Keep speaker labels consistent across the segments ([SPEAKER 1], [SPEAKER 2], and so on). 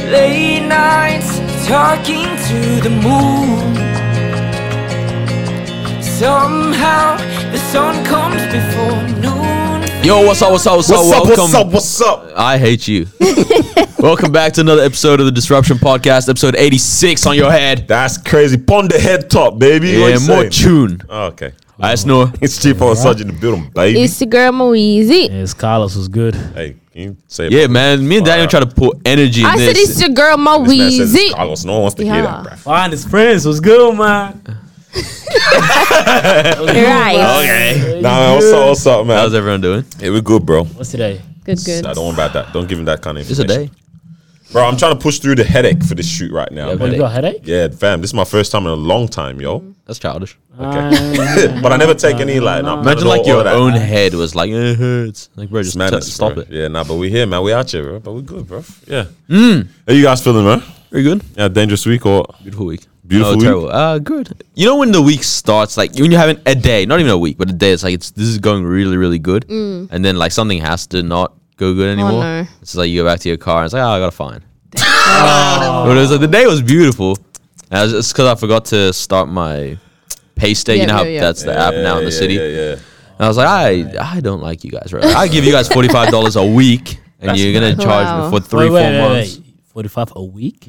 [SPEAKER 1] Late nights talking to the moon. Somehow the sun comes before noon.
[SPEAKER 2] Yo, what's up? What's up? What's, up?
[SPEAKER 3] What's up?
[SPEAKER 2] Welcome.
[SPEAKER 3] What's up? What's up?
[SPEAKER 2] I hate you. Welcome back to another episode of the Disruption Podcast, episode 86 on your head.
[SPEAKER 3] That's crazy. Pon the head top, baby. What
[SPEAKER 2] Yeah,
[SPEAKER 3] you
[SPEAKER 2] more
[SPEAKER 3] saying?
[SPEAKER 2] tune.
[SPEAKER 3] Oh, okay.
[SPEAKER 2] I snore.
[SPEAKER 3] It's Chief on Such in the building, baby.
[SPEAKER 4] It's the girl Moeezy.
[SPEAKER 5] His Carlos was good.
[SPEAKER 3] hey, can you say
[SPEAKER 2] Yeah, man. Me and Daniel try to put energy in
[SPEAKER 4] I said
[SPEAKER 2] this.
[SPEAKER 4] it's the girl
[SPEAKER 3] This man says it's
[SPEAKER 4] Moeezy.
[SPEAKER 3] Carlos. No one wants to hear that,
[SPEAKER 4] Yeah.
[SPEAKER 3] bruh.
[SPEAKER 5] Fine, his friends was good, man.
[SPEAKER 4] Right.
[SPEAKER 2] okay.
[SPEAKER 3] Nah, what's up? What's up,
[SPEAKER 2] How's
[SPEAKER 3] man?
[SPEAKER 2] everyone doing?
[SPEAKER 3] Hey, we're good, bro.
[SPEAKER 5] What's today?
[SPEAKER 4] Good, good.
[SPEAKER 3] Nah, don't worry about that. Don't give him that kind of
[SPEAKER 2] It's a
[SPEAKER 3] information.
[SPEAKER 2] day.
[SPEAKER 3] Bro, I'm trying to push through the headache for this shoot right now.
[SPEAKER 2] Yeah,
[SPEAKER 3] Yeah,
[SPEAKER 5] What, you got a headache?
[SPEAKER 3] fam. This is my first time in a long time, yo.
[SPEAKER 2] That's childish.
[SPEAKER 5] Okay.
[SPEAKER 3] but I never take any like. Nah,
[SPEAKER 2] Imagine
[SPEAKER 3] Panadol,
[SPEAKER 2] like
[SPEAKER 3] all
[SPEAKER 2] your
[SPEAKER 3] that.
[SPEAKER 2] own head was like, it hurts. Like, bro, just
[SPEAKER 3] It's
[SPEAKER 2] t-
[SPEAKER 3] madness,
[SPEAKER 2] stop
[SPEAKER 3] bro.
[SPEAKER 2] it.
[SPEAKER 3] Yeah, nah, but we here, man. We out here, bro. But we good, bro. Yeah.
[SPEAKER 2] Hmm.
[SPEAKER 3] How you guys feeling, man?
[SPEAKER 2] Very good.
[SPEAKER 3] Yeah, dangerous week or
[SPEAKER 2] Beautiful week.
[SPEAKER 3] Beautiful
[SPEAKER 2] no,
[SPEAKER 3] week?
[SPEAKER 2] Terrible. Uh, good. You know when the week starts, like when you're having a day, not even a week, but a day, it's like it's this is going really, really good, and then like something has to not go good anymore.
[SPEAKER 4] Mm. Oh, no.
[SPEAKER 2] It's like you go back to your car and it's like, oh, I got a fine.
[SPEAKER 4] Oh.
[SPEAKER 2] but it was like the day was beautiful. And it was- it's because I forgot to start my PayState. you
[SPEAKER 4] Yeah,
[SPEAKER 2] know how
[SPEAKER 4] yeah, yeah.
[SPEAKER 2] that's the app now in
[SPEAKER 3] Yeah,
[SPEAKER 2] the
[SPEAKER 3] yeah,
[SPEAKER 2] city.
[SPEAKER 3] Yeah, yeah.
[SPEAKER 2] And I was like, I I don't like you guys. Right? I give you guys forty five dollars a week, and
[SPEAKER 5] That's
[SPEAKER 2] you're gonna
[SPEAKER 4] nice.
[SPEAKER 2] charge
[SPEAKER 4] Wow.
[SPEAKER 2] me for three, four months.
[SPEAKER 5] Forty-five a week.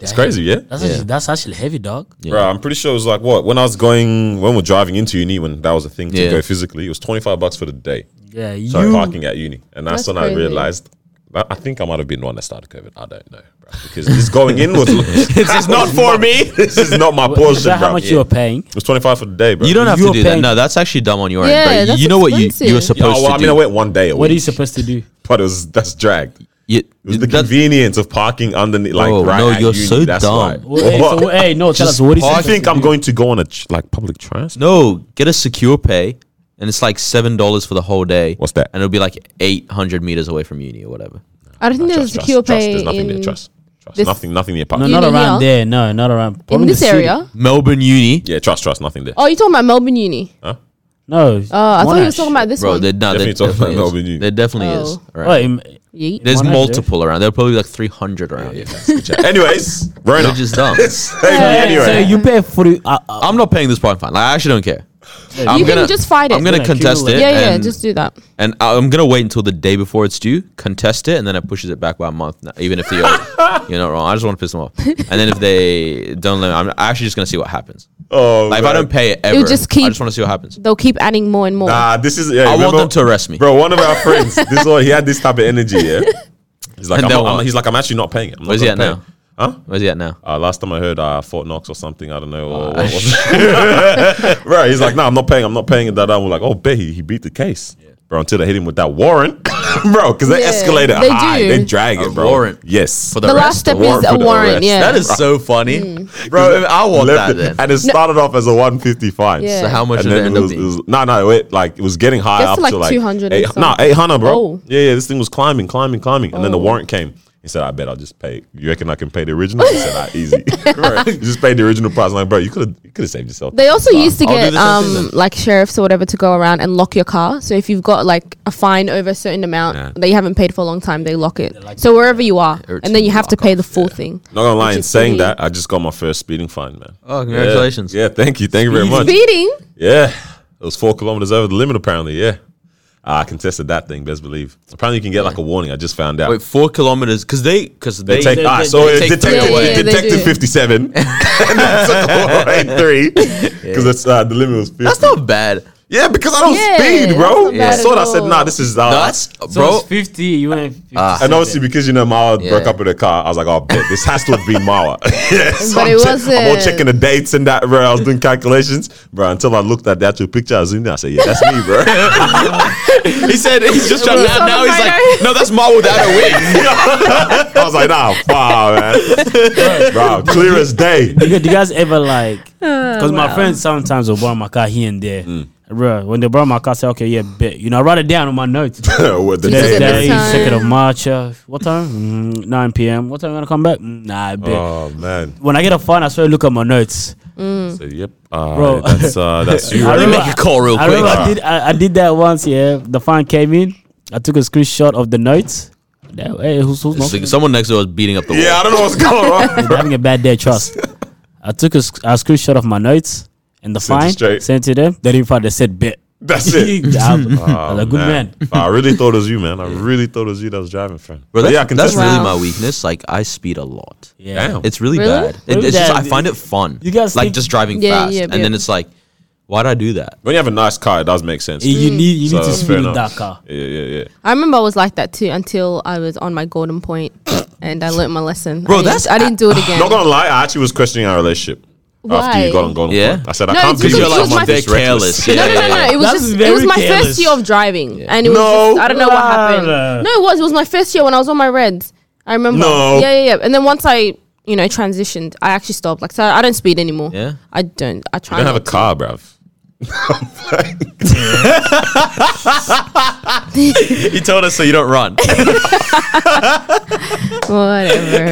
[SPEAKER 3] It's crazy, Hmm? yeah.
[SPEAKER 5] That's
[SPEAKER 2] Yeah.
[SPEAKER 5] actually, that's actually heavy, dog.
[SPEAKER 2] Yeah.
[SPEAKER 3] Bro, I'm pretty sure it was like what when I was going when we're driving into uni when that was a thing to
[SPEAKER 2] Yeah.
[SPEAKER 3] go physically. It was 25 bucks for the day.
[SPEAKER 5] Yeah, you.
[SPEAKER 3] So parking at uni, and that's,
[SPEAKER 4] That's
[SPEAKER 3] when I
[SPEAKER 4] crazy.
[SPEAKER 3] realized. I I think I might have been the one that started COVID. I don't know, bro, because this going in was
[SPEAKER 2] This is not for me.
[SPEAKER 3] this is not my portion,
[SPEAKER 5] Is that
[SPEAKER 3] bro.
[SPEAKER 5] how much you were paying?
[SPEAKER 3] It was 25 for the day, bro.
[SPEAKER 2] You don't have
[SPEAKER 5] You
[SPEAKER 2] to
[SPEAKER 5] were
[SPEAKER 2] do that.
[SPEAKER 5] paying-
[SPEAKER 2] No, that's actually dumb on your
[SPEAKER 4] Yeah,
[SPEAKER 2] end. But
[SPEAKER 4] that's
[SPEAKER 2] you know what you,
[SPEAKER 4] expensive.
[SPEAKER 2] you were
[SPEAKER 3] Yeah,
[SPEAKER 2] supposed
[SPEAKER 3] well, I
[SPEAKER 2] to
[SPEAKER 3] mean,
[SPEAKER 2] do.
[SPEAKER 3] I went one day a
[SPEAKER 5] What are you
[SPEAKER 3] week,
[SPEAKER 5] supposed to do?
[SPEAKER 3] but it was that's dragged. It
[SPEAKER 2] You-
[SPEAKER 3] was the
[SPEAKER 2] that-
[SPEAKER 3] convenience of parking underneath, like
[SPEAKER 2] Oh,
[SPEAKER 3] right
[SPEAKER 2] no,
[SPEAKER 3] at
[SPEAKER 2] you're
[SPEAKER 3] uni.
[SPEAKER 2] so
[SPEAKER 3] that's
[SPEAKER 2] dumb.
[SPEAKER 3] why.
[SPEAKER 5] Well, hey, so,
[SPEAKER 3] What?
[SPEAKER 5] hey, no, tell
[SPEAKER 2] Just
[SPEAKER 5] us what is.
[SPEAKER 2] park-
[SPEAKER 3] I think I'm going to go on a tr- like public transport.
[SPEAKER 2] no, get a secure pay, and it's like seven dollars for the whole day.
[SPEAKER 3] What's that?
[SPEAKER 2] And it'll be like eight hundred meters away from uni or whatever.
[SPEAKER 4] I don't think
[SPEAKER 3] Trust,
[SPEAKER 4] there's a
[SPEAKER 3] trust,
[SPEAKER 4] secure
[SPEAKER 3] trust.
[SPEAKER 4] pay
[SPEAKER 3] There's nothing there.
[SPEAKER 4] in,
[SPEAKER 3] Trust, trust.
[SPEAKER 4] this-
[SPEAKER 3] Nothing, nothing near
[SPEAKER 5] No,
[SPEAKER 3] parking.
[SPEAKER 5] not
[SPEAKER 4] Uni
[SPEAKER 5] around
[SPEAKER 4] here?
[SPEAKER 5] there. No, not around.
[SPEAKER 4] in
[SPEAKER 5] Probably
[SPEAKER 4] this
[SPEAKER 5] the city.
[SPEAKER 4] area.
[SPEAKER 2] Melbourne uni,
[SPEAKER 3] Yeah, trust, trust. Nothing there.
[SPEAKER 4] Oh, you're talking about Melbourne Uni?
[SPEAKER 5] No.
[SPEAKER 4] Oh, I thought you were
[SPEAKER 5] Monash.
[SPEAKER 4] talking about this
[SPEAKER 2] bro.
[SPEAKER 4] one.
[SPEAKER 2] There, no, there
[SPEAKER 3] Definitely talking
[SPEAKER 2] definitely,
[SPEAKER 3] about
[SPEAKER 2] is.
[SPEAKER 3] Melbourne uni.
[SPEAKER 2] There definitely is.
[SPEAKER 4] Oh.
[SPEAKER 2] around.
[SPEAKER 5] Oh, in-
[SPEAKER 4] Yeet.
[SPEAKER 2] There's
[SPEAKER 5] Monash, yeah.
[SPEAKER 2] multiple around. There are probably like three hundred around.
[SPEAKER 3] Yeah, that's good chat. Anyways, Rona.
[SPEAKER 2] They're just dumb.
[SPEAKER 3] Hey, anyway.
[SPEAKER 5] So you pay forty. Uh, uh,
[SPEAKER 2] I'm not paying this parking fine. Like, I actually don't care. I'm
[SPEAKER 4] You can
[SPEAKER 2] gonna-
[SPEAKER 4] just fight it.
[SPEAKER 2] I'm gonna
[SPEAKER 5] Yeah,
[SPEAKER 2] contest it.
[SPEAKER 5] accumulate.
[SPEAKER 4] yeah, yeah,
[SPEAKER 2] and-
[SPEAKER 4] just do that.
[SPEAKER 2] And I- I'm gonna wait until the day before it's due, contest it, and then it pushes it back by a month. n- Even if they, are you're not wrong. I just want to piss them off. And then if they don't let, me, I'm actually just gonna see what happens.
[SPEAKER 3] oh,
[SPEAKER 2] Like if I
[SPEAKER 3] man.
[SPEAKER 2] don't pay it ever,
[SPEAKER 4] just
[SPEAKER 2] I
[SPEAKER 4] keep-
[SPEAKER 2] just want to see what happens.
[SPEAKER 4] They'll keep adding more and more.
[SPEAKER 3] Nah, this is. Yeah,
[SPEAKER 2] I want
[SPEAKER 3] remember-
[SPEAKER 2] them to arrest me.
[SPEAKER 3] Bro, one of our friends. This one, he had this type of energy. Yeah. He's like,
[SPEAKER 2] And
[SPEAKER 3] I'm
[SPEAKER 2] then
[SPEAKER 3] not, I'm-
[SPEAKER 2] what?
[SPEAKER 3] he's like, I'm actually not paying it. I'm not
[SPEAKER 2] Where's he
[SPEAKER 3] gonna
[SPEAKER 2] at
[SPEAKER 3] pay it. Huh?
[SPEAKER 2] Where's he at now?
[SPEAKER 3] Uh, last time I heard, uh, Fort Knox or something. I don't know.
[SPEAKER 2] Oh,
[SPEAKER 3] Or what was it? Bro, he's like, no, I'm not paying. I'm not paying. it." That I'm like, oh, bet he, he beat the case. Bro, until they hit him with that warrant, bro, because they
[SPEAKER 4] Yeah,
[SPEAKER 3] escalated
[SPEAKER 4] they
[SPEAKER 3] high.
[SPEAKER 4] do.
[SPEAKER 3] They drag
[SPEAKER 2] A
[SPEAKER 3] it, bro.
[SPEAKER 2] warrant.
[SPEAKER 3] Yes.
[SPEAKER 4] the last step is a
[SPEAKER 3] for the
[SPEAKER 4] warrant.
[SPEAKER 3] arrest.
[SPEAKER 4] Yeah. Mm.
[SPEAKER 2] That is so funny, bro. I want
[SPEAKER 3] Left
[SPEAKER 2] that then.
[SPEAKER 3] it- and it started off as a 150 fine.
[SPEAKER 4] Yeah.
[SPEAKER 2] So how much
[SPEAKER 3] and
[SPEAKER 2] did it
[SPEAKER 3] then
[SPEAKER 2] end
[SPEAKER 3] it
[SPEAKER 2] up
[SPEAKER 3] was, it
[SPEAKER 2] being?
[SPEAKER 3] was no, no, it like it was getting high
[SPEAKER 4] Gets
[SPEAKER 3] up
[SPEAKER 4] to,
[SPEAKER 3] to
[SPEAKER 4] like,
[SPEAKER 3] like
[SPEAKER 4] 200
[SPEAKER 3] Eight,
[SPEAKER 4] and
[SPEAKER 3] no,
[SPEAKER 4] something.
[SPEAKER 3] eight hundred, bro.
[SPEAKER 4] Oh.
[SPEAKER 3] Yeah, yeah, this thing was climbing, climbing, climbing, and then the
[SPEAKER 4] Oh.
[SPEAKER 3] warrant came. He said, "I bet I'll just pay. You reckon I can pay the original?" He said, "Ah, easy. Right. You just paid the original price." I'm like, bro, you could have, you could have saved yourself.
[SPEAKER 4] They also used to
[SPEAKER 2] I'll do
[SPEAKER 4] get
[SPEAKER 2] the same thing
[SPEAKER 4] um like sheriffs or whatever to go around and lock your car. So if you've got like a fine over a certain amount
[SPEAKER 3] Yeah.
[SPEAKER 4] that you haven't paid for a long time, they lock it. so wherever you are,
[SPEAKER 2] Irritating
[SPEAKER 4] and then you have to
[SPEAKER 2] lock
[SPEAKER 4] pay
[SPEAKER 2] off,
[SPEAKER 4] the full thing.
[SPEAKER 3] Not gonna lie,
[SPEAKER 4] Which
[SPEAKER 3] in
[SPEAKER 4] is
[SPEAKER 3] saying
[SPEAKER 4] pretty-
[SPEAKER 3] that, I just got my first speeding fine, man.
[SPEAKER 2] Oh, congratulations.
[SPEAKER 3] Yeah, yeah thank you, thank you very much.
[SPEAKER 4] Speeding.
[SPEAKER 3] Yeah, it was four kilometers over the limit. Apparently, yeah. Ah, I contested that thing, best believe. Apparently, you can get like a warning. I just found out.
[SPEAKER 2] Wait, four kilometers because they because
[SPEAKER 3] They,
[SPEAKER 2] they,
[SPEAKER 3] take
[SPEAKER 5] they-
[SPEAKER 3] ah,
[SPEAKER 5] they-
[SPEAKER 3] so
[SPEAKER 2] they
[SPEAKER 3] it's
[SPEAKER 2] take
[SPEAKER 3] detective,
[SPEAKER 2] three away.
[SPEAKER 4] Yeah, yeah, they
[SPEAKER 3] detective
[SPEAKER 4] do.
[SPEAKER 3] fifty seven, and that's a four three because it's uh, the limit was fifty.
[SPEAKER 2] That's not bad.
[SPEAKER 3] yeah, because I don't
[SPEAKER 4] Yeah,
[SPEAKER 3] speed, bro.
[SPEAKER 4] that's not
[SPEAKER 3] I
[SPEAKER 4] bad
[SPEAKER 3] saw
[SPEAKER 4] at
[SPEAKER 3] that. I said,
[SPEAKER 4] all.
[SPEAKER 3] nah, this is uh,
[SPEAKER 2] No, that's
[SPEAKER 5] so
[SPEAKER 2] bro.
[SPEAKER 5] it's fifty. You went. 50
[SPEAKER 3] And obviously, because you Ah. know Mara
[SPEAKER 2] Yeah.
[SPEAKER 3] broke up with her car, I was like, "Oh, bet, this has to have been Mara." yeah, so
[SPEAKER 4] But
[SPEAKER 3] I'm,
[SPEAKER 4] it
[SPEAKER 3] check- I'm all
[SPEAKER 4] wasn't.
[SPEAKER 3] checking the dates and that, bro. I was doing calculations, bro. Until I looked at the actual picture, I zoomed in. I said, "Yeah, that's me, bro."
[SPEAKER 2] he said he's just trying to.
[SPEAKER 4] Who's on
[SPEAKER 2] Now
[SPEAKER 4] the
[SPEAKER 2] he's like,
[SPEAKER 4] photo?
[SPEAKER 2] no, that's Marvel without a wig.
[SPEAKER 3] I was like, "Nah, wow, man, bro, clear as day."
[SPEAKER 5] Do you, do you guys ever like? Because my friends sometimes will borrow my car here and there.
[SPEAKER 2] Mm.
[SPEAKER 5] Bro, when they borrow my car, I say, okay, yeah, bet. You know, I write it down on my notes.
[SPEAKER 3] What the
[SPEAKER 4] Took
[SPEAKER 5] Next
[SPEAKER 3] day?
[SPEAKER 4] it this
[SPEAKER 5] day,
[SPEAKER 4] time.
[SPEAKER 5] second of March. Uh, what time? Mm, Nine p.m. What time am I gonna come back? Mm, nah, I bet.
[SPEAKER 3] Oh man.
[SPEAKER 5] When I get a phone, I swear, I look at my notes.
[SPEAKER 3] So yep, uh,
[SPEAKER 5] Bro.
[SPEAKER 3] that's uh, that's you.
[SPEAKER 2] Let me
[SPEAKER 5] I
[SPEAKER 3] right?
[SPEAKER 5] remember-
[SPEAKER 2] make a call real
[SPEAKER 5] I
[SPEAKER 2] quick.
[SPEAKER 5] remember I did I, I did that once. Yeah, the phone came in. I took a screenshot of the notes. That- hey, who's, who's
[SPEAKER 2] It's
[SPEAKER 5] knocking?
[SPEAKER 2] like someone next to us beating up the wall.
[SPEAKER 3] Yeah, I don't know what's going on.
[SPEAKER 5] They're having a bad day, trust. I took a, sc- a screenshot of my notes and the
[SPEAKER 3] Sent it
[SPEAKER 5] fine,
[SPEAKER 3] straight.
[SPEAKER 5] sent to them. They didn't reply. They said bet.
[SPEAKER 3] That's it. Oh,
[SPEAKER 5] I was- I was a good man.
[SPEAKER 3] I really thought it was you, man. I really thought it was you that was driving, friend.
[SPEAKER 2] Bro,
[SPEAKER 3] But
[SPEAKER 2] that's,
[SPEAKER 3] yeah, I can
[SPEAKER 2] that's
[SPEAKER 3] test it.
[SPEAKER 2] really
[SPEAKER 4] Wow.
[SPEAKER 2] my weakness. Like I speed a lot.
[SPEAKER 5] Yeah.
[SPEAKER 3] Damn.
[SPEAKER 2] It's really,
[SPEAKER 4] Really?
[SPEAKER 2] bad. It-
[SPEAKER 5] Really
[SPEAKER 2] it's just I
[SPEAKER 5] bad.
[SPEAKER 2] find it fun.
[SPEAKER 5] You guys
[SPEAKER 2] like
[SPEAKER 5] think-
[SPEAKER 2] just driving
[SPEAKER 4] Yeah,
[SPEAKER 2] fast,
[SPEAKER 4] yeah,
[SPEAKER 2] and
[SPEAKER 4] yeah.
[SPEAKER 2] then it's like, why did I do that?
[SPEAKER 3] When you have a nice car, it does make sense.
[SPEAKER 5] You you need you
[SPEAKER 3] So,
[SPEAKER 5] need to
[SPEAKER 3] fair
[SPEAKER 5] speed with
[SPEAKER 3] enough.
[SPEAKER 5] that car.
[SPEAKER 3] Yeah, yeah, yeah.
[SPEAKER 4] I remember I was like that too until I was on my golden point and I learned my lesson.
[SPEAKER 2] Bro,
[SPEAKER 4] I didn't-
[SPEAKER 2] that's-
[SPEAKER 4] I didn't do it again.
[SPEAKER 3] Not gonna lie, I actually was questioning our relationship after you
[SPEAKER 4] Why?
[SPEAKER 3] got on Golden
[SPEAKER 2] Yeah?
[SPEAKER 3] Point. I said I
[SPEAKER 4] No,
[SPEAKER 3] can't
[SPEAKER 4] it's
[SPEAKER 3] be
[SPEAKER 4] because
[SPEAKER 3] with
[SPEAKER 4] it was
[SPEAKER 3] someone
[SPEAKER 4] my-
[SPEAKER 3] this
[SPEAKER 2] They're careless.
[SPEAKER 3] reckless.
[SPEAKER 2] Yeah.
[SPEAKER 4] No, no, no, no. It was
[SPEAKER 5] That's
[SPEAKER 4] just
[SPEAKER 5] very
[SPEAKER 4] it was my
[SPEAKER 5] careless.
[SPEAKER 4] first year of driving, and it was
[SPEAKER 3] No.
[SPEAKER 4] just, I don't know what happened.
[SPEAKER 5] Nada.
[SPEAKER 4] No, it was. It was my first year when I was on my reds. I remember.
[SPEAKER 3] No.
[SPEAKER 4] Yeah, yeah, yeah. And then once I, you know, transitioned, I actually stopped. Like, so I don't speed anymore.
[SPEAKER 2] Yeah.
[SPEAKER 4] I don't. I try.
[SPEAKER 3] I don't have a
[SPEAKER 4] not to.
[SPEAKER 3] car, bruv.
[SPEAKER 2] He told us so you don't run.
[SPEAKER 4] Whatever.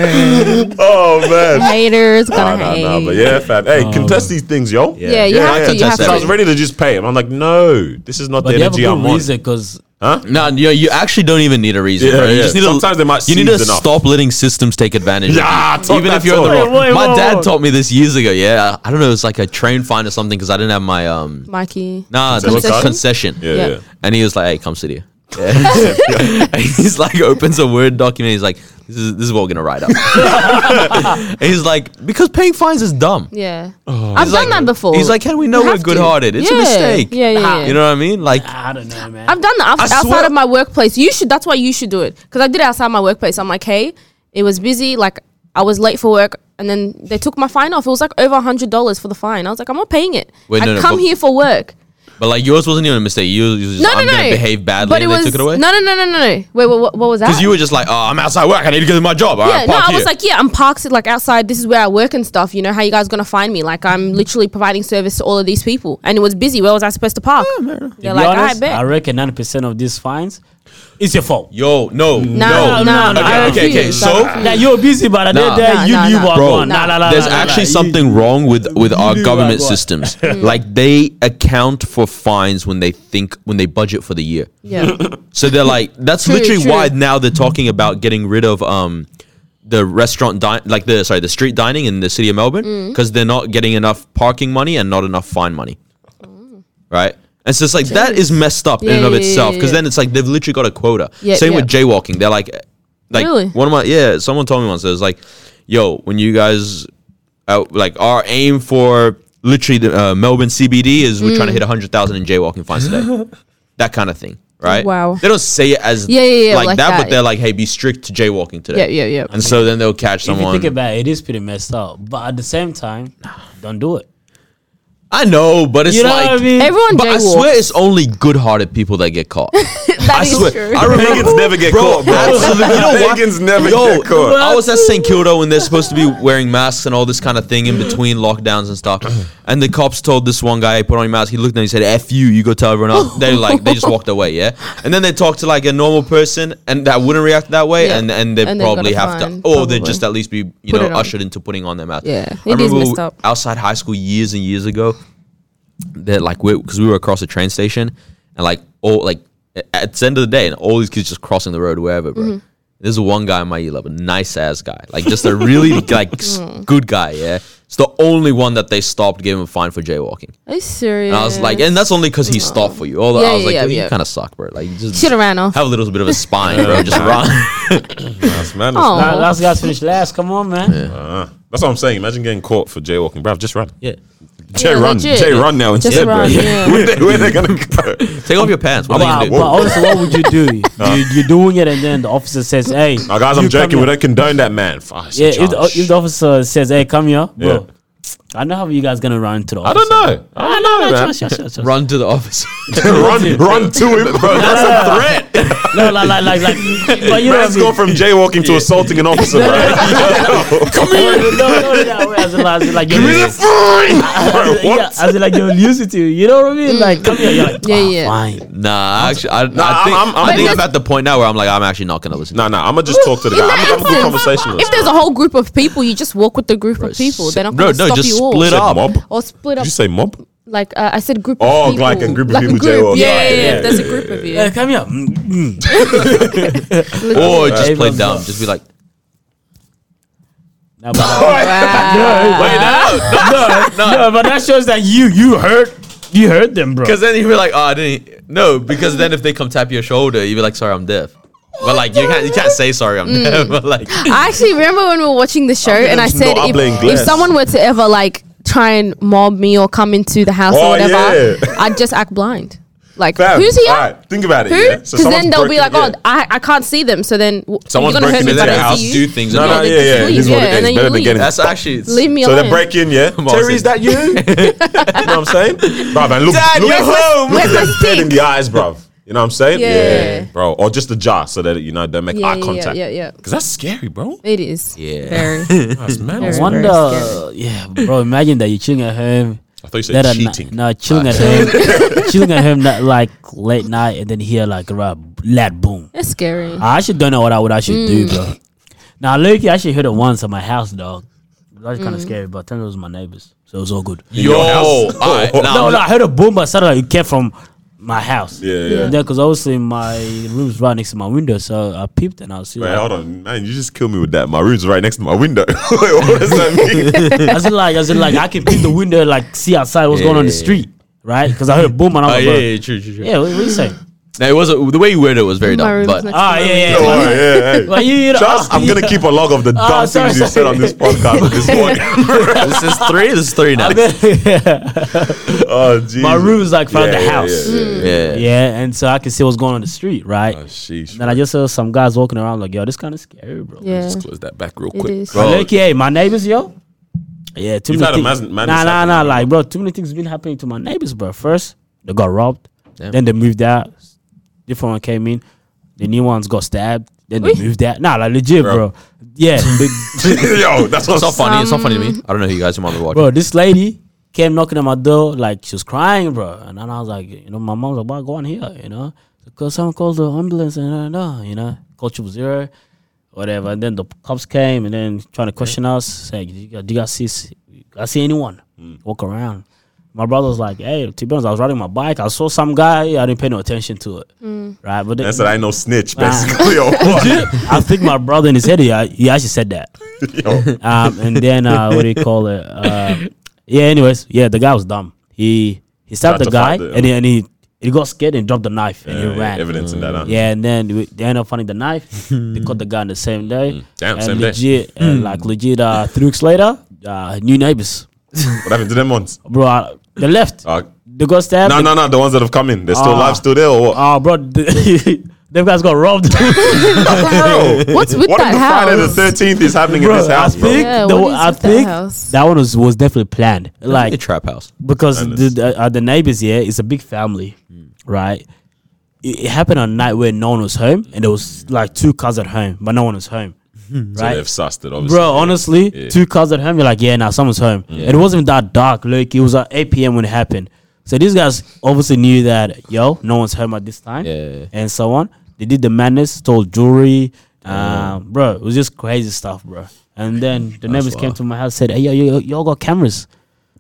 [SPEAKER 3] Oh man.
[SPEAKER 4] Haters
[SPEAKER 3] Nah,
[SPEAKER 4] gonna
[SPEAKER 3] nah,
[SPEAKER 4] hate.
[SPEAKER 3] nah, but yeah, fam. Hey,
[SPEAKER 5] Um,
[SPEAKER 3] contest these things, yo. Yeah.
[SPEAKER 4] Yeah, you
[SPEAKER 3] Yeah,
[SPEAKER 4] have
[SPEAKER 3] yeah,
[SPEAKER 4] to. You
[SPEAKER 2] contest
[SPEAKER 4] have
[SPEAKER 3] So I was
[SPEAKER 2] everything.
[SPEAKER 3] ready
[SPEAKER 4] to.
[SPEAKER 3] to just pay him. I'm like, no, this is not
[SPEAKER 5] But
[SPEAKER 3] the
[SPEAKER 5] you have a
[SPEAKER 3] energy I'm
[SPEAKER 5] good
[SPEAKER 3] on.
[SPEAKER 5] reason because
[SPEAKER 2] no, you, you actually don't even need a reason.
[SPEAKER 3] Yeah,
[SPEAKER 2] bro. You
[SPEAKER 3] yeah.
[SPEAKER 2] just need
[SPEAKER 3] Sometimes
[SPEAKER 2] to,
[SPEAKER 3] they might
[SPEAKER 2] You need to
[SPEAKER 3] seethe enough.
[SPEAKER 2] stop letting systems take advantage.
[SPEAKER 3] Yeah,
[SPEAKER 2] of you.
[SPEAKER 3] talk
[SPEAKER 2] even
[SPEAKER 3] that
[SPEAKER 2] if you're on the
[SPEAKER 3] talk.
[SPEAKER 2] wrong.
[SPEAKER 5] Wait, wait,
[SPEAKER 2] my
[SPEAKER 5] wait,
[SPEAKER 2] dad
[SPEAKER 5] wait.
[SPEAKER 2] taught me this years ago. Yeah, I I don't know. It's like a train find or something because I didn't have my um.
[SPEAKER 4] Mikey.
[SPEAKER 2] Nah, the
[SPEAKER 4] Concession?
[SPEAKER 2] concession. concession.
[SPEAKER 3] Yeah,
[SPEAKER 4] Yeah.
[SPEAKER 3] yeah.
[SPEAKER 2] And he was like, "Hey, come sit here." and he's like, opens a word document. He's like, "This is this is what we're gonna write up." and he's like, "because paying fines is dumb.
[SPEAKER 4] Yeah.
[SPEAKER 3] Oh.
[SPEAKER 4] I've done that before.
[SPEAKER 2] He's like, how do we know
[SPEAKER 4] You
[SPEAKER 2] we're
[SPEAKER 4] have to.
[SPEAKER 2] good-hearted? It's a
[SPEAKER 4] Yeah.
[SPEAKER 2] mistake.
[SPEAKER 4] Yeah, yeah, yeah.
[SPEAKER 2] You know what I mean? Like,
[SPEAKER 5] I don't know, man.
[SPEAKER 4] I've done that outs-
[SPEAKER 2] I
[SPEAKER 4] outside
[SPEAKER 2] swear-
[SPEAKER 4] of my workplace. You should. That's why you should do it. Because I did it outside my workplace. I'm like, hey, it was busy. Like I was late for work, and then they took my fine off. It was like over a hundred dollars for the fine. I was like, I'm not paying it.
[SPEAKER 2] Wait,
[SPEAKER 4] I
[SPEAKER 2] no, no,
[SPEAKER 4] come
[SPEAKER 2] but-
[SPEAKER 4] here for work.
[SPEAKER 2] but like yours wasn't even a mistake. You, you was just,
[SPEAKER 4] No,
[SPEAKER 2] I'm
[SPEAKER 4] no,
[SPEAKER 2] gonna
[SPEAKER 4] no.
[SPEAKER 2] behave badly,
[SPEAKER 4] But
[SPEAKER 2] and they took it away.
[SPEAKER 4] No, no, no, no, no. Wait, wait what, what was that?
[SPEAKER 2] because you were just like, oh, I'm outside work. I need to get to my job. All
[SPEAKER 4] yeah,
[SPEAKER 2] right,
[SPEAKER 4] no,
[SPEAKER 2] park
[SPEAKER 4] I was
[SPEAKER 2] here."
[SPEAKER 4] like, yeah, I'm parked like outside. This is where I work and stuff. You know how you guys gonna find me? Like I'm literally providing service to all of these people, and it was busy. Where was I supposed to park? They're
[SPEAKER 5] To
[SPEAKER 4] like, I
[SPEAKER 5] be honest,
[SPEAKER 4] bet.
[SPEAKER 5] I reckon ninety percent of these fines, it's your fault.
[SPEAKER 2] yo, no,
[SPEAKER 4] no,
[SPEAKER 2] no,
[SPEAKER 4] no, no, I
[SPEAKER 2] okay, okay, okay.
[SPEAKER 4] refuse.
[SPEAKER 2] So.
[SPEAKER 5] That you're busy, but I
[SPEAKER 2] Nah.
[SPEAKER 5] did that.
[SPEAKER 4] Nah,
[SPEAKER 5] you
[SPEAKER 4] nah,
[SPEAKER 5] knew
[SPEAKER 4] nah.
[SPEAKER 5] what
[SPEAKER 2] Bro,
[SPEAKER 5] going. Nah, nah, nah,
[SPEAKER 2] There's
[SPEAKER 5] nah, nah,
[SPEAKER 2] actually
[SPEAKER 5] nah.
[SPEAKER 2] something wrong with with our
[SPEAKER 5] you
[SPEAKER 2] government
[SPEAKER 5] are right.
[SPEAKER 2] systems. like they account for fines when they think when they budget for the year.
[SPEAKER 4] yeah.
[SPEAKER 2] So they're like, that's
[SPEAKER 4] True,
[SPEAKER 2] literally
[SPEAKER 4] true.
[SPEAKER 2] why now they're talking about getting rid of um the restaurant di- like the sorry the street dining in the city of
[SPEAKER 4] Mm.
[SPEAKER 2] Melbourne because they're not getting enough parking money and not enough fine money, right? And so it's like that is messed up in
[SPEAKER 4] Yeah,
[SPEAKER 2] and of
[SPEAKER 4] Oh. yeah,
[SPEAKER 2] itself
[SPEAKER 4] yeah,
[SPEAKER 2] because
[SPEAKER 4] yeah.
[SPEAKER 2] then it's like they've literally got a quota.
[SPEAKER 4] Yeah,
[SPEAKER 2] Same
[SPEAKER 4] yeah.
[SPEAKER 2] with jaywalking. They're like, like
[SPEAKER 4] Really?
[SPEAKER 2] one of my yeah. Someone told me once it was like, yo, when you guys out Uh, like our aim for literally the uh, Melbourne CBD is we're
[SPEAKER 4] Mm.
[SPEAKER 2] trying to hit hundred thousand in jaywalking fines today, that kind of thing, right?
[SPEAKER 4] Wow.
[SPEAKER 2] They don't say it as
[SPEAKER 4] Yeah, yeah, yeah,
[SPEAKER 2] like,
[SPEAKER 4] like
[SPEAKER 2] that,
[SPEAKER 4] that,
[SPEAKER 2] but they're like, hey, be strict to jaywalking today.
[SPEAKER 4] Yeah, yeah, yeah.
[SPEAKER 2] And so then they'll catch
[SPEAKER 5] If you
[SPEAKER 2] someone.
[SPEAKER 5] think about it, it is pretty messed up. But at the same time, don't do it.
[SPEAKER 2] I know, but it's
[SPEAKER 5] You know
[SPEAKER 2] like.
[SPEAKER 5] what I mean?
[SPEAKER 4] Everyone
[SPEAKER 2] But I
[SPEAKER 4] jaywalks.
[SPEAKER 2] swear it's only good-hearted people that get caught.
[SPEAKER 4] That
[SPEAKER 2] I
[SPEAKER 4] is
[SPEAKER 2] swear.
[SPEAKER 4] true.
[SPEAKER 2] I remember
[SPEAKER 3] Pagans never get caught, bro.
[SPEAKER 2] Absolutely. You know what?
[SPEAKER 3] Pagans never
[SPEAKER 2] Yo,
[SPEAKER 3] get caught.
[SPEAKER 2] I was at St Kilda when they're supposed to be wearing masks and all this kind of thing in between lockdowns and stuff. And the cops told this one guy, hey, put on your mask. He looked at me and said, F you, you go tell everyone else. They like they just walked away, yeah? And then they talked to like a normal person and that wouldn't react that way
[SPEAKER 4] Yeah.
[SPEAKER 2] and, and they
[SPEAKER 4] And they've
[SPEAKER 2] probably
[SPEAKER 4] got a
[SPEAKER 2] have
[SPEAKER 4] fine,
[SPEAKER 2] to or they
[SPEAKER 4] probably.
[SPEAKER 2] just at least be, you
[SPEAKER 4] Put
[SPEAKER 2] know,
[SPEAKER 4] it on.
[SPEAKER 2] ushered into putting on their mask. I
[SPEAKER 4] Yeah. It is
[SPEAKER 2] remember
[SPEAKER 4] messed up.
[SPEAKER 2] outside high school years and years ago, that like we because we were across a train station and like all like a- at the end of the day and all these kids just crossing the road wherever bro
[SPEAKER 4] Mm-hmm.
[SPEAKER 2] there's one guy in my year level nice ass guy like just a really like s-
[SPEAKER 4] Mm.
[SPEAKER 2] good guy yeah it's the only one that they stopped gave him a fine for jaywalking
[SPEAKER 4] Are you serious?
[SPEAKER 2] and i was like and that's only because he stopped for you all the-
[SPEAKER 4] Mm. Yeah,
[SPEAKER 2] i was
[SPEAKER 4] yeah,
[SPEAKER 2] like
[SPEAKER 4] yeah,
[SPEAKER 2] "Dude, you
[SPEAKER 4] yeah.
[SPEAKER 2] kind of suck bro like you just
[SPEAKER 4] Shoulda ran off.
[SPEAKER 2] have a little bit of a spine bro just run
[SPEAKER 3] That's man.
[SPEAKER 4] Oh.
[SPEAKER 5] Nah, last guys finished last. Come on, man.
[SPEAKER 2] Oh.
[SPEAKER 3] Uh, that's what I'm saying. Imagine getting caught for jaywalking, bruv. Just run.
[SPEAKER 2] yeah
[SPEAKER 3] Jay run.
[SPEAKER 4] legit.
[SPEAKER 3] Jay run now
[SPEAKER 4] Just
[SPEAKER 3] instead, bro.
[SPEAKER 4] run, yeah.
[SPEAKER 3] where, they, where they gonna go?
[SPEAKER 2] take off your pants what are
[SPEAKER 5] But,
[SPEAKER 2] you
[SPEAKER 5] but
[SPEAKER 2] gonna do
[SPEAKER 5] also, what would you do? you, you're doing it, and then the officer says, "Hey,
[SPEAKER 3] Now, guys, I'm
[SPEAKER 5] you come
[SPEAKER 3] joking.
[SPEAKER 5] here."
[SPEAKER 3] We don't condone that, man. Fuck, it's a
[SPEAKER 5] Yeah, if the,
[SPEAKER 3] charge.
[SPEAKER 5] if the officer says, "Hey, come here, bro," I know how you guys gonna run into the.
[SPEAKER 3] I
[SPEAKER 5] Officer.
[SPEAKER 3] don't know. I
[SPEAKER 5] I
[SPEAKER 3] don't
[SPEAKER 5] know,
[SPEAKER 3] know,
[SPEAKER 5] no,
[SPEAKER 3] man.
[SPEAKER 5] trust, trust, trust, trust.
[SPEAKER 2] run to the office
[SPEAKER 3] run, run to him, bro. That's a threat.
[SPEAKER 5] No, like, like, like, like but you know
[SPEAKER 3] Man's gone
[SPEAKER 5] what I mean.
[SPEAKER 3] from jaywalking to assaulting an officer, bro. Come
[SPEAKER 5] No, no, no, no, as in, like, as in, like,
[SPEAKER 3] Give me
[SPEAKER 5] you're-
[SPEAKER 3] the fine. Bro,
[SPEAKER 5] as in, yeah,
[SPEAKER 3] what?
[SPEAKER 5] as in, like you're used to, you know what I mean? Like, come here, you're like,
[SPEAKER 4] Yeah,
[SPEAKER 5] yeah,
[SPEAKER 4] yeah.
[SPEAKER 5] yeah, fine.
[SPEAKER 2] nah actually i, I
[SPEAKER 3] I'm-
[SPEAKER 2] think, I'm,
[SPEAKER 3] I'm- I'm-
[SPEAKER 2] think I'm at the point now where i'm like i'm actually not gonna listen to
[SPEAKER 3] Nah, nah. I'm gonna just talk to the guy.
[SPEAKER 4] In that
[SPEAKER 3] I'm gonna have a good
[SPEAKER 4] instance,
[SPEAKER 3] conversation.
[SPEAKER 4] If there's a whole group of people, you just walk with the group of
[SPEAKER 2] s-
[SPEAKER 4] people. They're not
[SPEAKER 2] bro, no,
[SPEAKER 4] going to stop
[SPEAKER 2] just
[SPEAKER 4] you all.
[SPEAKER 2] split
[SPEAKER 3] Said
[SPEAKER 2] up.
[SPEAKER 3] mob.
[SPEAKER 4] Or split
[SPEAKER 3] Did
[SPEAKER 4] up.
[SPEAKER 3] you say mob?
[SPEAKER 4] like uh, I said, group.
[SPEAKER 3] Oh,
[SPEAKER 4] of people.
[SPEAKER 3] like a group of
[SPEAKER 4] Like a
[SPEAKER 3] people jaywalk.
[SPEAKER 4] Yeah,
[SPEAKER 3] Right,
[SPEAKER 4] yeah, yeah,
[SPEAKER 3] yeah,
[SPEAKER 4] There's a
[SPEAKER 3] yeah,
[SPEAKER 4] group of you.
[SPEAKER 5] Hey, come here. Mm, mm.
[SPEAKER 2] Or
[SPEAKER 5] Hey,
[SPEAKER 2] just play
[SPEAKER 5] bro.
[SPEAKER 2] dumb. Just be like,
[SPEAKER 5] Nah, but,
[SPEAKER 2] wait, no, no, no.
[SPEAKER 5] no, but that shows that you you hurt you hurt them, bro.
[SPEAKER 2] Because then you'd be like, oh, I didn't. No, because then if they come tap your shoulder, you'd be like, sorry, I'm deaf. But like, you can't, you can't say sorry, I'm deaf. But like,
[SPEAKER 4] I actually remember when we were watching the show, and I
[SPEAKER 3] just
[SPEAKER 4] said
[SPEAKER 3] not
[SPEAKER 4] if,
[SPEAKER 3] playing
[SPEAKER 4] if
[SPEAKER 3] glass.
[SPEAKER 4] someone were to ever like try and mob me or come into the house
[SPEAKER 3] Oh,
[SPEAKER 4] or whatever,
[SPEAKER 3] yeah.
[SPEAKER 4] I'd just act blind. Like
[SPEAKER 3] Fam,
[SPEAKER 4] who's here?
[SPEAKER 3] all right, think about it.
[SPEAKER 4] Who?
[SPEAKER 3] yeah?
[SPEAKER 4] Because
[SPEAKER 3] So someone's
[SPEAKER 4] then they'll be like,
[SPEAKER 3] broken-
[SPEAKER 4] oh, I, I can't see them. So then w-
[SPEAKER 3] Someone's
[SPEAKER 4] you're gonna hurt
[SPEAKER 3] breaking
[SPEAKER 4] me
[SPEAKER 3] into
[SPEAKER 4] if I
[SPEAKER 3] their
[SPEAKER 4] don't
[SPEAKER 3] house,
[SPEAKER 4] see you.
[SPEAKER 2] do things.
[SPEAKER 3] No,
[SPEAKER 2] and
[SPEAKER 3] no,
[SPEAKER 2] all.
[SPEAKER 4] they
[SPEAKER 3] yeah,
[SPEAKER 4] just
[SPEAKER 3] yeah. This is what
[SPEAKER 4] leave, yeah,
[SPEAKER 3] it is.
[SPEAKER 4] and then
[SPEAKER 3] Better
[SPEAKER 4] you
[SPEAKER 3] than
[SPEAKER 4] leave.
[SPEAKER 3] getting
[SPEAKER 2] That's
[SPEAKER 3] fucked.
[SPEAKER 2] actually.
[SPEAKER 4] Leave
[SPEAKER 3] So
[SPEAKER 4] me alone.
[SPEAKER 3] they're breaking, yeah.
[SPEAKER 2] on,
[SPEAKER 3] Terry, is
[SPEAKER 2] Sid.
[SPEAKER 3] that you? you know what I'm saying, bro? Man, look,
[SPEAKER 2] Dad,
[SPEAKER 3] look,
[SPEAKER 2] you're
[SPEAKER 3] look
[SPEAKER 2] home.
[SPEAKER 4] Where's my
[SPEAKER 3] them dead in the
[SPEAKER 4] stick?
[SPEAKER 3] eyes, bro. You know what I'm saying?
[SPEAKER 4] Yeah.
[SPEAKER 3] bro. Or just the jar so that you know they make
[SPEAKER 4] Yeah,
[SPEAKER 3] eye
[SPEAKER 4] yeah,
[SPEAKER 3] contact.
[SPEAKER 4] yeah, yeah.
[SPEAKER 3] Because that's scary, bro.
[SPEAKER 4] It is.
[SPEAKER 2] Yeah.
[SPEAKER 4] Very.
[SPEAKER 3] That's mad.
[SPEAKER 4] Very-
[SPEAKER 5] I
[SPEAKER 3] I
[SPEAKER 5] wonder,
[SPEAKER 4] very scary.
[SPEAKER 5] yeah, bro. Imagine that you're chilling at home.
[SPEAKER 3] thought you
[SPEAKER 5] That
[SPEAKER 3] said
[SPEAKER 5] are
[SPEAKER 3] cheating.
[SPEAKER 5] no, chilling at home, chilling at home, not like late night, and then hear like a lad boom.
[SPEAKER 4] That's scary.
[SPEAKER 3] Ah,
[SPEAKER 5] I actually don't know what I would actually
[SPEAKER 4] Mm.
[SPEAKER 5] do, bro. Now, Loki, I actually heard it once at my house, dog. That was
[SPEAKER 4] Mm.
[SPEAKER 5] kind of scary, but turns out it was my neighbors, so it was all good.
[SPEAKER 2] Yo,
[SPEAKER 3] your house.
[SPEAKER 2] all right,
[SPEAKER 3] No,
[SPEAKER 2] nah,
[SPEAKER 5] No,
[SPEAKER 2] I'm-
[SPEAKER 5] no, I heard a boom, but suddenly it came from my house.
[SPEAKER 3] Yeah, yeah.
[SPEAKER 5] And then, because obviously my room's right next to my window, so I peeped and I was
[SPEAKER 3] Wait,
[SPEAKER 5] like,
[SPEAKER 3] hold on, man! You just killed me with that. My room's right next to my window. Wait, what does that mean?
[SPEAKER 5] I was like, I was like, I can peep the window, like see outside what's going on in the
[SPEAKER 2] Yeah.
[SPEAKER 5] street, right? Because I heard a boom and I was
[SPEAKER 2] Oh,
[SPEAKER 5] like,
[SPEAKER 2] yeah,
[SPEAKER 5] bro,
[SPEAKER 2] yeah, true, true, true.
[SPEAKER 5] yeah, what, what you saying?
[SPEAKER 2] Now, it was a, the way you worded it was very
[SPEAKER 4] My
[SPEAKER 2] dumb,
[SPEAKER 4] room's
[SPEAKER 2] but
[SPEAKER 4] next
[SPEAKER 5] Ah,
[SPEAKER 4] to my
[SPEAKER 5] yeah, yeah.
[SPEAKER 4] window.
[SPEAKER 3] Don't worry, yeah, hey.
[SPEAKER 5] Well, you, you know,
[SPEAKER 3] Trust, I'm gonna keep a log of the dumb
[SPEAKER 5] Ah, sorry,
[SPEAKER 3] things you said
[SPEAKER 5] sorry.
[SPEAKER 3] on this podcast this morning.
[SPEAKER 2] this is three. This is three now.
[SPEAKER 3] oh, Jesus.
[SPEAKER 5] my room's like from the
[SPEAKER 3] yeah,
[SPEAKER 5] house,
[SPEAKER 3] Yeah,
[SPEAKER 4] Mm.
[SPEAKER 3] yeah, yeah.
[SPEAKER 2] Yeah.
[SPEAKER 5] yeah, and so I can see what's going on in the street, right?
[SPEAKER 3] Oh, sheesh.
[SPEAKER 5] Then I just saw some guys walking around like, yo, this kind of scary, bro.
[SPEAKER 4] Yeah.
[SPEAKER 3] Just close that back real
[SPEAKER 4] It
[SPEAKER 3] quick.
[SPEAKER 4] is.
[SPEAKER 5] But
[SPEAKER 2] Bro.
[SPEAKER 5] look, yeah, my neighbors, yo. Yeah, too
[SPEAKER 3] You've had a
[SPEAKER 5] many things.
[SPEAKER 3] mas- madness
[SPEAKER 5] Nah, nah,
[SPEAKER 3] happen,
[SPEAKER 5] nah.
[SPEAKER 3] man.
[SPEAKER 5] Like, bro, too many things been happening to my neighbors, bro. First, they got robbed.
[SPEAKER 2] Damn.
[SPEAKER 5] Then they moved out. Different one came in. The new ones got stabbed. Then they
[SPEAKER 4] Oi.
[SPEAKER 5] moved out. Nah, like legit,
[SPEAKER 3] Bro.
[SPEAKER 5] bro. Yeah, the-
[SPEAKER 3] Yo, that's
[SPEAKER 2] It's
[SPEAKER 3] what's
[SPEAKER 2] not
[SPEAKER 3] up.
[SPEAKER 2] funny. It's not funny to me. I don't know who you guys might be watching.
[SPEAKER 5] bro. This lady came knocking at my door, like she was crying, bro. And then I was like, you know, my mom's like, why go on here? You know, because someone called the ambulance and uh, no, you know, called triple zero, whatever. And then the cops came and then trying to question us, saying, do you, guys- do you guys see? s- I see anyone walk around? My brother was like, hey, to be honest, I was riding my bike. I saw some guy. I didn't pay no attention to it, right? But
[SPEAKER 3] That's
[SPEAKER 5] then,
[SPEAKER 3] that I ain't no snitch, basically. Yo, what?
[SPEAKER 5] I think my brother in his head, he, he actually said that.
[SPEAKER 3] Yo.
[SPEAKER 5] Um, and then uh, what do you call it? Uh, yeah. Anyways, yeah, the guy was dumb. He he
[SPEAKER 3] Tried
[SPEAKER 5] stabbed the
[SPEAKER 3] to
[SPEAKER 5] guy
[SPEAKER 3] fight the-
[SPEAKER 5] and he, and he he got scared and dropped the knife and
[SPEAKER 3] Yeah,
[SPEAKER 5] he ran.
[SPEAKER 3] evidence in that, huh?
[SPEAKER 5] Yeah, and then we- they ended up finding the knife. they caught the guy on the same day.
[SPEAKER 3] Mm, Damn,
[SPEAKER 5] and
[SPEAKER 3] same day. Hmm.
[SPEAKER 5] legit, day. And like legit, uh, three weeks later, uh, new neighbors,
[SPEAKER 3] What happened to them ones?
[SPEAKER 5] bro. Uh, they left.
[SPEAKER 3] Uh,
[SPEAKER 5] they got stabbed.
[SPEAKER 3] no, no, no. The ones that have come in, they're still
[SPEAKER 5] Ah.
[SPEAKER 3] alive, still there, or what?
[SPEAKER 5] Oh, bro, the, them guys got robbed.
[SPEAKER 3] Bro,
[SPEAKER 4] What's with
[SPEAKER 3] what
[SPEAKER 4] that
[SPEAKER 3] if the
[SPEAKER 4] house?
[SPEAKER 3] Friday the Thirteenth is happening
[SPEAKER 5] Bro,
[SPEAKER 3] in this house,
[SPEAKER 5] I
[SPEAKER 3] bro?
[SPEAKER 5] think,
[SPEAKER 4] Yeah,
[SPEAKER 5] the,
[SPEAKER 4] what is
[SPEAKER 5] I
[SPEAKER 4] with that
[SPEAKER 5] think
[SPEAKER 4] house?
[SPEAKER 5] that one was, was definitely planned.
[SPEAKER 2] a
[SPEAKER 5] Like
[SPEAKER 2] trap house.
[SPEAKER 5] because
[SPEAKER 3] And
[SPEAKER 5] the, the, uh, the neighbors here is a big family, right? It, it happened on a night where no one was home, and there was like two cars at home, but no one was home,
[SPEAKER 3] So they've
[SPEAKER 5] right?
[SPEAKER 3] sussed it, obviously.
[SPEAKER 5] Bro, honestly,
[SPEAKER 3] Yeah.
[SPEAKER 5] two cars at home. You're like, yeah, now someone's home. And It wasn't that dark, look. It was at 8 p.m. when it happened. So these guys obviously knew that, yo, no one's home at this time,
[SPEAKER 2] Yeah.
[SPEAKER 5] and so on. They did the madness, stole jewelry, um, bro. It was just crazy stuff, bro. And then the neighbors came
[SPEAKER 2] wild.
[SPEAKER 5] to my house, said, "Hey, yo, yo, yo, y'all got cameras?"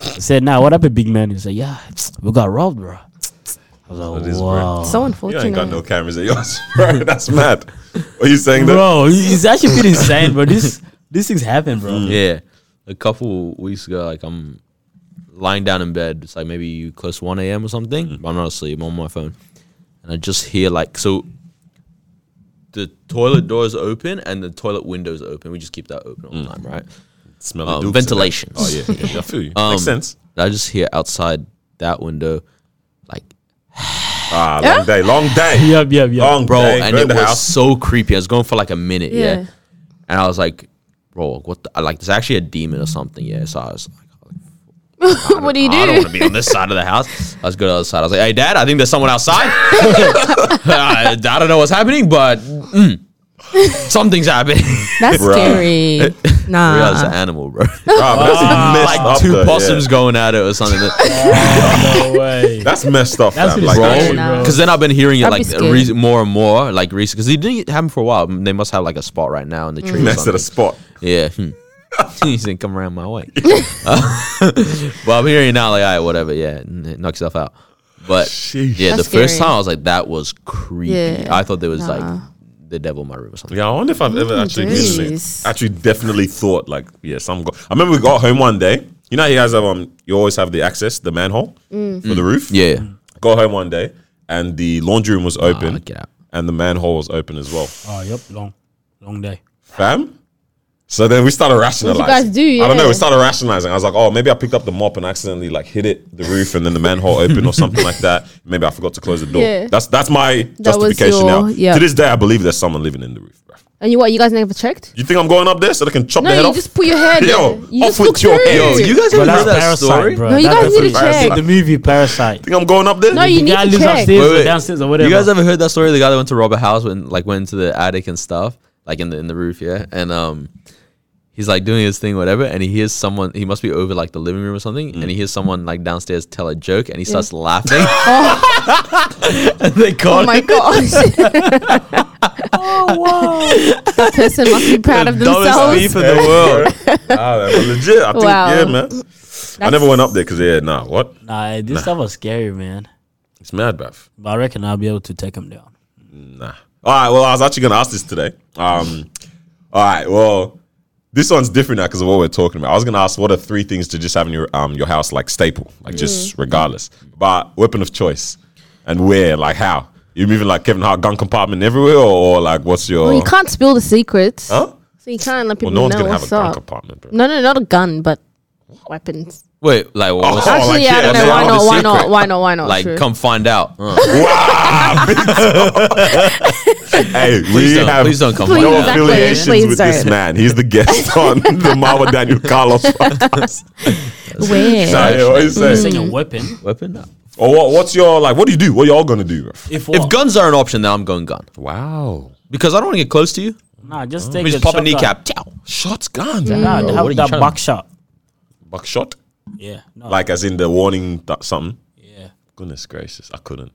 [SPEAKER 5] I said, nah, what happened, big man? He said, yeah, we got robbed, bro. I was
[SPEAKER 3] is
[SPEAKER 5] like, wow.
[SPEAKER 4] So
[SPEAKER 3] you
[SPEAKER 4] unfortunate.
[SPEAKER 3] ain't got no cameras at yours, bro. That's mad. Are you saying that?
[SPEAKER 5] Bro, it's actually been insane, bro. This, these things happen, bro.
[SPEAKER 2] Yeah. A couple weeks ago, like I'm lying down in bed. It's like maybe close to 1 a.m. or something. But I'm not asleep. I'm on my phone. And I just hear like, so the toilet door is open and the toilet window is open. We just keep that open all
[SPEAKER 3] Mm.
[SPEAKER 2] the time, right?
[SPEAKER 3] Smelly
[SPEAKER 2] Um,
[SPEAKER 3] dukes in there.
[SPEAKER 2] ventilation.
[SPEAKER 3] Oh yeah, yeah, yeah, I feel you.
[SPEAKER 2] Um,
[SPEAKER 3] Makes sense.
[SPEAKER 2] I just hear outside that window, like,
[SPEAKER 3] Ah, long day, long day,
[SPEAKER 5] Yup, yup, yup.
[SPEAKER 3] long
[SPEAKER 2] bro.
[SPEAKER 3] day.
[SPEAKER 2] and
[SPEAKER 3] Go in
[SPEAKER 2] it
[SPEAKER 3] the
[SPEAKER 2] was
[SPEAKER 3] house.
[SPEAKER 2] so creepy. I was going for like a minute, yeah.
[SPEAKER 4] Yeah.
[SPEAKER 2] And I was like, bro, what the, like, there's actually a demon or something, yeah. So I was like,
[SPEAKER 4] what do you
[SPEAKER 2] I don't
[SPEAKER 4] do?
[SPEAKER 2] want to be on this side of the house. I was good on the other side. I was like, hey, dad, I think there's someone outside. I, I don't know what's happening, but mm, something's happening.
[SPEAKER 4] That's
[SPEAKER 3] Bruh.
[SPEAKER 4] scary.
[SPEAKER 2] Realize it's an
[SPEAKER 4] Nah.
[SPEAKER 2] animal, bro.
[SPEAKER 3] Ah, but that's messed
[SPEAKER 2] like
[SPEAKER 3] up,
[SPEAKER 2] two
[SPEAKER 3] though, yeah.
[SPEAKER 2] possums going at it or something.
[SPEAKER 5] No way.
[SPEAKER 3] That's messed up,
[SPEAKER 5] That's
[SPEAKER 3] fam. Like,
[SPEAKER 5] what it's
[SPEAKER 2] bro.
[SPEAKER 5] Actually,
[SPEAKER 3] actually,
[SPEAKER 4] bro.
[SPEAKER 2] Because then I've been hearing it
[SPEAKER 4] I'd be
[SPEAKER 2] like
[SPEAKER 4] scared.
[SPEAKER 2] re- more and more, like recently. Because Mm. it didn't happen for a while. They must have like a spot right now in the tree. or
[SPEAKER 3] next to the
[SPEAKER 2] something.
[SPEAKER 3] spot.
[SPEAKER 2] yeah. hmm. you didn't come around my way. but I'm hearing now, like, all right, whatever. Yeah, n- knock yourself out. But yeah,
[SPEAKER 4] That's
[SPEAKER 2] the first
[SPEAKER 4] scary.
[SPEAKER 2] time I was like, that was creepy.
[SPEAKER 4] Yeah,
[SPEAKER 2] I thought there was
[SPEAKER 4] nah.
[SPEAKER 2] like the devil in my room or something.
[SPEAKER 3] Yeah, I wonder if I've
[SPEAKER 4] Mm,
[SPEAKER 3] ever actually been there.
[SPEAKER 4] jeez.
[SPEAKER 3] Actually, definitely thought like, yeah, some. Go- I remember we got home one day. You know, how you guys have um, you always have the access, the manhole
[SPEAKER 4] Mm.
[SPEAKER 3] for the roof.
[SPEAKER 2] Mm. Yeah, Ah,
[SPEAKER 3] Go home one day, and the laundry room was open,
[SPEAKER 2] get out.
[SPEAKER 3] and the manhole was open as well.
[SPEAKER 5] Oh, yep, long, long day.
[SPEAKER 3] Fam. So then we started rationalizing.
[SPEAKER 4] guys do,
[SPEAKER 3] I don't know.
[SPEAKER 4] yeah.
[SPEAKER 3] We started rationalizing. I was like, oh, maybe I picked up the mop and accidentally like hit it the roof, and then the manhole opened or something like that. Maybe I forgot to close the door.
[SPEAKER 4] Yeah.
[SPEAKER 3] That's that's my
[SPEAKER 4] That was
[SPEAKER 3] justification
[SPEAKER 4] your-
[SPEAKER 3] now.
[SPEAKER 4] yeah.
[SPEAKER 3] To this day, I believe there's someone living in the roof. Bro.
[SPEAKER 4] And you what? You guys never checked?
[SPEAKER 3] You think I'm going up there so they can chop
[SPEAKER 4] No,
[SPEAKER 3] the head
[SPEAKER 4] you
[SPEAKER 3] off?
[SPEAKER 4] just put your head.
[SPEAKER 3] Yo,
[SPEAKER 4] you
[SPEAKER 3] off
[SPEAKER 4] just
[SPEAKER 3] with
[SPEAKER 4] look
[SPEAKER 3] your-
[SPEAKER 4] through.
[SPEAKER 3] Yo,
[SPEAKER 2] Yo, you guys
[SPEAKER 5] Bro,
[SPEAKER 2] ever
[SPEAKER 5] that's
[SPEAKER 2] heard that
[SPEAKER 5] Parasite,
[SPEAKER 2] story?
[SPEAKER 5] bro.
[SPEAKER 4] No, you
[SPEAKER 5] That-
[SPEAKER 4] guys
[SPEAKER 5] that's
[SPEAKER 4] need to
[SPEAKER 5] what-
[SPEAKER 4] check.
[SPEAKER 5] The movie Parasite.
[SPEAKER 3] think I'm going up there?
[SPEAKER 4] No, you
[SPEAKER 5] The
[SPEAKER 4] need
[SPEAKER 5] guy
[SPEAKER 4] to
[SPEAKER 5] lives
[SPEAKER 4] check.
[SPEAKER 5] upstairs
[SPEAKER 2] Wait,
[SPEAKER 5] or
[SPEAKER 2] wait.
[SPEAKER 5] downstairs or whatever.
[SPEAKER 2] You guys ever heard that story? The guy that went to rob a house and like went into the attic and stuff, like in the in the roof, yeah. And um, he's like doing his thing, whatever. And he hears someone. He must be over like the living room or something. And he hears someone like downstairs tell a joke, and he starts laughing. and they caught
[SPEAKER 4] Oh my
[SPEAKER 2] him.
[SPEAKER 4] gosh. Oh, That person must be proud of
[SPEAKER 2] dumbest
[SPEAKER 4] themselves.
[SPEAKER 2] people in the world.
[SPEAKER 3] Nah, man, but legit. I think,
[SPEAKER 4] Wow.
[SPEAKER 3] yeah, man. I never went up there because, yeah, nah, what?
[SPEAKER 5] Nah, this stuff was scary, man.
[SPEAKER 3] It's mad, bruv.
[SPEAKER 5] But I reckon I'll be able to take him down.
[SPEAKER 3] Nah. All right, well, I was actually going to ask this today. Um, all right, well, this one's different now because of what we're talking about. I was going to ask what are three things to just have in your, um, your house, like staple, like
[SPEAKER 4] Mm.
[SPEAKER 3] just regardless. But weapon of choice and where, like how? you moving like Kevin Hart gun compartment everywhere or, or, like what's your.
[SPEAKER 4] Well, you can't spill the secrets,
[SPEAKER 3] huh?
[SPEAKER 4] so you can't let
[SPEAKER 3] Well,
[SPEAKER 4] people
[SPEAKER 3] no one's
[SPEAKER 4] know
[SPEAKER 3] going to have a
[SPEAKER 4] what's
[SPEAKER 3] gun
[SPEAKER 4] up.
[SPEAKER 3] compartment, bro.
[SPEAKER 4] No, no, not a gun, but weapons.
[SPEAKER 2] Wait, like what was
[SPEAKER 3] Oh,
[SPEAKER 2] that?
[SPEAKER 3] like,
[SPEAKER 4] Actually,
[SPEAKER 3] yeah,
[SPEAKER 4] I don't
[SPEAKER 3] that's
[SPEAKER 4] know. Why
[SPEAKER 3] not
[SPEAKER 4] not?
[SPEAKER 3] the
[SPEAKER 4] Why not?
[SPEAKER 3] secret.
[SPEAKER 4] Why not? Why not?
[SPEAKER 2] Like
[SPEAKER 4] True.
[SPEAKER 2] come find out. Uh,
[SPEAKER 3] Hey,
[SPEAKER 2] please,
[SPEAKER 3] we
[SPEAKER 2] don't,
[SPEAKER 3] have
[SPEAKER 2] please don't come
[SPEAKER 4] Please,
[SPEAKER 2] find
[SPEAKER 3] no
[SPEAKER 2] out.
[SPEAKER 4] exactly.
[SPEAKER 3] affiliations
[SPEAKER 4] Please
[SPEAKER 3] with this
[SPEAKER 4] don't.
[SPEAKER 3] man. He's the guest on the Marwa Daniel Carlos podcast.
[SPEAKER 4] Where?
[SPEAKER 3] Sorry, what you
[SPEAKER 5] You're
[SPEAKER 3] say?
[SPEAKER 5] saying a weapon?
[SPEAKER 2] Weapon.
[SPEAKER 3] Or what, what's your like? What do you do? What y'all gonna do? bruv?
[SPEAKER 2] If
[SPEAKER 5] If what?
[SPEAKER 2] guns are an option, then I'm going gun
[SPEAKER 3] Wow,
[SPEAKER 2] because I don't want to get close to you.
[SPEAKER 5] nah, just take
[SPEAKER 2] We just
[SPEAKER 5] the
[SPEAKER 2] pop a
[SPEAKER 5] shotgun.
[SPEAKER 2] kneecap. Chow.
[SPEAKER 3] shotgun,
[SPEAKER 5] Nah,
[SPEAKER 4] Mm.
[SPEAKER 2] Bro,
[SPEAKER 5] they
[SPEAKER 2] what are you
[SPEAKER 5] have that
[SPEAKER 2] trying-
[SPEAKER 5] buckshot.
[SPEAKER 3] buckshot,
[SPEAKER 5] Yeah. No,
[SPEAKER 3] like as in the warning that something.
[SPEAKER 5] yeah.
[SPEAKER 3] Goodness gracious, I couldn't.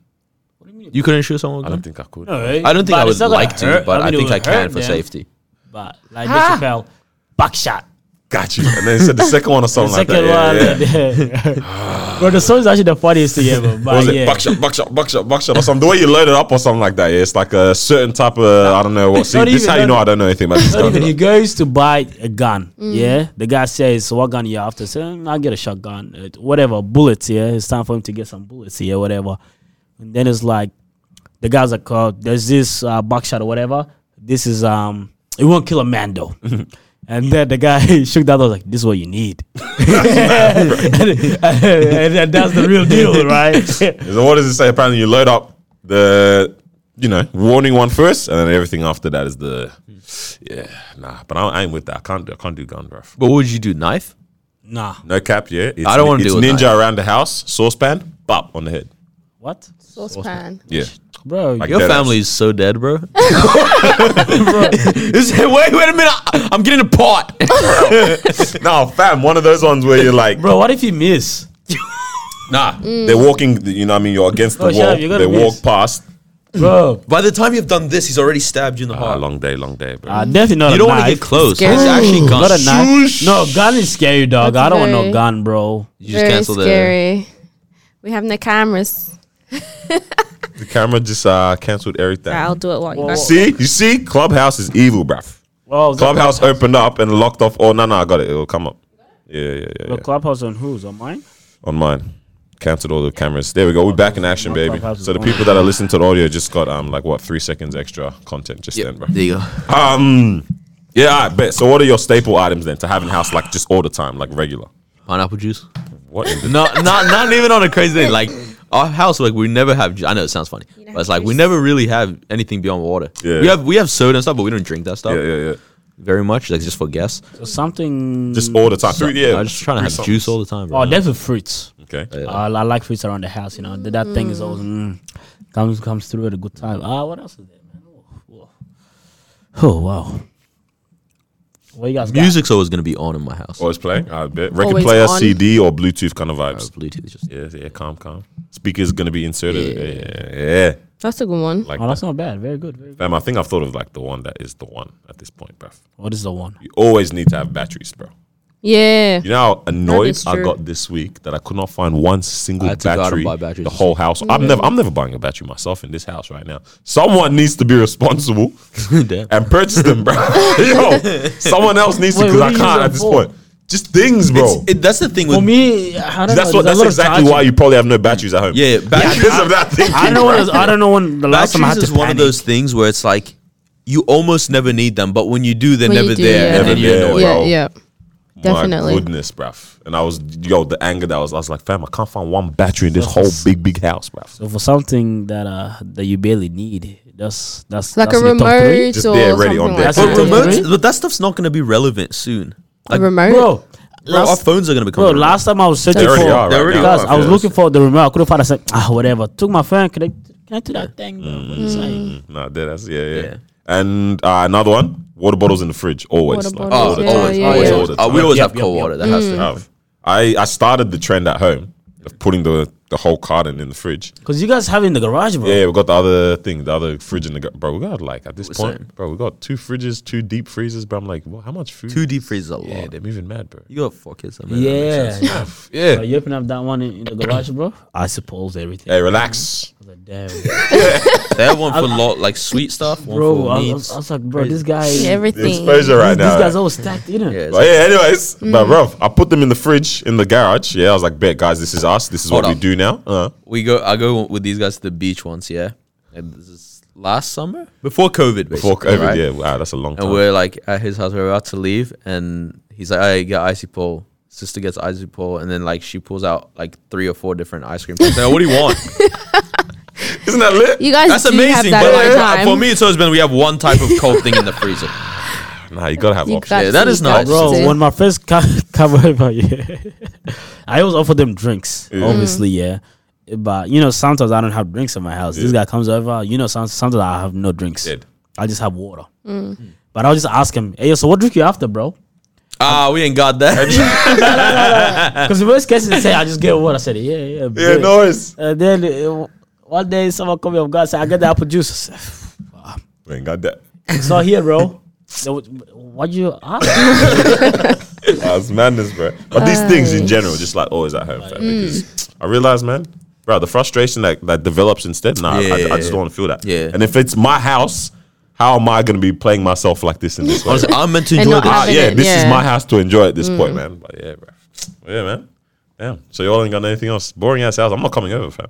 [SPEAKER 2] You couldn't shoot someone. With
[SPEAKER 3] I
[SPEAKER 2] a gun?
[SPEAKER 3] don't think I could.
[SPEAKER 5] No, right?
[SPEAKER 2] I don't think
[SPEAKER 5] But
[SPEAKER 2] I
[SPEAKER 5] it's
[SPEAKER 2] would
[SPEAKER 5] not gonna
[SPEAKER 2] like to,
[SPEAKER 5] hurt.
[SPEAKER 2] but I
[SPEAKER 5] mean, it
[SPEAKER 2] think
[SPEAKER 5] would
[SPEAKER 2] I can
[SPEAKER 5] hurt
[SPEAKER 2] for
[SPEAKER 5] them,
[SPEAKER 2] safety.
[SPEAKER 5] But like ah. Chappelle, buckshot.
[SPEAKER 3] Got you. And then he said the second one or
[SPEAKER 5] The
[SPEAKER 3] something like
[SPEAKER 5] second
[SPEAKER 3] that. Yeah,
[SPEAKER 5] one.
[SPEAKER 3] yeah.
[SPEAKER 5] bro, the song is actually the funniest thing ever. But
[SPEAKER 3] What was
[SPEAKER 5] Oh, yeah.
[SPEAKER 3] it? Buckshot, buckshot, buckshot, buckshot, or something. The way you load it up or something like that. Yeah, it's like a certain type of I don't know what. See,
[SPEAKER 5] Not
[SPEAKER 3] this is
[SPEAKER 5] even-
[SPEAKER 3] how you
[SPEAKER 5] not-
[SPEAKER 3] know I don't know anything about this
[SPEAKER 5] Not
[SPEAKER 3] gun.
[SPEAKER 5] even he
[SPEAKER 3] bruv.
[SPEAKER 5] goes to buy a gun. Yeah, the guy says, "So what gun you after?" Say, "Mm, "I'll get a shotgun, uh, whatever bullets." Yeah, it's time for him to get some bullets here, whatever. And then it's like the guys are called. There's this uh, buckshot or whatever. This is um, it won't kill a man though. and then the guy shook that. I was like, "This is what you need," and, and- and that's the real deal, right?
[SPEAKER 3] So what does it say? Apparently, you load up the you know warning one first, and then everything after that is the yeah nah. But I, I ain't with that. I can't do. I can't do gun, bro.
[SPEAKER 2] But what would you do? Knife?
[SPEAKER 5] nah,
[SPEAKER 3] No cap, yeah. It's,
[SPEAKER 2] I don't wanna
[SPEAKER 3] it's
[SPEAKER 2] deal with
[SPEAKER 3] ninja
[SPEAKER 2] that.
[SPEAKER 3] around the house, saucepan, bop on the head.
[SPEAKER 5] what,
[SPEAKER 4] Saucepan.
[SPEAKER 3] Yeah,
[SPEAKER 5] bro?
[SPEAKER 3] Like-
[SPEAKER 2] Your
[SPEAKER 3] Deadass.
[SPEAKER 2] family is so dead, bro. bro. It's- wait, wait a minute. I- I'm getting a pot.
[SPEAKER 3] no fam, one of those ones where you're like,
[SPEAKER 5] bro, what if you miss?
[SPEAKER 3] nah, they're walking. You know, what I mean, you're against the
[SPEAKER 5] Oh, shut
[SPEAKER 3] wall.
[SPEAKER 5] up, you gotta
[SPEAKER 3] They
[SPEAKER 5] miss.
[SPEAKER 3] walk past.
[SPEAKER 5] Bro,
[SPEAKER 2] By the time you've done this, he's already stabbed you in the
[SPEAKER 3] Ah,
[SPEAKER 2] heart.
[SPEAKER 3] long day, long day, bro.
[SPEAKER 5] uh, definitely not.
[SPEAKER 2] you
[SPEAKER 5] a
[SPEAKER 2] don't want to get
[SPEAKER 5] knife.
[SPEAKER 2] close.
[SPEAKER 4] Scary.
[SPEAKER 2] It's actually
[SPEAKER 5] Not
[SPEAKER 2] gone.
[SPEAKER 5] a knife. No, gun is scary, dog.
[SPEAKER 4] That's
[SPEAKER 5] I don't want
[SPEAKER 4] very-
[SPEAKER 5] no gun, bro.
[SPEAKER 2] You just
[SPEAKER 4] Very
[SPEAKER 2] cancel the.
[SPEAKER 4] scary. We have no cameras.
[SPEAKER 3] the camera just uh cancelled everything.
[SPEAKER 5] Ah.
[SPEAKER 4] Right, I'll do it while you guys.
[SPEAKER 3] See, you see, Clubhouse is evil, bruv.
[SPEAKER 5] Well,
[SPEAKER 3] Clubhouse opened up and locked off. Oh no, no, I got it. It'll come up. Yeah, yeah, yeah. yeah.
[SPEAKER 5] The clubhouse on whose? On mine?
[SPEAKER 3] on mine. Cancelled all the cameras. There we go. We're back in action, baby.
[SPEAKER 5] Clubhouse is
[SPEAKER 3] So the
[SPEAKER 5] on.
[SPEAKER 3] people that are listening to the audio just got um like what three seconds extra content just
[SPEAKER 2] Yeah,
[SPEAKER 3] then, bro.
[SPEAKER 2] there you go.
[SPEAKER 3] Um, yeah, I bet. So what are your staple items then to have in house like just all the time, like regular?
[SPEAKER 2] Pineapple juice.
[SPEAKER 3] What? In the-
[SPEAKER 2] No, not not even on a crazy thing. Like our house, like we never have. ju- I know it sounds funny, but it's like we never really have anything beyond water.
[SPEAKER 3] Yeah.
[SPEAKER 2] We have we have soda and stuff, but we don't drink that stuff
[SPEAKER 3] yeah, yeah, yeah.
[SPEAKER 2] very much. Like just for guests.
[SPEAKER 5] So something.
[SPEAKER 3] Just uh, all the time. Three, yeah,
[SPEAKER 2] I'm just trying to
[SPEAKER 3] three
[SPEAKER 2] have
[SPEAKER 3] songs.
[SPEAKER 2] juice all the time. Bro.
[SPEAKER 5] oh, definitely fruits.
[SPEAKER 3] Okay.
[SPEAKER 5] I, I like fruits around the house. You know that, that thing is always mm, comes comes through at a good time. Ah, what else is there, man? Oh, oh. Oh, wow. What you guys got?
[SPEAKER 2] Music's always gonna be on in my house.
[SPEAKER 3] Always playing. I bet. Record
[SPEAKER 4] Always
[SPEAKER 3] player,
[SPEAKER 4] on.
[SPEAKER 3] CD, or Bluetooth kind of vibes.
[SPEAKER 2] Bluetooth. Just,
[SPEAKER 3] Yeah, yeah. Calm, calm. Speaker's gonna be inserted. Yeah, yeah. yeah.
[SPEAKER 4] That's a good one.
[SPEAKER 3] Like,
[SPEAKER 5] Oh,
[SPEAKER 3] that.
[SPEAKER 5] that's not bad. Very good. Very good.
[SPEAKER 3] fam, I think I've thought of like the one that is the one at this point, bruv.
[SPEAKER 5] What Oh, is the one?
[SPEAKER 3] You always need to have batteries, bro.
[SPEAKER 4] Yeah.
[SPEAKER 3] You know how annoyed
[SPEAKER 4] is
[SPEAKER 3] I
[SPEAKER 4] true.
[SPEAKER 3] got this week that I could not find one single
[SPEAKER 2] I had to go out and
[SPEAKER 3] battery.
[SPEAKER 2] buy batteries
[SPEAKER 3] The
[SPEAKER 2] this
[SPEAKER 3] whole house.
[SPEAKER 5] Mm.
[SPEAKER 3] I'm never. I'm never buying a battery myself in this house right now. Someone needs to be responsible
[SPEAKER 2] Damn.
[SPEAKER 3] and purchase them, bro. Yo, someone else needs to
[SPEAKER 5] Wait,
[SPEAKER 3] because
[SPEAKER 5] what
[SPEAKER 3] I
[SPEAKER 5] do
[SPEAKER 3] can't
[SPEAKER 5] you use
[SPEAKER 3] at
[SPEAKER 5] them
[SPEAKER 3] this
[SPEAKER 5] for?
[SPEAKER 3] point. Just things, bro.
[SPEAKER 2] It's- it- that's the thing with
[SPEAKER 5] For me, I don't
[SPEAKER 3] that's
[SPEAKER 5] know.
[SPEAKER 3] what. That's
[SPEAKER 5] there's a lot of
[SPEAKER 3] exactly why
[SPEAKER 5] charging.
[SPEAKER 3] you probably have no batteries at home.
[SPEAKER 2] Yeah, batteries-
[SPEAKER 3] because of that thing.
[SPEAKER 5] I don't know. When, it was- I don't know when the last time I had
[SPEAKER 2] Batteries
[SPEAKER 5] to
[SPEAKER 2] is one of
[SPEAKER 5] panic.
[SPEAKER 2] those things where it's like you almost never need them, but when you do, they're
[SPEAKER 4] When you
[SPEAKER 2] never
[SPEAKER 4] do,
[SPEAKER 2] there,
[SPEAKER 4] yeah.
[SPEAKER 2] and then
[SPEAKER 3] Never
[SPEAKER 2] you
[SPEAKER 3] there,
[SPEAKER 2] know
[SPEAKER 3] bro.
[SPEAKER 2] it.
[SPEAKER 4] Yeah, yeah. Definitely.
[SPEAKER 3] My goodness, bruv. And I was, yo, the anger that I was, I was like, fam, I can't find one battery in this whole big, big house, bruv.
[SPEAKER 5] So for something that uh that you barely need, that's that's
[SPEAKER 4] Like
[SPEAKER 5] that's
[SPEAKER 4] a
[SPEAKER 5] in the top three.
[SPEAKER 4] remote
[SPEAKER 3] Just
[SPEAKER 4] or
[SPEAKER 3] there, ready
[SPEAKER 4] something
[SPEAKER 3] on there.
[SPEAKER 4] like
[SPEAKER 5] That's
[SPEAKER 2] But
[SPEAKER 4] that.
[SPEAKER 5] it.
[SPEAKER 2] remotes, but that stuff's not going to be relevant soon.
[SPEAKER 4] A remote?
[SPEAKER 5] bro.
[SPEAKER 2] Bro, our
[SPEAKER 5] Last,
[SPEAKER 2] phones are going to become.
[SPEAKER 5] bro,
[SPEAKER 2] relevant.
[SPEAKER 5] last time I was searching
[SPEAKER 3] They already
[SPEAKER 5] for,
[SPEAKER 3] are.
[SPEAKER 2] they
[SPEAKER 3] right
[SPEAKER 2] already
[SPEAKER 3] now.
[SPEAKER 5] guys,
[SPEAKER 2] are.
[SPEAKER 5] I was
[SPEAKER 2] Yeah.
[SPEAKER 5] looking for the remote. I couldn't find. it. I said, ah, whatever. Took my phone. Can I can I do that thing? bro? What you saying?
[SPEAKER 3] Mm, Nah, that- that's, yeah, yeah.
[SPEAKER 2] Yeah.
[SPEAKER 3] And uh, another one, water bottles in the fridge, always.
[SPEAKER 4] Water
[SPEAKER 3] like,
[SPEAKER 2] Oh,
[SPEAKER 4] bottles,
[SPEAKER 3] all the
[SPEAKER 4] yeah,
[SPEAKER 3] time,
[SPEAKER 4] yeah, Oh,
[SPEAKER 3] always,
[SPEAKER 4] yeah.
[SPEAKER 3] all the
[SPEAKER 2] Uh,
[SPEAKER 3] time.
[SPEAKER 2] we always
[SPEAKER 5] Yep,
[SPEAKER 2] have
[SPEAKER 5] yep,
[SPEAKER 2] cold
[SPEAKER 5] yep.
[SPEAKER 2] water. That has to.
[SPEAKER 3] Bruv. I, I started the trend at home of putting the, the whole carton in the fridge.
[SPEAKER 5] Cause you guys have it in the garage, bro.
[SPEAKER 3] Yeah, yeah, we got the other thing, the other fridge in the gar- bro. We got like at this
[SPEAKER 2] We're
[SPEAKER 3] point,
[SPEAKER 2] saying.
[SPEAKER 3] bro. We got two fridges, two deep freezers, bro. I'm like, well, how much food?
[SPEAKER 2] Two deep freezes a lot.
[SPEAKER 3] yeah, they're moving mad, bro.
[SPEAKER 2] you got four kids. I mean, that makes
[SPEAKER 5] Yeah.
[SPEAKER 2] sense.
[SPEAKER 5] yeah.
[SPEAKER 3] Yeah.
[SPEAKER 5] So you open up that one in, in the garage, bro. I suppose everything.
[SPEAKER 3] Hey, relax.
[SPEAKER 5] I was like, damn,
[SPEAKER 2] They have one for lot like sweet stuff. One
[SPEAKER 5] bro.
[SPEAKER 2] for
[SPEAKER 5] I was, I
[SPEAKER 2] meats.
[SPEAKER 5] was- I was like, bro, this guy.
[SPEAKER 4] Yeah,
[SPEAKER 5] Everything.
[SPEAKER 3] The
[SPEAKER 4] Everything. Mm.
[SPEAKER 3] exposure right
[SPEAKER 5] This
[SPEAKER 3] now.
[SPEAKER 5] guy's all stacked, you know.
[SPEAKER 2] Yeah, it's
[SPEAKER 3] But yeah, anyways, but bro, I put them in the fridge in the garage. Yeah, I was like, bet guys, this is us. This is what
[SPEAKER 2] Hold
[SPEAKER 3] we
[SPEAKER 2] up.
[SPEAKER 3] do now. Uh,
[SPEAKER 2] we go. I go with these guys to the beach once. Yeah, and this is last summer before COVID.
[SPEAKER 3] before
[SPEAKER 2] basically,
[SPEAKER 3] COVID,
[SPEAKER 2] right?
[SPEAKER 3] yeah, wow, that's a long
[SPEAKER 2] And
[SPEAKER 3] time.
[SPEAKER 2] we're like at his house. We're about to leave, and he's like, "I get icy pole." Sister gets icy pole, and then like she pulls out like three or four different ice cream. Like, what do you want?
[SPEAKER 3] Isn't that lit?
[SPEAKER 4] You guys
[SPEAKER 2] That's
[SPEAKER 4] do
[SPEAKER 2] amazing.
[SPEAKER 4] have
[SPEAKER 2] But like,
[SPEAKER 4] that
[SPEAKER 2] for me, it's always been we have one type of cold thing in the freezer.
[SPEAKER 3] nah, you gotta have
[SPEAKER 4] You
[SPEAKER 3] options.
[SPEAKER 2] Yeah, that is
[SPEAKER 4] Absolutely
[SPEAKER 2] nice.
[SPEAKER 4] got
[SPEAKER 5] Bro,
[SPEAKER 4] to.
[SPEAKER 5] when my first ca- cover, yeah, I always offer them drinks. Obviously, yeah. But you know, sometimes I don't have drinks in my house. This guy comes over. You know, some- sometimes I have no drinks.
[SPEAKER 3] Dead.
[SPEAKER 5] I just have water. But I'll just ask him, "Hey, so what drink you after, bro?"
[SPEAKER 2] Ah, we ain't got that.
[SPEAKER 5] Because the worst case is say I just get water. I said, "Yeah, yeah,
[SPEAKER 3] Yeah,
[SPEAKER 5] bet."
[SPEAKER 3] no worries.
[SPEAKER 5] And then uh, one day someone called me up, God said, "I get the apple juice." I said,
[SPEAKER 3] We ain't got that.
[SPEAKER 5] It's not here, bro. So, what you ask?
[SPEAKER 3] That's madness, bro. But these things in general, just like always at home, fam, because I realize, man, bro, the frustration that, that develops instead. Nah, I-
[SPEAKER 2] Yeah,
[SPEAKER 3] I,
[SPEAKER 2] yeah,
[SPEAKER 3] I just
[SPEAKER 2] yeah.
[SPEAKER 3] don't want to feel that.
[SPEAKER 2] Yeah.
[SPEAKER 3] And if it's my house, how am I gonna be playing myself like this in this way?
[SPEAKER 2] Honestly, I'm meant to
[SPEAKER 4] And
[SPEAKER 2] enjoy
[SPEAKER 4] not
[SPEAKER 2] this.
[SPEAKER 3] Ah,
[SPEAKER 4] having
[SPEAKER 3] yeah,
[SPEAKER 4] it,
[SPEAKER 3] this is
[SPEAKER 4] yeah.
[SPEAKER 3] my house to enjoy at this point, man. But yeah, bro. Yeah, man. Yeah. So y'all ain't got anything else? Boring ass house. I'm not coming over, fam.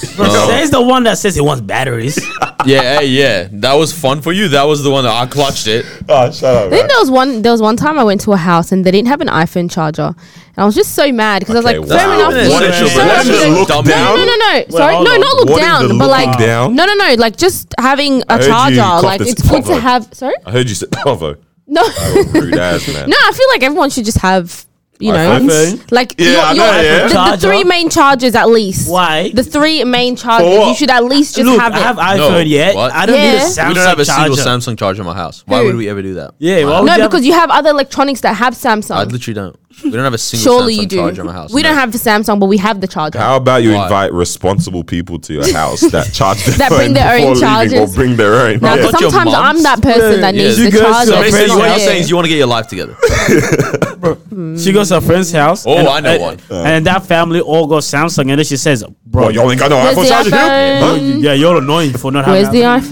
[SPEAKER 5] Says the one that says he wants batteries.
[SPEAKER 2] yeah, hey, yeah. That was fun for you. That was the one that I clutched it.
[SPEAKER 3] Oh, shut up,
[SPEAKER 4] I think there was one. There was one time I went to a house and they didn't have an iPhone charger, and I was just so mad because I was like,
[SPEAKER 3] Okay,
[SPEAKER 4] fair
[SPEAKER 3] wow.
[SPEAKER 4] enough.
[SPEAKER 3] What
[SPEAKER 4] look,
[SPEAKER 3] is
[SPEAKER 4] fair
[SPEAKER 3] your- what
[SPEAKER 4] enough,
[SPEAKER 3] is your
[SPEAKER 4] look-
[SPEAKER 3] look
[SPEAKER 2] Dumb.
[SPEAKER 3] down?
[SPEAKER 4] No, no, no, no.
[SPEAKER 5] Wait,
[SPEAKER 4] Sorry,
[SPEAKER 5] hold
[SPEAKER 4] no,
[SPEAKER 5] on.
[SPEAKER 4] not look
[SPEAKER 3] What is
[SPEAKER 4] down,
[SPEAKER 3] the
[SPEAKER 4] but
[SPEAKER 3] looking
[SPEAKER 4] like,
[SPEAKER 3] down?
[SPEAKER 4] no, no, no, like just having a
[SPEAKER 3] heard you
[SPEAKER 4] charger.
[SPEAKER 3] cough
[SPEAKER 4] Like
[SPEAKER 3] this
[SPEAKER 4] it's good to
[SPEAKER 3] cough. Oh,
[SPEAKER 4] have. Sorry,
[SPEAKER 3] I heard you said Bravo.
[SPEAKER 4] no,
[SPEAKER 3] Rude ass man.
[SPEAKER 4] no. I feel like everyone should just have. You know,
[SPEAKER 5] iPhone?
[SPEAKER 4] like
[SPEAKER 3] Yeah, I know, yeah.
[SPEAKER 4] the, the
[SPEAKER 5] Charger.
[SPEAKER 4] three main charges at least.
[SPEAKER 5] Why?
[SPEAKER 4] The three main charges.
[SPEAKER 3] For what?
[SPEAKER 4] You should at least just
[SPEAKER 5] Look,
[SPEAKER 4] have it.
[SPEAKER 5] I have iPhone
[SPEAKER 2] No,
[SPEAKER 5] yet.
[SPEAKER 2] what?
[SPEAKER 5] I don't need a
[SPEAKER 4] Yeah.
[SPEAKER 5] Samsung
[SPEAKER 2] we don't have a
[SPEAKER 5] charger.
[SPEAKER 2] single Samsung charger in my house. Why
[SPEAKER 4] Who?
[SPEAKER 2] would we ever do that?
[SPEAKER 5] Yeah, why would
[SPEAKER 4] no,
[SPEAKER 5] you have-
[SPEAKER 4] because you have other electronics that have
[SPEAKER 2] I
[SPEAKER 4] Samsung.
[SPEAKER 2] literally don't. We don't have a single
[SPEAKER 4] Surely
[SPEAKER 2] Samsung
[SPEAKER 4] you do.
[SPEAKER 2] charger in my house.
[SPEAKER 4] We don't
[SPEAKER 2] no.
[SPEAKER 4] have the Samsung, but we have the charger.
[SPEAKER 3] How about you
[SPEAKER 2] Why?
[SPEAKER 3] invite responsible people to your house that charge their
[SPEAKER 4] That
[SPEAKER 3] phone
[SPEAKER 4] bring their own
[SPEAKER 3] before leaving
[SPEAKER 4] charges?
[SPEAKER 3] or bring their own?
[SPEAKER 4] Now,
[SPEAKER 3] Yeah.
[SPEAKER 2] but your
[SPEAKER 4] sometimes I'm
[SPEAKER 2] mom's-
[SPEAKER 4] that person that
[SPEAKER 5] Yeah,
[SPEAKER 4] needs
[SPEAKER 5] she
[SPEAKER 4] the
[SPEAKER 5] goes to
[SPEAKER 4] charger.
[SPEAKER 5] her
[SPEAKER 2] So
[SPEAKER 5] friend's
[SPEAKER 2] basically,
[SPEAKER 5] friends
[SPEAKER 2] what you're
[SPEAKER 5] house.
[SPEAKER 2] saying is you want to get your life together.
[SPEAKER 5] she goes to her friend's house.
[SPEAKER 2] Oh,
[SPEAKER 5] and,
[SPEAKER 2] I know
[SPEAKER 5] and-
[SPEAKER 2] one.
[SPEAKER 5] And that family all got Samsung, and then she says, "Bro,
[SPEAKER 3] Well, y'all ain't got no
[SPEAKER 4] Where's
[SPEAKER 3] iPhone
[SPEAKER 4] the
[SPEAKER 3] charger here?
[SPEAKER 5] oh,
[SPEAKER 4] iPhone?
[SPEAKER 3] Huh?
[SPEAKER 5] you- yeah, you're annoying for not
[SPEAKER 4] Where's the
[SPEAKER 5] having."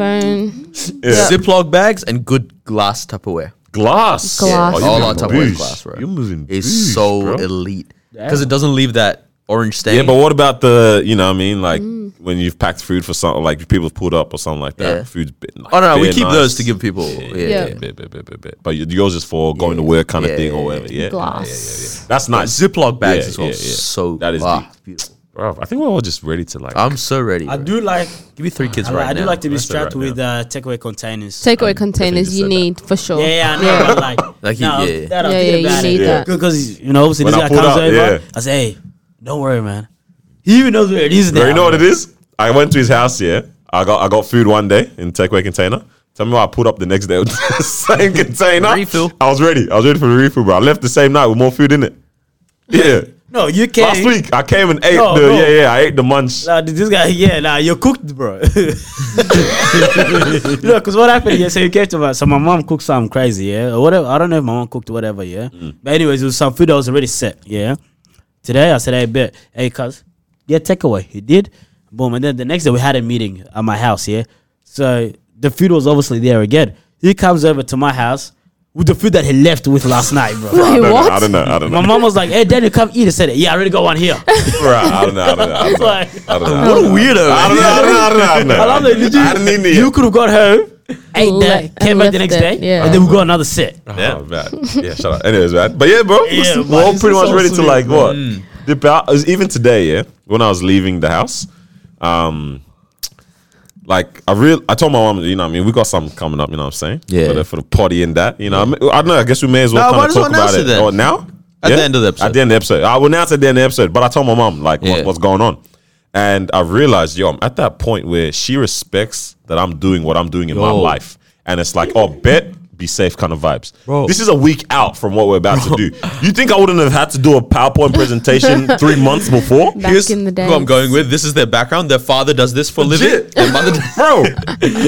[SPEAKER 4] iPhone?
[SPEAKER 3] Yeah.
[SPEAKER 2] Ziploc bags and good glass Tupperware.
[SPEAKER 3] Glass.
[SPEAKER 4] Glass.
[SPEAKER 3] Oh, you're
[SPEAKER 2] All
[SPEAKER 3] moving
[SPEAKER 2] our Tupperware is
[SPEAKER 3] boosh.
[SPEAKER 2] glass, bro.
[SPEAKER 3] You're moving.
[SPEAKER 2] It's
[SPEAKER 3] boosh,
[SPEAKER 2] so
[SPEAKER 3] bro.
[SPEAKER 2] elite because it doesn't leave that orange stain.
[SPEAKER 3] Yeah, but what about the you know what I mean like
[SPEAKER 4] Mm.
[SPEAKER 3] when you've packed food for something like people have pulled up or something like that.
[SPEAKER 2] Yeah.
[SPEAKER 3] Food's bit. Like,
[SPEAKER 2] oh no, no, we
[SPEAKER 3] bare
[SPEAKER 2] keep
[SPEAKER 3] nice.
[SPEAKER 2] those to give people. Yeah,
[SPEAKER 4] Yeah.
[SPEAKER 2] yeah.
[SPEAKER 3] Bit, bit, bit, bit, bit. But y- yours is for going to work kind
[SPEAKER 2] Yeah,
[SPEAKER 3] of thing
[SPEAKER 2] yeah,
[SPEAKER 3] or whatever. Yeah,
[SPEAKER 4] Glass.
[SPEAKER 3] that's nice,
[SPEAKER 2] Ziploc bags
[SPEAKER 3] Yeah,
[SPEAKER 2] as well.
[SPEAKER 3] yeah, yeah.
[SPEAKER 2] So
[SPEAKER 3] That is
[SPEAKER 2] ah,
[SPEAKER 3] deep.
[SPEAKER 2] beautiful.
[SPEAKER 3] bro. I think we're all just ready to like.
[SPEAKER 2] I'm so ready.
[SPEAKER 5] I
[SPEAKER 2] bro.
[SPEAKER 5] do like.
[SPEAKER 2] Give me three kids
[SPEAKER 5] I,
[SPEAKER 2] right now.
[SPEAKER 5] do like to be
[SPEAKER 3] That's it strapped
[SPEAKER 5] strapped
[SPEAKER 3] right with,
[SPEAKER 5] with uh, takeaway containers.
[SPEAKER 4] Takeaway
[SPEAKER 3] just
[SPEAKER 4] containers
[SPEAKER 3] said
[SPEAKER 4] you
[SPEAKER 3] that.
[SPEAKER 4] need for sure.
[SPEAKER 5] yeah, yeah, I know, but like,
[SPEAKER 2] Like,
[SPEAKER 5] no,
[SPEAKER 2] yeah.
[SPEAKER 5] that I'm
[SPEAKER 4] Yeah,
[SPEAKER 5] thinking
[SPEAKER 4] yeah, you
[SPEAKER 5] about
[SPEAKER 4] need
[SPEAKER 5] it.
[SPEAKER 4] that.
[SPEAKER 5] because you know, obviously,
[SPEAKER 3] When
[SPEAKER 5] this
[SPEAKER 3] I
[SPEAKER 5] guy
[SPEAKER 3] pulled
[SPEAKER 5] comes
[SPEAKER 3] up,
[SPEAKER 5] over.
[SPEAKER 3] yeah.
[SPEAKER 5] I say, "Hey, don't worry, man. He even knows where it is now."
[SPEAKER 3] Bro, you know what it is? I went to his house. Yeah, I got I got food one day in takeaway container. Tell me why I pulled up the next day with the same container.
[SPEAKER 2] Refill.
[SPEAKER 3] I was ready. I was ready for the refill, bro. I left the same night with more food in it. Yeah.
[SPEAKER 5] No, you can't.
[SPEAKER 3] Last week I came and ate
[SPEAKER 5] No,
[SPEAKER 3] the
[SPEAKER 5] no.
[SPEAKER 3] yeah yeah I ate the munch.
[SPEAKER 5] Nah, this this guy, yeah, nah, you're cooked, bro. Look, because what happened, yeah, so you came to my, so my mom cooked something crazy, yeah, or whatever. I don't know if my mom cooked whatever, yeah. But anyways, it was some food that was already set, yeah. Today I said, hey, bet, hey, cuz, get takeaway. He did, boom. And then the next day we had a meeting at my house, yeah. So the food was obviously there again. He comes over to my house with the food that he left with last night, bro.
[SPEAKER 3] I
[SPEAKER 4] Wait,
[SPEAKER 3] don't
[SPEAKER 4] what?
[SPEAKER 3] know. I don't know. I don't know.
[SPEAKER 5] my mom was like, hey, Daniel, come eat. I said, yeah, I already got one here.
[SPEAKER 3] Bruh, I don't know. I don't know. I don't know.
[SPEAKER 5] Like-
[SPEAKER 3] I don't know.
[SPEAKER 2] What a weirdo.
[SPEAKER 3] I don't know. I don't know. I don't know. I don't know.
[SPEAKER 5] I love that. Did you,
[SPEAKER 3] I didn't need
[SPEAKER 5] You
[SPEAKER 3] it.
[SPEAKER 5] could have got home, ate
[SPEAKER 4] And
[SPEAKER 5] that,
[SPEAKER 4] left-
[SPEAKER 5] came
[SPEAKER 4] and
[SPEAKER 5] back the
[SPEAKER 4] left
[SPEAKER 5] next day,
[SPEAKER 4] it, yeah.
[SPEAKER 5] and then we got another set.
[SPEAKER 3] Yeah, Uh-huh. Oh, man. Yeah, shut up. Anyways, man. But yeah, bro,
[SPEAKER 5] Yeah,
[SPEAKER 3] listen,
[SPEAKER 5] man,
[SPEAKER 3] we're all
[SPEAKER 5] this
[SPEAKER 3] pretty
[SPEAKER 5] is
[SPEAKER 3] much
[SPEAKER 5] so
[SPEAKER 3] ready to
[SPEAKER 5] sweet,
[SPEAKER 3] like what? Dip out. As- Even today, yeah, when I was leaving the house, um, like I real, I told my mom, you know, what I mean, we got something coming up, you know, what I'm saying,
[SPEAKER 2] Yeah.
[SPEAKER 3] for the, for the party and that, you know, I, mean, I don't know. I guess we may as
[SPEAKER 2] No,
[SPEAKER 3] well kind
[SPEAKER 2] might
[SPEAKER 3] of
[SPEAKER 2] as
[SPEAKER 3] talk
[SPEAKER 2] well
[SPEAKER 3] about
[SPEAKER 2] announce
[SPEAKER 3] it.
[SPEAKER 2] it then.
[SPEAKER 3] Oh, now
[SPEAKER 2] At the end of the episode.
[SPEAKER 3] At the end of the episode, Uh, I will announce at the end of the episode. But I told my mom like
[SPEAKER 2] Yeah.
[SPEAKER 3] what, what's going on, and I realized, yo, I'm at that point where she respects that I'm doing what I'm doing in my
[SPEAKER 2] Yo.
[SPEAKER 3] life, and it's like, oh, bet. Be safe, kind of vibes.
[SPEAKER 2] Bro.
[SPEAKER 3] This is a week out from what we're about to do. You think I wouldn't have had to do a PowerPoint presentation three months before?
[SPEAKER 4] Back in the
[SPEAKER 2] who I'm
[SPEAKER 4] days.
[SPEAKER 2] going with. This is their background. Their father does this for a living.
[SPEAKER 3] Legit.
[SPEAKER 2] Their mother.
[SPEAKER 3] Bro,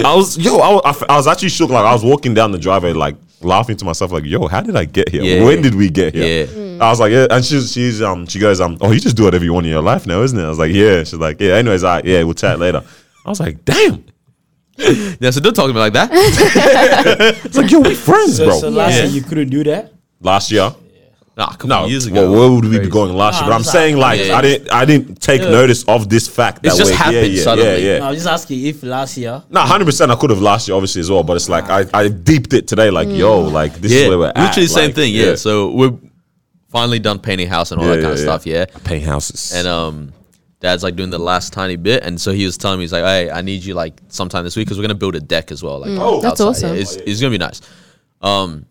[SPEAKER 3] I was yo, I, wa- I f- I was actually shook. Like I was walking down the driveway, like laughing to myself, like yo, how did I get here?
[SPEAKER 2] Yeah.
[SPEAKER 3] When did we get here?
[SPEAKER 2] Yeah.
[SPEAKER 3] I was like, yeah, and she's she's um she goes um oh you just do whatever you want in your life now, isn't it? I was like, yeah. She's like, yeah. Anyways, I yeah, we'll chat later. I was like, damn.
[SPEAKER 2] yeah, so don't talk to me like that.
[SPEAKER 3] It's like yo, we friends,
[SPEAKER 5] So,
[SPEAKER 3] bro.
[SPEAKER 5] so last
[SPEAKER 2] Yeah.
[SPEAKER 5] year you couldn't do that.
[SPEAKER 3] last year.
[SPEAKER 2] Nah, come
[SPEAKER 3] No,
[SPEAKER 2] on, years ago.
[SPEAKER 3] well, where would we be
[SPEAKER 2] Crazy.
[SPEAKER 3] going last year?
[SPEAKER 5] Nah,
[SPEAKER 3] But I'm
[SPEAKER 5] I'm just-
[SPEAKER 3] saying, like,
[SPEAKER 2] Yeah.
[SPEAKER 3] I didn't, I didn't take notice of this fact.
[SPEAKER 2] It's
[SPEAKER 3] that
[SPEAKER 2] just
[SPEAKER 3] way.
[SPEAKER 2] happened
[SPEAKER 3] yeah, yeah,
[SPEAKER 2] suddenly.
[SPEAKER 3] Yeah, yeah.
[SPEAKER 5] No, I was just asking if last year.
[SPEAKER 3] No, hundred percent. I could have last year, obviously, as well. But it's like I, I deeped it today. Like, yo, like this
[SPEAKER 2] Mm. yeah,
[SPEAKER 3] is where we're at.
[SPEAKER 2] literally same
[SPEAKER 3] like,
[SPEAKER 2] thing. Yeah. so we're finally done painting house and all
[SPEAKER 3] Yeah,
[SPEAKER 2] that kind
[SPEAKER 3] yeah,
[SPEAKER 2] of
[SPEAKER 3] yeah.
[SPEAKER 2] stuff. Yeah,
[SPEAKER 3] paying houses.
[SPEAKER 2] and um, dad's like doing the last tiny bit, and so he was telling me he's like, "Hey, I need you like sometime this week because we're gonna build a deck as well. Like,
[SPEAKER 3] Oh,
[SPEAKER 4] Mm. that's
[SPEAKER 2] outside,
[SPEAKER 4] awesome.
[SPEAKER 2] yeah. It's, it's gonna be nice." Um,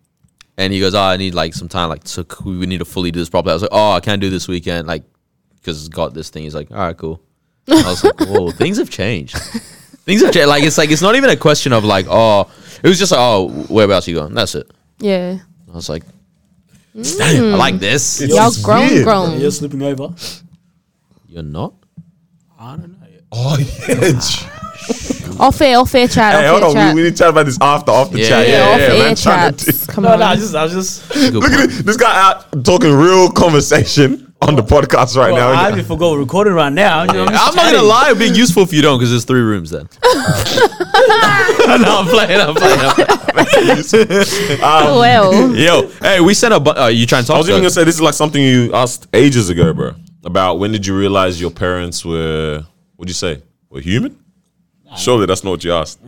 [SPEAKER 2] and he goes, "Oh, I need like some time. Like, so c- we need to fully do this properly." I was like, "Oh, I can't do this weekend. Like, because got this thing." He's like, "All right, cool." I was like, "Whoa, things have changed." Things have changed. Like it's like it's not even a question of like oh it was just like oh whereabouts you going that's it
[SPEAKER 4] Yeah.
[SPEAKER 2] I was like, damn, I like
[SPEAKER 4] Mm.
[SPEAKER 2] this.
[SPEAKER 3] It's-
[SPEAKER 4] Y'all
[SPEAKER 3] This is
[SPEAKER 4] grown,
[SPEAKER 3] weird, bro.
[SPEAKER 4] grown.
[SPEAKER 5] Oh, You're sleeping over.
[SPEAKER 2] You're not?
[SPEAKER 5] I don't know.
[SPEAKER 3] oh yeah.
[SPEAKER 4] Off air, off air chat,
[SPEAKER 3] hey,
[SPEAKER 4] off
[SPEAKER 3] hold
[SPEAKER 4] air
[SPEAKER 3] on.
[SPEAKER 4] chat.
[SPEAKER 3] We, we need to chat about this after after
[SPEAKER 2] Yeah,
[SPEAKER 3] chat.
[SPEAKER 2] yeah,
[SPEAKER 3] Yeah, yeah,
[SPEAKER 4] off air
[SPEAKER 3] man. Trying to
[SPEAKER 4] chats.
[SPEAKER 3] do-
[SPEAKER 4] Come
[SPEAKER 5] No,
[SPEAKER 4] on.
[SPEAKER 5] no, I just, I was just.
[SPEAKER 2] Good
[SPEAKER 3] Look at
[SPEAKER 2] point.
[SPEAKER 3] this, this guy out talking real conversation on the podcast right
[SPEAKER 5] Bro,
[SPEAKER 3] now.
[SPEAKER 5] I even forgot we're recording right now. You know,
[SPEAKER 2] I'm
[SPEAKER 5] just
[SPEAKER 2] not gonna
[SPEAKER 5] chatting.
[SPEAKER 2] lie, it'd be useful if you don't, because there's three rooms then. no, I'm playing, I'm playing. I'm playing.
[SPEAKER 4] Oh, well.
[SPEAKER 2] Yo, hey, we sent a. Bu- uh, you trying to talk?
[SPEAKER 3] I was
[SPEAKER 2] to
[SPEAKER 3] even gonna say this is like something you asked ages ago, bro. About when did you realize your parents were? What'd you say? Were human? Surely that's not what you asked.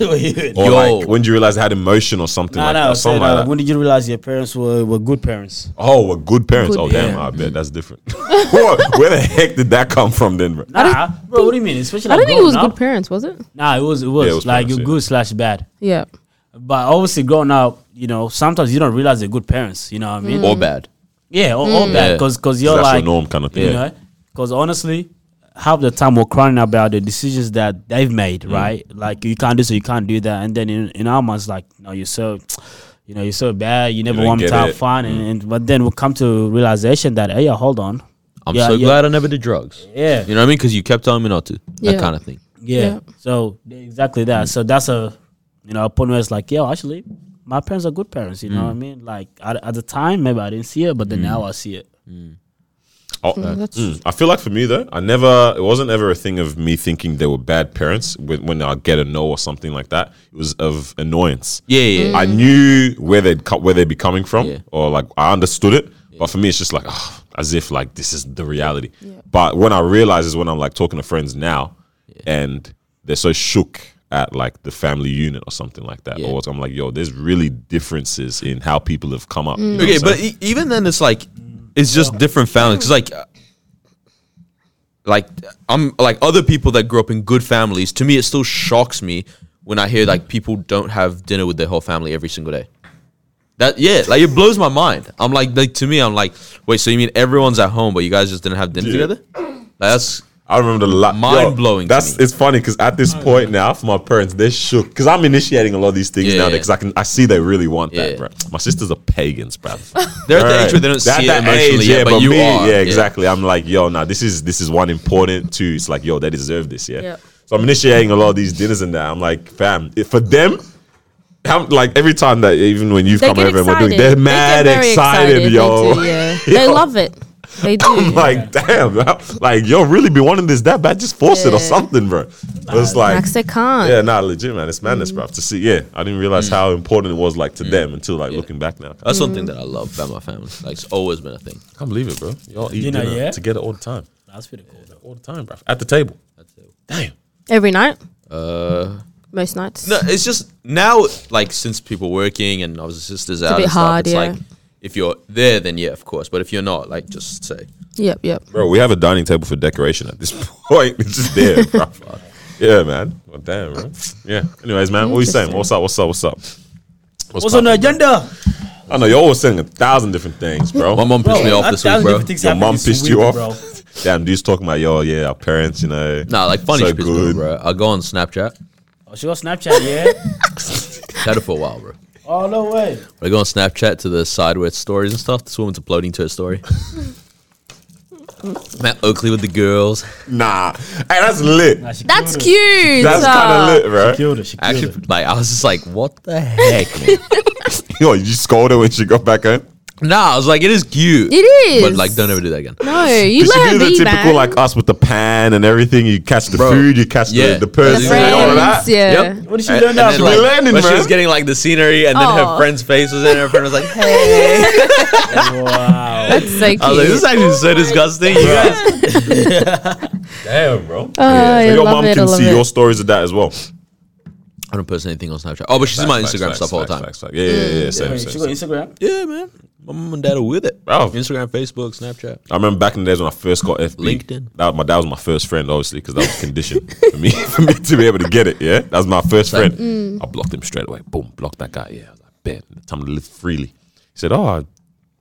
[SPEAKER 3] Or
[SPEAKER 2] Yo.
[SPEAKER 3] like when did you realize they had emotion or something
[SPEAKER 5] Nah,
[SPEAKER 3] like
[SPEAKER 5] nah,
[SPEAKER 3] that?
[SPEAKER 5] I said,
[SPEAKER 3] Something like
[SPEAKER 5] uh,
[SPEAKER 3] that.
[SPEAKER 5] When did you realize your parents were, were good parents?
[SPEAKER 3] Oh, well, good parents.
[SPEAKER 4] Good
[SPEAKER 3] oh, damn, I bet that's different. What? Where the heck did that come from then, bro?
[SPEAKER 5] Nah, bro. What do you mean? Especially
[SPEAKER 4] I don't
[SPEAKER 5] like
[SPEAKER 4] think it was
[SPEAKER 5] growing
[SPEAKER 4] good
[SPEAKER 5] up.
[SPEAKER 4] parents, was it?
[SPEAKER 5] Nah, it was. It was,
[SPEAKER 3] Yeah, it was
[SPEAKER 5] like
[SPEAKER 3] parents,
[SPEAKER 5] you're
[SPEAKER 3] yeah.
[SPEAKER 5] good slash bad.
[SPEAKER 4] Yeah.
[SPEAKER 5] But obviously, growing up, you know, sometimes you don't realize they're good parents. You know what I mean?
[SPEAKER 2] Or bad.
[SPEAKER 5] Yeah, or, or bad
[SPEAKER 2] Yeah.
[SPEAKER 5] because
[SPEAKER 3] That's
[SPEAKER 5] you're
[SPEAKER 3] your
[SPEAKER 5] like
[SPEAKER 3] norm kind of thing.
[SPEAKER 5] you know because honestly half the time we're crying about the decisions that they've made
[SPEAKER 3] Mm.
[SPEAKER 5] right like you can't do so you can't do that and then in, in our minds like no you're so you know you're so bad you never
[SPEAKER 3] don't
[SPEAKER 5] want me
[SPEAKER 3] get
[SPEAKER 5] to have
[SPEAKER 3] it. Mm.
[SPEAKER 5] fun and, and but then we'll come to realization that hey yeah, hold on
[SPEAKER 2] I'm
[SPEAKER 5] Yeah,
[SPEAKER 2] so
[SPEAKER 5] yeah.
[SPEAKER 2] glad I never did drugs.
[SPEAKER 5] yeah
[SPEAKER 2] You know what I mean? Because you kept telling me not to.
[SPEAKER 4] Yeah.
[SPEAKER 2] That kind of thing.
[SPEAKER 5] yeah,
[SPEAKER 4] Yeah.
[SPEAKER 5] so exactly
[SPEAKER 3] Mm.
[SPEAKER 5] that so that's a you know a point where it's like yo actually my parents are good parents
[SPEAKER 3] Mm.
[SPEAKER 5] you know what i mean like at, at the time maybe i didn't see it but then now i see it
[SPEAKER 3] Oh,
[SPEAKER 4] that's-
[SPEAKER 3] mm. I feel like for me though, I never. It wasn't ever a thing of me thinking they were bad parents when, when I get a no or something like that. It was of annoyance.
[SPEAKER 2] Yeah,
[SPEAKER 5] Mm.
[SPEAKER 2] yeah. yeah.
[SPEAKER 3] I knew where they'd co- where they'd be coming from,
[SPEAKER 2] Yeah.
[SPEAKER 3] or like I understood it. But for me, it's just like ah, as if like this is the reality. But when I realize is when I'm like talking to friends now, and they're so shook at like the family unit or something like that,
[SPEAKER 2] Yeah.
[SPEAKER 3] or I'm like, yo, there's really differences in how people have come up. you know what
[SPEAKER 2] Okay,
[SPEAKER 3] I'm
[SPEAKER 2] but
[SPEAKER 3] saying?
[SPEAKER 2] e- even then, it's like it's just different families. 'Cause, like, uh, like I'm like other people that grew up in good families. To me, it still shocks me when I hear like people don't have dinner with their whole family every single day. That yeah, like it blows my mind. I'm like, like to me, I'm like, wait, so you mean everyone's at home, but you guys just didn't have dinner
[SPEAKER 3] Yeah.
[SPEAKER 2] together? Like, that's
[SPEAKER 3] I remember the lot.
[SPEAKER 2] Mind-blowing to
[SPEAKER 3] That's
[SPEAKER 2] me.
[SPEAKER 3] it's funny because at this point now, for my parents, they're shook because I'm initiating a lot of these things
[SPEAKER 2] Yeah,
[SPEAKER 3] now
[SPEAKER 2] yeah.
[SPEAKER 3] because I can I see they really want
[SPEAKER 2] Yeah.
[SPEAKER 3] that, bro. My sisters are pagans, bro.
[SPEAKER 2] They're at the age where they don't see it emotionally yet, but, you are.
[SPEAKER 3] Yeah, exactly. I'm like, yo, now this is this is one important. Two, it's like, yo, they deserve this. Yeah.
[SPEAKER 4] Yeah.
[SPEAKER 3] So I'm initiating a lot of these dinners and that. I'm like, fam, if for them. How, like every time that even when you've
[SPEAKER 4] They
[SPEAKER 3] come
[SPEAKER 4] get
[SPEAKER 3] over and we're doing,
[SPEAKER 4] excited.
[SPEAKER 3] they're
[SPEAKER 4] They
[SPEAKER 3] mad
[SPEAKER 4] get very
[SPEAKER 3] excited,
[SPEAKER 4] They
[SPEAKER 3] yo.
[SPEAKER 4] do, yeah. They
[SPEAKER 3] Yo.
[SPEAKER 4] love it. They do.
[SPEAKER 3] I'm like, damn, bro. like yo, really be wanting this that bad? Just force it
[SPEAKER 4] Yeah.
[SPEAKER 3] or something, bro. It's like,
[SPEAKER 4] Max, they Mm. can't.
[SPEAKER 3] yeah, nah, legit, man. It's madness, bro. To see, yeah, I didn't realize how important it was like to them until like looking back now. Mm. I
[SPEAKER 2] That's one thing that I love about my family. Like it's always been a thing.
[SPEAKER 3] can't believe it, bro. Y'all eat
[SPEAKER 5] Dinner,
[SPEAKER 3] dinner,
[SPEAKER 5] yeah?
[SPEAKER 3] together all the time,
[SPEAKER 5] That's pretty cool. Though.
[SPEAKER 3] all the time, bro. At the table. Damn.
[SPEAKER 4] Every night,
[SPEAKER 2] Uh,
[SPEAKER 4] most nights.
[SPEAKER 2] no, it's just now like since people working and obviously sisters out,
[SPEAKER 4] bit
[SPEAKER 2] and stuff,
[SPEAKER 4] hard,
[SPEAKER 2] it's
[SPEAKER 4] yeah.
[SPEAKER 2] like if you're there, then yeah, of course. But if you're not, like just say
[SPEAKER 4] Yep, yep.
[SPEAKER 3] Bro, we have a dining table for decoration at this point. It's just there, bro. yeah, man. Well, damn, bro. Yeah. Anyways, man, what you saying?
[SPEAKER 4] Interesting.
[SPEAKER 3] What's up? What's up? What's up?
[SPEAKER 5] What's on the
[SPEAKER 3] poppin'?
[SPEAKER 5] agenda?
[SPEAKER 3] I know you're always saying a thousand different things, bro.
[SPEAKER 2] my mom pissed me off
[SPEAKER 5] a
[SPEAKER 2] this week,
[SPEAKER 5] thousand
[SPEAKER 2] bro.
[SPEAKER 5] different things
[SPEAKER 3] Your
[SPEAKER 5] happened
[SPEAKER 3] mom
[SPEAKER 5] this
[SPEAKER 3] pissed
[SPEAKER 5] week,
[SPEAKER 3] you
[SPEAKER 5] bro.
[SPEAKER 3] off. Damn, dude's talking about yo, yeah, our parents, you know.
[SPEAKER 2] Nah, like funny
[SPEAKER 3] So
[SPEAKER 2] shit, bro,
[SPEAKER 3] good.
[SPEAKER 2] bro. I go on Snapchat.
[SPEAKER 5] Oh, she got Snapchat, yeah.
[SPEAKER 2] Had it for a while, bro.
[SPEAKER 5] oh no way.
[SPEAKER 2] I go on Snapchat to the side where it's stories and stuff. This woman's uploading to her story. Matt Oakley with the girls.
[SPEAKER 3] Nah, hey, that's lit.
[SPEAKER 5] Nah, she
[SPEAKER 4] That's
[SPEAKER 5] killed
[SPEAKER 4] cute.
[SPEAKER 3] That's
[SPEAKER 4] Uh,
[SPEAKER 3] kind of
[SPEAKER 5] It.
[SPEAKER 3] lit,
[SPEAKER 5] She
[SPEAKER 3] bro.
[SPEAKER 5] killed it. She killed
[SPEAKER 2] Actually,
[SPEAKER 5] it.
[SPEAKER 2] like I was just like, what the heck? man?
[SPEAKER 3] Yo, you scold her when she got back home.
[SPEAKER 2] nah, I was like, it is cute.
[SPEAKER 4] It is.
[SPEAKER 2] But like, don't ever do that again.
[SPEAKER 4] No, you
[SPEAKER 3] Did
[SPEAKER 4] let
[SPEAKER 3] she
[SPEAKER 4] her
[SPEAKER 3] do the
[SPEAKER 4] be,
[SPEAKER 3] typical
[SPEAKER 4] man.
[SPEAKER 3] like us with the pan and everything? You catch the
[SPEAKER 2] Bro.
[SPEAKER 3] food, you catch
[SPEAKER 2] Yeah.
[SPEAKER 3] the, the
[SPEAKER 2] The
[SPEAKER 3] person, and all of that.
[SPEAKER 4] friends, yeah.
[SPEAKER 2] Yep.
[SPEAKER 5] What did she
[SPEAKER 2] And-
[SPEAKER 5] do
[SPEAKER 2] and
[SPEAKER 5] now?
[SPEAKER 2] then,
[SPEAKER 5] She
[SPEAKER 2] like,
[SPEAKER 3] learning,
[SPEAKER 2] when she was
[SPEAKER 3] man.
[SPEAKER 2] getting like the scenery, and then her
[SPEAKER 4] Aw.
[SPEAKER 2] friend's face was in, and her friend was like, "Hey."
[SPEAKER 5] wow.
[SPEAKER 4] That's so cute.
[SPEAKER 2] I was like, "This is actually so disgusting." You guys,
[SPEAKER 3] Damn, bro.
[SPEAKER 4] oh,
[SPEAKER 3] So
[SPEAKER 4] I
[SPEAKER 3] your
[SPEAKER 4] love
[SPEAKER 3] mom
[SPEAKER 4] it, I
[SPEAKER 3] can
[SPEAKER 4] love
[SPEAKER 3] see
[SPEAKER 4] it.
[SPEAKER 3] your stories of that as well.
[SPEAKER 2] I don't post anything on Snapchat. Oh, but she's in my
[SPEAKER 3] Facts,
[SPEAKER 2] Instagram
[SPEAKER 3] facts,
[SPEAKER 2] stuff all the
[SPEAKER 3] facts,
[SPEAKER 2] time.
[SPEAKER 3] facts, facts. Yeah, yeah, yeah, yeah. Same,
[SPEAKER 5] Wait,
[SPEAKER 3] same,
[SPEAKER 5] she
[SPEAKER 3] same.
[SPEAKER 5] got Instagram.
[SPEAKER 2] Yeah, man. My mom and dad are with it.
[SPEAKER 3] Bro.
[SPEAKER 2] Instagram, Facebook, Snapchat.
[SPEAKER 3] I remember back in the days when I first got FB.
[SPEAKER 2] LinkedIn.
[SPEAKER 3] That, my, that was my first friend, obviously, because that was conditioned for me for me to be able to get it. Yeah, that was my first friend.
[SPEAKER 4] Mm.
[SPEAKER 3] I blocked him straight away. Boom, blocked that guy. Yeah, I was like, bet time to live freely. He said, "Oh, I,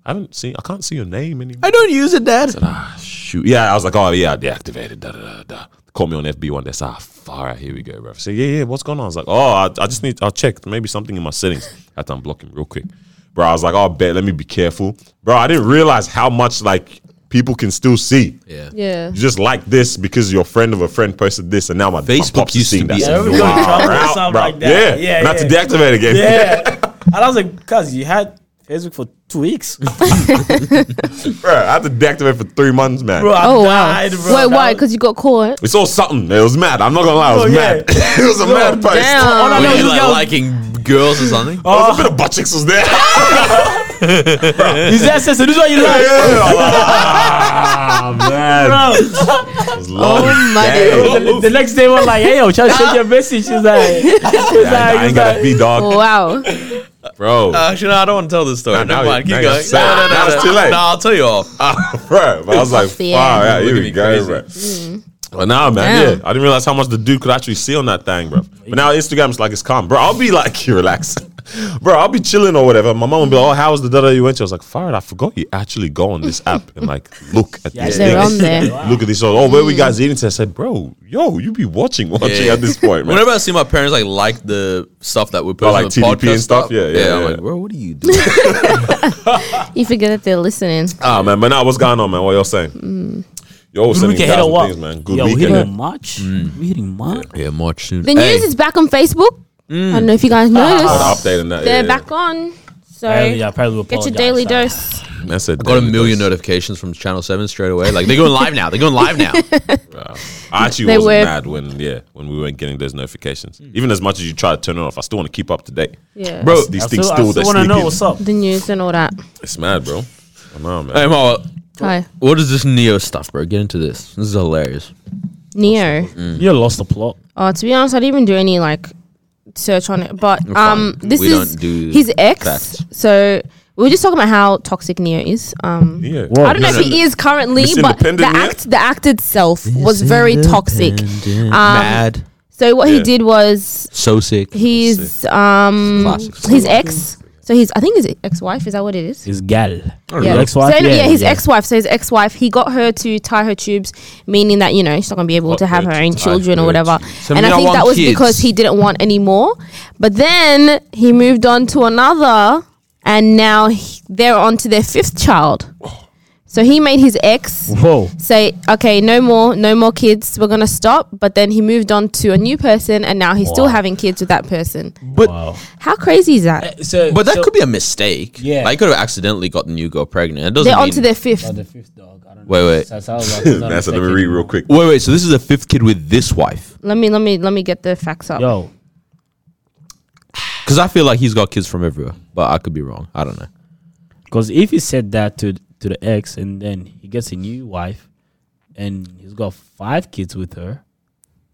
[SPEAKER 3] I don't see, I can't see your name anymore."
[SPEAKER 2] I don't use it, Dad.
[SPEAKER 3] ah, shoot. Yeah, I was like, oh yeah, I deactivated. Da, da, da, da. Called me on FB one day. Said, ah, f- all right, here we go, bro. Said, yeah, yeah, what's going on? I was like, oh, I, I just need, I'll check. Maybe something in my settings. Had to unblock him real quick, bro. I was like, oh, bet. Let me be careful, bro. I didn't realize how much like people can still see.
[SPEAKER 2] Yeah.
[SPEAKER 4] Yeah.
[SPEAKER 3] You just like this because your friend of a friend posted this, and now my my
[SPEAKER 2] Facebook
[SPEAKER 3] pops is
[SPEAKER 2] used to
[SPEAKER 3] seeing
[SPEAKER 2] be
[SPEAKER 3] that.
[SPEAKER 5] everyone
[SPEAKER 3] Wow,
[SPEAKER 5] trying to do
[SPEAKER 3] bro.
[SPEAKER 5] something like that.
[SPEAKER 3] Yeah,
[SPEAKER 5] Yeah,
[SPEAKER 3] yeah, not
[SPEAKER 5] yeah.
[SPEAKER 3] to deactivate again.
[SPEAKER 5] Yeah. and I was like, cuz you had Facebook for two weeks.
[SPEAKER 3] bro. I had to deactivate for three months, man.
[SPEAKER 5] Bro, I
[SPEAKER 4] Oh wow!
[SPEAKER 5] died, bro.
[SPEAKER 4] Wait,
[SPEAKER 5] That
[SPEAKER 4] why?
[SPEAKER 5] was-
[SPEAKER 4] Because you got caught.
[SPEAKER 3] We saw something. It was mad. I'm not gonna lie. It was
[SPEAKER 5] Oh, yeah.
[SPEAKER 3] mad. it was a mad post.
[SPEAKER 4] Damn.
[SPEAKER 5] All I know
[SPEAKER 2] Were
[SPEAKER 5] is
[SPEAKER 2] you
[SPEAKER 5] this
[SPEAKER 2] like
[SPEAKER 5] guy was-
[SPEAKER 2] liking girls or something?
[SPEAKER 3] There
[SPEAKER 4] Oh.
[SPEAKER 3] was a bit of butt cheeks was there.
[SPEAKER 5] His ass says, so this is what you like.
[SPEAKER 3] Ah, man.
[SPEAKER 5] Bro,
[SPEAKER 4] Oh my
[SPEAKER 3] Damn.
[SPEAKER 5] the, the next day we're like, hey yo, try to send you a message. She's like, she's like,
[SPEAKER 3] I ain't
[SPEAKER 5] she's
[SPEAKER 3] got
[SPEAKER 5] like
[SPEAKER 3] to be dog,
[SPEAKER 4] Wow.
[SPEAKER 3] bro.
[SPEAKER 4] Oh.
[SPEAKER 2] Uh, Actually, no, I don't want to tell this story.
[SPEAKER 3] Nah,
[SPEAKER 2] Never
[SPEAKER 3] now
[SPEAKER 2] mind.
[SPEAKER 3] you-
[SPEAKER 2] Keep
[SPEAKER 3] now
[SPEAKER 2] going. No,
[SPEAKER 3] you're sad.
[SPEAKER 2] no, no,
[SPEAKER 3] Now
[SPEAKER 2] no,
[SPEAKER 3] it's too late.
[SPEAKER 2] No, I'll tell you off.
[SPEAKER 3] bro, but I was like, wow,
[SPEAKER 4] Off the
[SPEAKER 3] yeah,
[SPEAKER 2] end.
[SPEAKER 3] here
[SPEAKER 2] Look at
[SPEAKER 3] we
[SPEAKER 2] me
[SPEAKER 3] go,
[SPEAKER 2] crazy. Mm.
[SPEAKER 3] bro. But now, man,
[SPEAKER 4] Damn.
[SPEAKER 3] yeah, I didn't realize how much the dude could actually see on that thing, bro. But now Instagram's like it's calm, bro. I'll be like, relax, bro. I'll be chilling or whatever. My mom will be like, oh, how was the dada you went to? I was like, Farad, I forgot you actually go on this app and like look at these
[SPEAKER 4] they're
[SPEAKER 3] things.
[SPEAKER 4] on there.
[SPEAKER 3] Look at this. Oh, where we guys eating? today? I said, bro, yo, you be watching, watching
[SPEAKER 2] Yeah.
[SPEAKER 3] at this point, man.
[SPEAKER 2] Whenever I see my parents like like the stuff that we put
[SPEAKER 3] Oh,
[SPEAKER 2] on
[SPEAKER 3] like
[SPEAKER 2] the
[SPEAKER 3] TDP and
[SPEAKER 2] podcast
[SPEAKER 3] stuff? Yeah, yeah,
[SPEAKER 2] I'm
[SPEAKER 3] yeah.
[SPEAKER 2] like, bro, what are you doing?
[SPEAKER 4] You forget that they're listening.
[SPEAKER 3] Ah man, but now what's going on, man? What y'all saying? You're always
[SPEAKER 5] Mm.
[SPEAKER 3] sending
[SPEAKER 5] Good weekend, hit
[SPEAKER 3] thousand
[SPEAKER 5] or what?
[SPEAKER 3] things, man. Good
[SPEAKER 5] Yo, we
[SPEAKER 3] weekend.
[SPEAKER 5] hitting
[SPEAKER 3] man.
[SPEAKER 5] March. We hitting March.
[SPEAKER 2] yeah, March soon.
[SPEAKER 4] The news is back on Facebook. I don't know if you guys noticed.
[SPEAKER 3] Got an update on that.
[SPEAKER 4] They're
[SPEAKER 3] yeah,
[SPEAKER 4] back on. So
[SPEAKER 5] Apparently, I probably will
[SPEAKER 4] get your
[SPEAKER 5] apologize.
[SPEAKER 4] daily
[SPEAKER 5] Sorry.
[SPEAKER 4] dose.
[SPEAKER 3] Yeah. Man said
[SPEAKER 2] I got a
[SPEAKER 3] daily
[SPEAKER 2] million
[SPEAKER 3] dose.
[SPEAKER 2] notifications from Channel Seven straight away. Like they're going live now. They're going live now.
[SPEAKER 3] I actually
[SPEAKER 4] They
[SPEAKER 3] was
[SPEAKER 4] were-
[SPEAKER 3] mad when yeah when we weren't getting those notifications.
[SPEAKER 5] Mm.
[SPEAKER 3] Even as much as you try to turn it off, I still want to keep up to date.
[SPEAKER 4] Yeah.
[SPEAKER 2] Bro,
[SPEAKER 3] These
[SPEAKER 5] I
[SPEAKER 3] things
[SPEAKER 5] still,
[SPEAKER 3] still,
[SPEAKER 5] I still
[SPEAKER 3] they
[SPEAKER 5] want to
[SPEAKER 3] sneak
[SPEAKER 5] know
[SPEAKER 3] in.
[SPEAKER 5] what's up.
[SPEAKER 4] The news and all that.
[SPEAKER 3] It's mad, bro. I know, man.
[SPEAKER 2] hey, Ma,
[SPEAKER 4] Hi.
[SPEAKER 2] what is this Neo stuff, bro? Get into this. This is hilarious.
[SPEAKER 4] Neo.
[SPEAKER 5] You lost the plot.
[SPEAKER 4] Oh, to be honest, I didn't even do any like search on it. But um,
[SPEAKER 2] fine.
[SPEAKER 4] this
[SPEAKER 2] We
[SPEAKER 4] is
[SPEAKER 2] don't do
[SPEAKER 4] his ex.
[SPEAKER 2] facts.
[SPEAKER 4] So we were just talking about how toxic Neo is. Um,
[SPEAKER 3] Yeah.
[SPEAKER 4] I don't know if he is currently,
[SPEAKER 3] Miss
[SPEAKER 4] but the
[SPEAKER 3] Independent, yeah?
[SPEAKER 4] act, the act itself was very toxic.
[SPEAKER 2] Independent,
[SPEAKER 4] Um,
[SPEAKER 2] Mad.
[SPEAKER 4] So what he
[SPEAKER 3] Yeah.
[SPEAKER 4] did was
[SPEAKER 2] So sick.
[SPEAKER 4] his um
[SPEAKER 2] Classic.
[SPEAKER 4] his ex. So his, I think his ex-wife is that what it is?
[SPEAKER 5] It's gal.
[SPEAKER 4] Yeah.
[SPEAKER 5] Your ex-wife?
[SPEAKER 4] So anyway, yeah,
[SPEAKER 5] Yeah,
[SPEAKER 4] his
[SPEAKER 5] yeah.
[SPEAKER 4] ex-wife. So his ex-wife, he got her to tie her tubes, meaning that you know she's not gonna be able
[SPEAKER 3] Got
[SPEAKER 4] to have
[SPEAKER 3] her
[SPEAKER 4] her
[SPEAKER 3] to
[SPEAKER 4] own
[SPEAKER 3] tie
[SPEAKER 4] children
[SPEAKER 3] her
[SPEAKER 4] or whatever.
[SPEAKER 2] tubes. So
[SPEAKER 4] and
[SPEAKER 2] we
[SPEAKER 4] I
[SPEAKER 2] don't
[SPEAKER 4] think
[SPEAKER 2] want
[SPEAKER 4] that was
[SPEAKER 2] kids.
[SPEAKER 4] because he didn't want any more. But then he moved on to another, and now he- they're on to their fifth child. So he made his ex
[SPEAKER 5] Whoa.
[SPEAKER 4] say, "Okay, no more, no more kids. We're gonna stop." But then he moved on to a new person, and now he's still
[SPEAKER 5] Wow.
[SPEAKER 4] having kids with that person.
[SPEAKER 2] But
[SPEAKER 5] Wow.
[SPEAKER 4] How crazy is that?
[SPEAKER 5] So,
[SPEAKER 2] but that
[SPEAKER 5] so-
[SPEAKER 2] could be a mistake.
[SPEAKER 5] Yeah.
[SPEAKER 2] like, I could have accidentally got the new girl pregnant. It doesn't
[SPEAKER 4] They're on
[SPEAKER 2] mean-
[SPEAKER 4] to their fifth.
[SPEAKER 5] Oh, the fifth dog. I don't
[SPEAKER 2] Wait,
[SPEAKER 5] know.
[SPEAKER 2] wait.
[SPEAKER 5] So- so I was like, it's not
[SPEAKER 3] That's
[SPEAKER 5] a
[SPEAKER 3] let me
[SPEAKER 5] second.
[SPEAKER 3] read real quick.
[SPEAKER 2] Wait, wait. So this is a fifth kid with this wife.
[SPEAKER 4] Let me, let me, let me get the facts up.
[SPEAKER 5] Yo,
[SPEAKER 2] Because I feel like he's got kids from everywhere, but I could be wrong. I don't know.
[SPEAKER 5] because if he said that to to the ex and then he gets a new wife and he's got five kids with her,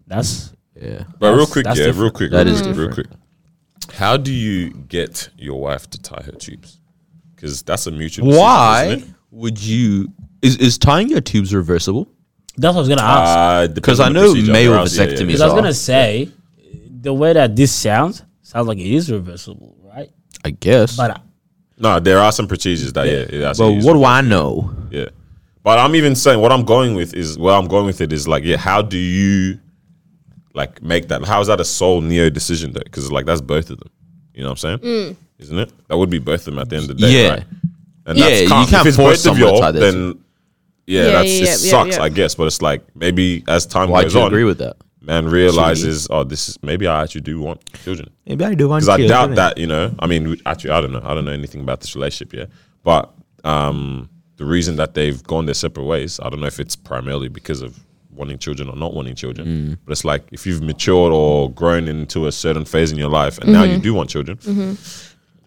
[SPEAKER 5] that's
[SPEAKER 2] Yeah.
[SPEAKER 3] But real
[SPEAKER 5] That's-
[SPEAKER 3] quick,
[SPEAKER 5] that's
[SPEAKER 3] yeah, real
[SPEAKER 5] different.
[SPEAKER 3] quick.
[SPEAKER 2] That
[SPEAKER 3] real
[SPEAKER 2] is
[SPEAKER 3] quick, real quick.
[SPEAKER 2] different.
[SPEAKER 3] How do you get your wife to tie her tubes? Because that's a mutual. decision,
[SPEAKER 2] Why
[SPEAKER 3] isn't it?
[SPEAKER 2] would you? Is is tying your tubes reversible?
[SPEAKER 5] that's what I was gonna ask.
[SPEAKER 3] Uh, depends
[SPEAKER 2] 'Cause I
[SPEAKER 3] on the
[SPEAKER 2] know
[SPEAKER 3] procedure,
[SPEAKER 2] male
[SPEAKER 3] or else- yeah, yeah,
[SPEAKER 2] vasectomy
[SPEAKER 3] yeah.
[SPEAKER 5] Because I was
[SPEAKER 2] bizarre.
[SPEAKER 5] gonna say the way that this sounds sounds like it is reversible, right?
[SPEAKER 2] I guess. But,
[SPEAKER 5] But uh,
[SPEAKER 3] No, there are some procedures that yeah. yeah that's used.
[SPEAKER 2] what do I know?
[SPEAKER 3] Yeah. But I'm even saying what I'm going with is where I'm going with it is like, yeah, how do you like make that? How is that a sole neo decision though? Because like that's both of them. You know what I'm saying?
[SPEAKER 4] Mm.
[SPEAKER 3] Isn't it? That would be both of them at the end of the day.
[SPEAKER 2] Yeah.
[SPEAKER 3] Right? And
[SPEAKER 2] Yeah, you
[SPEAKER 3] calm.
[SPEAKER 2] can't
[SPEAKER 3] if it's
[SPEAKER 2] force
[SPEAKER 3] both of
[SPEAKER 2] someone to
[SPEAKER 3] y'all,
[SPEAKER 2] tie their
[SPEAKER 3] then yeah,
[SPEAKER 4] Yeah,
[SPEAKER 3] that's
[SPEAKER 4] yeah,
[SPEAKER 3] it
[SPEAKER 4] yeah, yeah,
[SPEAKER 3] sucks,
[SPEAKER 4] yeah.
[SPEAKER 3] I guess. But it's like maybe as time
[SPEAKER 2] Why do
[SPEAKER 3] goes
[SPEAKER 2] you
[SPEAKER 3] on,
[SPEAKER 2] agree with that?
[SPEAKER 3] man realizes, oh, this is maybe I actually do want children.
[SPEAKER 2] Maybe I do want
[SPEAKER 3] Because I doubt that, you know. I mean, we- actually, I don't know. I don't know anything about this relationship yet. But um, the reason that they've gone their separate ways, I don't know if it's primarily because of wanting children or not wanting children.
[SPEAKER 5] Mm.
[SPEAKER 3] But it's like if you've matured or grown into a certain phase in your life, and now
[SPEAKER 5] Mm-hmm.
[SPEAKER 3] you do want children,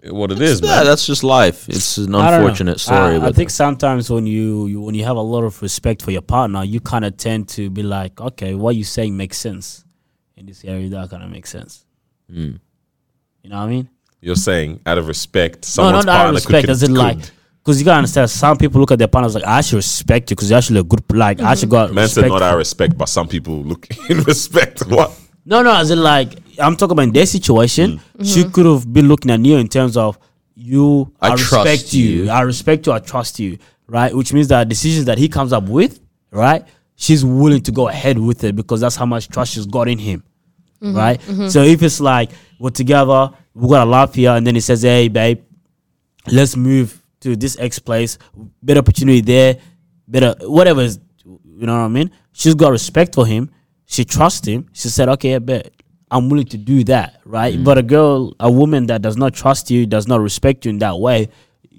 [SPEAKER 3] what it is,
[SPEAKER 2] Yeah,
[SPEAKER 3] man.
[SPEAKER 2] that's just life. It's an
[SPEAKER 5] I don't know.
[SPEAKER 2] unfortunate story.
[SPEAKER 5] I, I
[SPEAKER 2] but
[SPEAKER 5] think sometimes when you, you when you have a lot of respect for your partner, you kind of tend to be like, okay, what you saying makes sense in this area. That kind of makes sense.
[SPEAKER 3] Hmm.
[SPEAKER 5] You know what I mean?
[SPEAKER 3] You're saying out of respect,
[SPEAKER 5] No,
[SPEAKER 3] someone's
[SPEAKER 5] not out of
[SPEAKER 3] partner could-
[SPEAKER 5] respect.
[SPEAKER 3] could-
[SPEAKER 5] As in like,
[SPEAKER 3] could-
[SPEAKER 5] because you gotta understand, some people look at their partners like, I should respect you because you're actually a good, like, I should got
[SPEAKER 3] Man said
[SPEAKER 5] respect.
[SPEAKER 3] not out of respect, but some people look in respect. What?
[SPEAKER 5] No, no, as in like, I'm talking about in their situation, she could have been looking at you in terms of you.
[SPEAKER 2] Mm. Mm-hmm. I trust
[SPEAKER 5] respect you.
[SPEAKER 2] you.
[SPEAKER 5] I respect you. I trust you. Right, which means that decisions that he comes up with, right, she's willing to go ahead with it because that's how much trust she's got in him.
[SPEAKER 2] Mm-hmm.
[SPEAKER 5] Right. So if it's like we're together, we got a laugh here, and then he says, "Hey, babe, let's move to this X place, better opportunity there, better whatever. is- You know what I mean? She's got respect for him. She trusts him. She said, okay, I bet I'm willing to do that, right? But a girl, a woman that does not trust you, does not respect you in that way,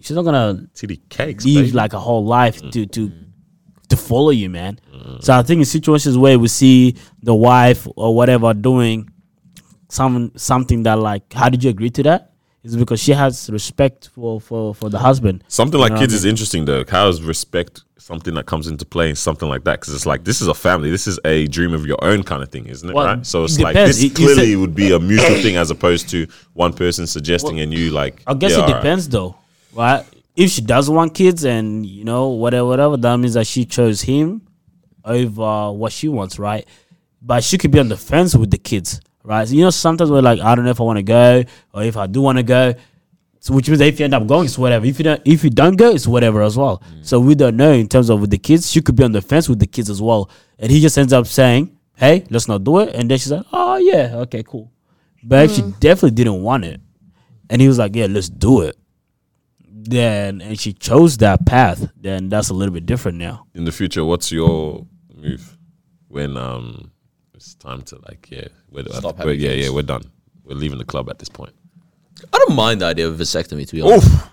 [SPEAKER 5] she's not gonna
[SPEAKER 3] Titty cakes,
[SPEAKER 5] leave
[SPEAKER 3] babe.
[SPEAKER 5] like a whole life to to to follow you, man. So I think in situations where we see the wife or whatever doing some something that like, how did you agree to that? It's because she has respect for for for the husband.
[SPEAKER 3] Something like
[SPEAKER 5] know what
[SPEAKER 3] kids
[SPEAKER 5] I
[SPEAKER 3] is interesting though. How is respect something that comes into play and something like that? Because it's like this is a family, this is a dream of your own kind of thing, isn't it?
[SPEAKER 5] Well,
[SPEAKER 3] right. So it's
[SPEAKER 5] it
[SPEAKER 3] like
[SPEAKER 5] depends.
[SPEAKER 3] this
[SPEAKER 5] It- you
[SPEAKER 3] clearly
[SPEAKER 5] said-
[SPEAKER 3] would be a mutual thing as opposed to one person suggesting and you like.
[SPEAKER 5] I guess
[SPEAKER 3] yeah,
[SPEAKER 5] it
[SPEAKER 3] alright.
[SPEAKER 5] depends though, right? If she doesn't want kids and you know whatever whatever, that means that she chose him over what she wants, right? But she could be on the fence with the kids, right? So, you know, sometimes we're like, I don't know if I want to go or if I do want to go. So which means that if you end up going, it's whatever. If you don't, if you don't go, it's whatever as well. So we don't know in terms of with the kids. She could be on the fence with the kids as well, and he just ends up saying, "Hey, let's not do it." And then she's like, "Oh yeah, okay, cool." But she definitely didn't want it, and he was like, "Yeah, let's do it." Then and she chose that path. Then that's a little bit different now.
[SPEAKER 3] In the future, what's your move when um it's time to like yeah we're,
[SPEAKER 2] Stop
[SPEAKER 3] we're-
[SPEAKER 2] having
[SPEAKER 3] yeah
[SPEAKER 2] kids.
[SPEAKER 3] yeah we're done we're leaving the club at this point.
[SPEAKER 2] I don't mind the idea of vasectomy, to be honest.
[SPEAKER 3] Oof.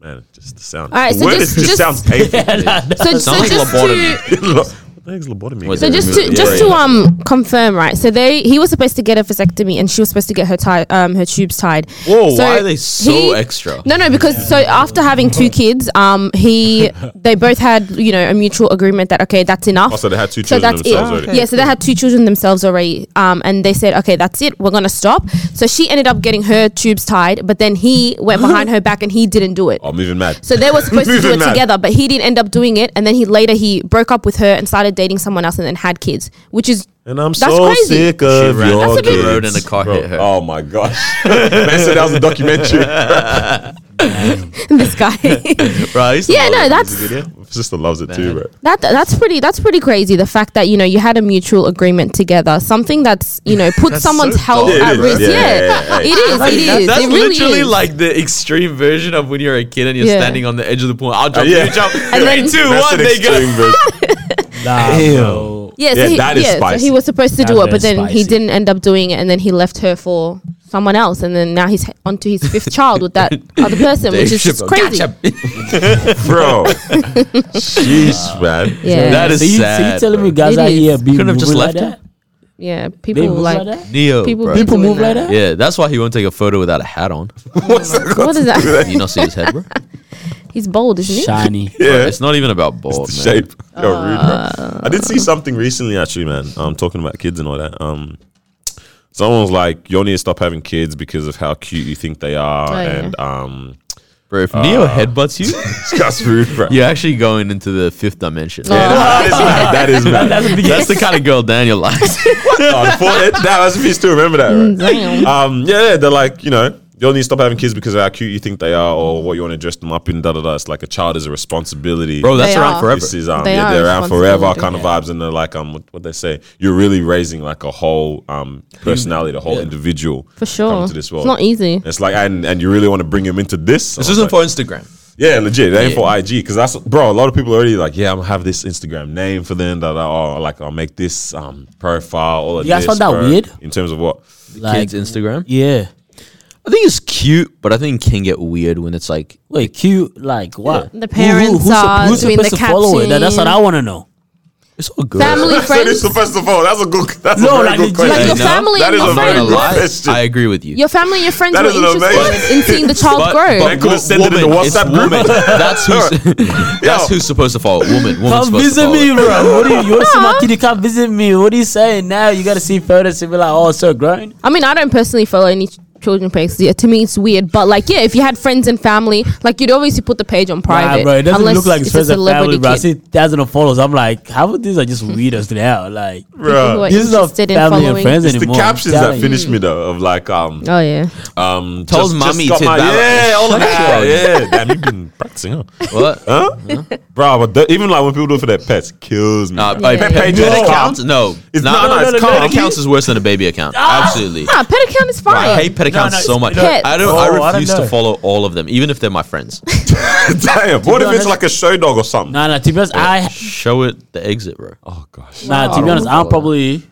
[SPEAKER 3] Man, just the sound.
[SPEAKER 4] All right,
[SPEAKER 3] the
[SPEAKER 4] so
[SPEAKER 3] word
[SPEAKER 4] just-
[SPEAKER 3] is- just,
[SPEAKER 4] just-
[SPEAKER 3] sounds painful.
[SPEAKER 4] So, so
[SPEAKER 2] Sounds like
[SPEAKER 4] just
[SPEAKER 2] lobotomy.
[SPEAKER 4] to
[SPEAKER 3] Thanks, lobotomy.
[SPEAKER 2] Wait,
[SPEAKER 4] So
[SPEAKER 2] Yeah,
[SPEAKER 4] just
[SPEAKER 2] yeah,
[SPEAKER 4] to
[SPEAKER 2] yeah,
[SPEAKER 4] just
[SPEAKER 2] yeah.
[SPEAKER 4] to um confirm, right? So they he was supposed to get a vasectomy, and she was supposed to get her tie um her tubes tied.
[SPEAKER 2] Whoa,
[SPEAKER 4] So
[SPEAKER 2] why are they so
[SPEAKER 4] he-
[SPEAKER 2] extra?
[SPEAKER 4] No, no, because so after having two kids, um, he they both had you know a mutual agreement that okay, that's enough.
[SPEAKER 3] Oh, so they had two
[SPEAKER 4] So
[SPEAKER 3] children
[SPEAKER 4] that's it.
[SPEAKER 3] themselves already.
[SPEAKER 4] yeah, so they had two children themselves already, um, and they said, okay, that's it, we're gonna stop. So she ended up getting her tubes tied, but then he went behind her back and he didn't do it.
[SPEAKER 3] Oh, I'm even mad.
[SPEAKER 4] So they were supposed to do
[SPEAKER 3] Moving
[SPEAKER 4] it
[SPEAKER 3] mad.
[SPEAKER 4] together, but he didn't end up doing it. And then he later he broke up with her and started dating someone else and then had kids, which is
[SPEAKER 3] And I'm
[SPEAKER 4] That's
[SPEAKER 3] so
[SPEAKER 4] crazy.
[SPEAKER 3] sick
[SPEAKER 2] She
[SPEAKER 3] of
[SPEAKER 2] ran
[SPEAKER 3] your
[SPEAKER 2] down
[SPEAKER 4] That's a
[SPEAKER 2] the
[SPEAKER 4] bit-
[SPEAKER 2] road and
[SPEAKER 3] kids.
[SPEAKER 2] a car
[SPEAKER 3] Bro,
[SPEAKER 2] hit her.
[SPEAKER 3] Oh my gosh! Man said that was a documentary.
[SPEAKER 4] this guy. that
[SPEAKER 2] Bro, I used to
[SPEAKER 4] Yeah,
[SPEAKER 2] love
[SPEAKER 4] no,
[SPEAKER 2] that
[SPEAKER 4] that's-
[SPEAKER 2] music video.
[SPEAKER 3] My sister loves it too, bro.
[SPEAKER 4] that's pretty that's pretty crazy. The fact that you know you had a mutual agreement together, something that's you know put someone's
[SPEAKER 2] so
[SPEAKER 4] health
[SPEAKER 3] dark.
[SPEAKER 4] at
[SPEAKER 3] Yeah, it is.
[SPEAKER 4] risk. Yeah,
[SPEAKER 3] Yeah, yeah, yeah, yeah.
[SPEAKER 4] it is. It is.
[SPEAKER 2] That's
[SPEAKER 4] it really
[SPEAKER 2] literally
[SPEAKER 4] is.
[SPEAKER 2] like the extreme version of when you're a kid and you're
[SPEAKER 4] Yeah.
[SPEAKER 2] standing on the edge of the pool. I'll jump,
[SPEAKER 3] yeah.
[SPEAKER 2] you jump.
[SPEAKER 4] And
[SPEAKER 2] Three,
[SPEAKER 4] then-
[SPEAKER 2] two,
[SPEAKER 3] That's
[SPEAKER 2] one,
[SPEAKER 3] an
[SPEAKER 2] they go.
[SPEAKER 3] extreme version.
[SPEAKER 5] Nah, bro.
[SPEAKER 4] yeah, so
[SPEAKER 3] Yeah,
[SPEAKER 4] he,
[SPEAKER 3] that is
[SPEAKER 4] yeah, So
[SPEAKER 3] spicy.
[SPEAKER 4] he was supposed to do
[SPEAKER 5] That's
[SPEAKER 4] it, but
[SPEAKER 5] very
[SPEAKER 4] then he
[SPEAKER 5] spicy.
[SPEAKER 4] didn't end up doing it, and then he left her for someone else, and then now he's he- onto his fifth child with that other person, which is just crazy.
[SPEAKER 3] bro. Jeez, man.
[SPEAKER 4] Yeah,
[SPEAKER 2] That is
[SPEAKER 5] so you, So you
[SPEAKER 2] sad,
[SPEAKER 5] telling me
[SPEAKER 2] bro.
[SPEAKER 5] guys
[SPEAKER 4] It
[SPEAKER 5] out
[SPEAKER 4] is.
[SPEAKER 5] here be
[SPEAKER 2] Couldn't have just
[SPEAKER 5] moving like
[SPEAKER 2] left
[SPEAKER 5] that?
[SPEAKER 2] him.
[SPEAKER 4] yeah.
[SPEAKER 5] They
[SPEAKER 4] People
[SPEAKER 5] move
[SPEAKER 4] like
[SPEAKER 5] like that?
[SPEAKER 2] Neo,
[SPEAKER 4] people.
[SPEAKER 2] bro.
[SPEAKER 4] be
[SPEAKER 5] People
[SPEAKER 4] doing
[SPEAKER 5] move like that?
[SPEAKER 2] Yeah, that's why he won't take a photo without a hat on.
[SPEAKER 4] What is that?
[SPEAKER 2] Do you not see his head, bro?
[SPEAKER 4] He's bold, isn't he?
[SPEAKER 5] Shiny.
[SPEAKER 3] Yeah.
[SPEAKER 2] It's not even about bald,
[SPEAKER 3] the
[SPEAKER 2] man.
[SPEAKER 3] shape. Yo,
[SPEAKER 4] Ah.
[SPEAKER 3] rude, bro. I did see something recently, actually, man. Um, talking about kids and all that. Um, someone was like, "You need to stop having kids because of how cute you think they are,"
[SPEAKER 4] Oh, yeah.
[SPEAKER 3] and um,
[SPEAKER 2] Bro, if Neo
[SPEAKER 3] Ah.
[SPEAKER 2] headbutts you,
[SPEAKER 3] that's rude, bro.
[SPEAKER 2] you're actually going into the fifth dimension.
[SPEAKER 4] Oh,
[SPEAKER 3] Yeah, that is mad. That is mad.
[SPEAKER 5] That's a big
[SPEAKER 2] That's the kind of girl Daniel likes.
[SPEAKER 3] oh, the four, that, that's if you still remember that,
[SPEAKER 4] Mm,
[SPEAKER 3] right?
[SPEAKER 4] Damn.
[SPEAKER 3] um, yeah, yeah, they're like, you know, you only stop having kids because of how cute you think they are or what you want to dress them up in, da da da. It's like a child is a responsibility.
[SPEAKER 2] Bro, that's
[SPEAKER 4] They
[SPEAKER 2] around
[SPEAKER 4] are.
[SPEAKER 2] forever.
[SPEAKER 3] this is um,
[SPEAKER 4] They
[SPEAKER 3] yeah,
[SPEAKER 4] are
[SPEAKER 3] they're around forever
[SPEAKER 4] responsibility,
[SPEAKER 3] kind of vibes, and they're like, um, what, what they say, you're really raising like a whole um personality, the whole individual
[SPEAKER 4] For sure.
[SPEAKER 3] to this world.
[SPEAKER 4] It's not e- easy.
[SPEAKER 3] It's like, and and you really want to bring him into this.
[SPEAKER 2] this
[SPEAKER 3] I was
[SPEAKER 2] isn't
[SPEAKER 3] like,
[SPEAKER 2] for Instagram.
[SPEAKER 3] yeah, legit. It ain't for IG because that's bro. A lot of people already like, yeah, I'm gonna have this Instagram name for them. That oh, like I'll make this um profile. All of
[SPEAKER 5] You
[SPEAKER 3] this,
[SPEAKER 5] guys found that
[SPEAKER 3] bro,
[SPEAKER 5] weird?
[SPEAKER 3] in terms of what?
[SPEAKER 5] Like,
[SPEAKER 2] Kids Instagram.
[SPEAKER 5] yeah.
[SPEAKER 2] I think it's cute, but I think it can get weird when it's like
[SPEAKER 5] Wait, cute. Like what?
[SPEAKER 4] The parents are doing the
[SPEAKER 5] supposed to follow it? That- that's what I
[SPEAKER 4] caption.
[SPEAKER 5] want to know.
[SPEAKER 2] it's all good.
[SPEAKER 4] Family
[SPEAKER 3] So this
[SPEAKER 4] friends.
[SPEAKER 3] is the first of all, that's a good. That's
[SPEAKER 5] No,
[SPEAKER 3] a very
[SPEAKER 5] like,
[SPEAKER 3] good
[SPEAKER 5] it's
[SPEAKER 3] question.
[SPEAKER 4] like your
[SPEAKER 2] No,
[SPEAKER 4] family
[SPEAKER 3] that
[SPEAKER 4] and
[SPEAKER 3] is
[SPEAKER 4] your
[SPEAKER 3] a very
[SPEAKER 2] Not gonna
[SPEAKER 4] friends.
[SPEAKER 3] good
[SPEAKER 2] lie,
[SPEAKER 3] question.
[SPEAKER 2] I agree with you.
[SPEAKER 4] Your family and your friends
[SPEAKER 3] That
[SPEAKER 4] were
[SPEAKER 3] is an
[SPEAKER 4] interested
[SPEAKER 3] amazing-
[SPEAKER 4] in seeing the child grow.
[SPEAKER 3] They could've
[SPEAKER 2] wo-
[SPEAKER 3] sent it in the
[SPEAKER 2] woman,
[SPEAKER 3] WhatsApp
[SPEAKER 2] it's
[SPEAKER 3] group.
[SPEAKER 2] woman. That's who's
[SPEAKER 3] Yo.
[SPEAKER 2] that's who's supposed to follow. it. Woman, woman's
[SPEAKER 5] Come
[SPEAKER 2] supposed to
[SPEAKER 5] visit
[SPEAKER 2] follow.
[SPEAKER 5] me,
[SPEAKER 2] it.
[SPEAKER 5] bro. What do you, you want to see my kid? You can't visit me. What are you saying now? You got to see photos and be like, oh, so grown.
[SPEAKER 4] I mean, I don't personally follow any ch- children pages. Yeah, to me, it's weird. But like, yeah, if you had friends and family, like you'd obviously put the page on private.
[SPEAKER 5] Nah, bro, it doesn't
[SPEAKER 4] unless
[SPEAKER 5] look like it's
[SPEAKER 4] it's a
[SPEAKER 5] friends and
[SPEAKER 4] celebrity
[SPEAKER 5] family, bro. I
[SPEAKER 4] kid.
[SPEAKER 5] see thousands of followers. I'm like, how about these are just weirdos now? Like,
[SPEAKER 4] People who
[SPEAKER 3] Bruh.
[SPEAKER 4] are
[SPEAKER 5] this is not
[SPEAKER 4] interested in
[SPEAKER 5] family and
[SPEAKER 4] following.
[SPEAKER 5] friends
[SPEAKER 3] It's the
[SPEAKER 5] anymore.
[SPEAKER 3] captions
[SPEAKER 5] I'm
[SPEAKER 3] that
[SPEAKER 5] telling you.
[SPEAKER 3] finish me though of like um
[SPEAKER 4] Oh yeah,
[SPEAKER 3] um
[SPEAKER 2] Tells
[SPEAKER 3] just- just
[SPEAKER 2] mommy
[SPEAKER 3] got
[SPEAKER 2] to
[SPEAKER 3] my-
[SPEAKER 2] balance.
[SPEAKER 3] yeah all
[SPEAKER 2] Shut
[SPEAKER 3] of that
[SPEAKER 2] up.
[SPEAKER 3] yeah damn you've been practicing huh
[SPEAKER 2] What?
[SPEAKER 3] huh bro but the- even like when people do it for their pets kills me
[SPEAKER 2] Nah,
[SPEAKER 3] bro.
[SPEAKER 2] Ah, yeah.
[SPEAKER 4] Yeah.
[SPEAKER 2] pet, pet,
[SPEAKER 3] No.
[SPEAKER 2] pet accounts? No,
[SPEAKER 3] It's
[SPEAKER 2] Nah,
[SPEAKER 3] not- no, no,
[SPEAKER 2] it's
[SPEAKER 3] no,
[SPEAKER 2] calm.
[SPEAKER 3] no,
[SPEAKER 2] Pet accounts is worse than a baby account.
[SPEAKER 4] Ah.
[SPEAKER 2] Absolutely.
[SPEAKER 4] nah, pet account is fine.
[SPEAKER 2] I hate pet accounts
[SPEAKER 5] no,
[SPEAKER 2] so
[SPEAKER 5] it's-
[SPEAKER 2] much.
[SPEAKER 4] Pets.
[SPEAKER 2] I don't.
[SPEAKER 5] Oh, I
[SPEAKER 2] I
[SPEAKER 5] don't
[SPEAKER 2] refuse to
[SPEAKER 5] know.
[SPEAKER 2] follow all of them, even if they're my friends.
[SPEAKER 3] damn what
[SPEAKER 5] be
[SPEAKER 3] if it's
[SPEAKER 5] honest-
[SPEAKER 3] like a show dog or something
[SPEAKER 5] Nah, nah, to be honest, I,
[SPEAKER 2] Show it the exit, bro.
[SPEAKER 3] oh gosh
[SPEAKER 5] nah, to be
[SPEAKER 2] I don't
[SPEAKER 5] honest, I
[SPEAKER 2] follow.
[SPEAKER 5] probably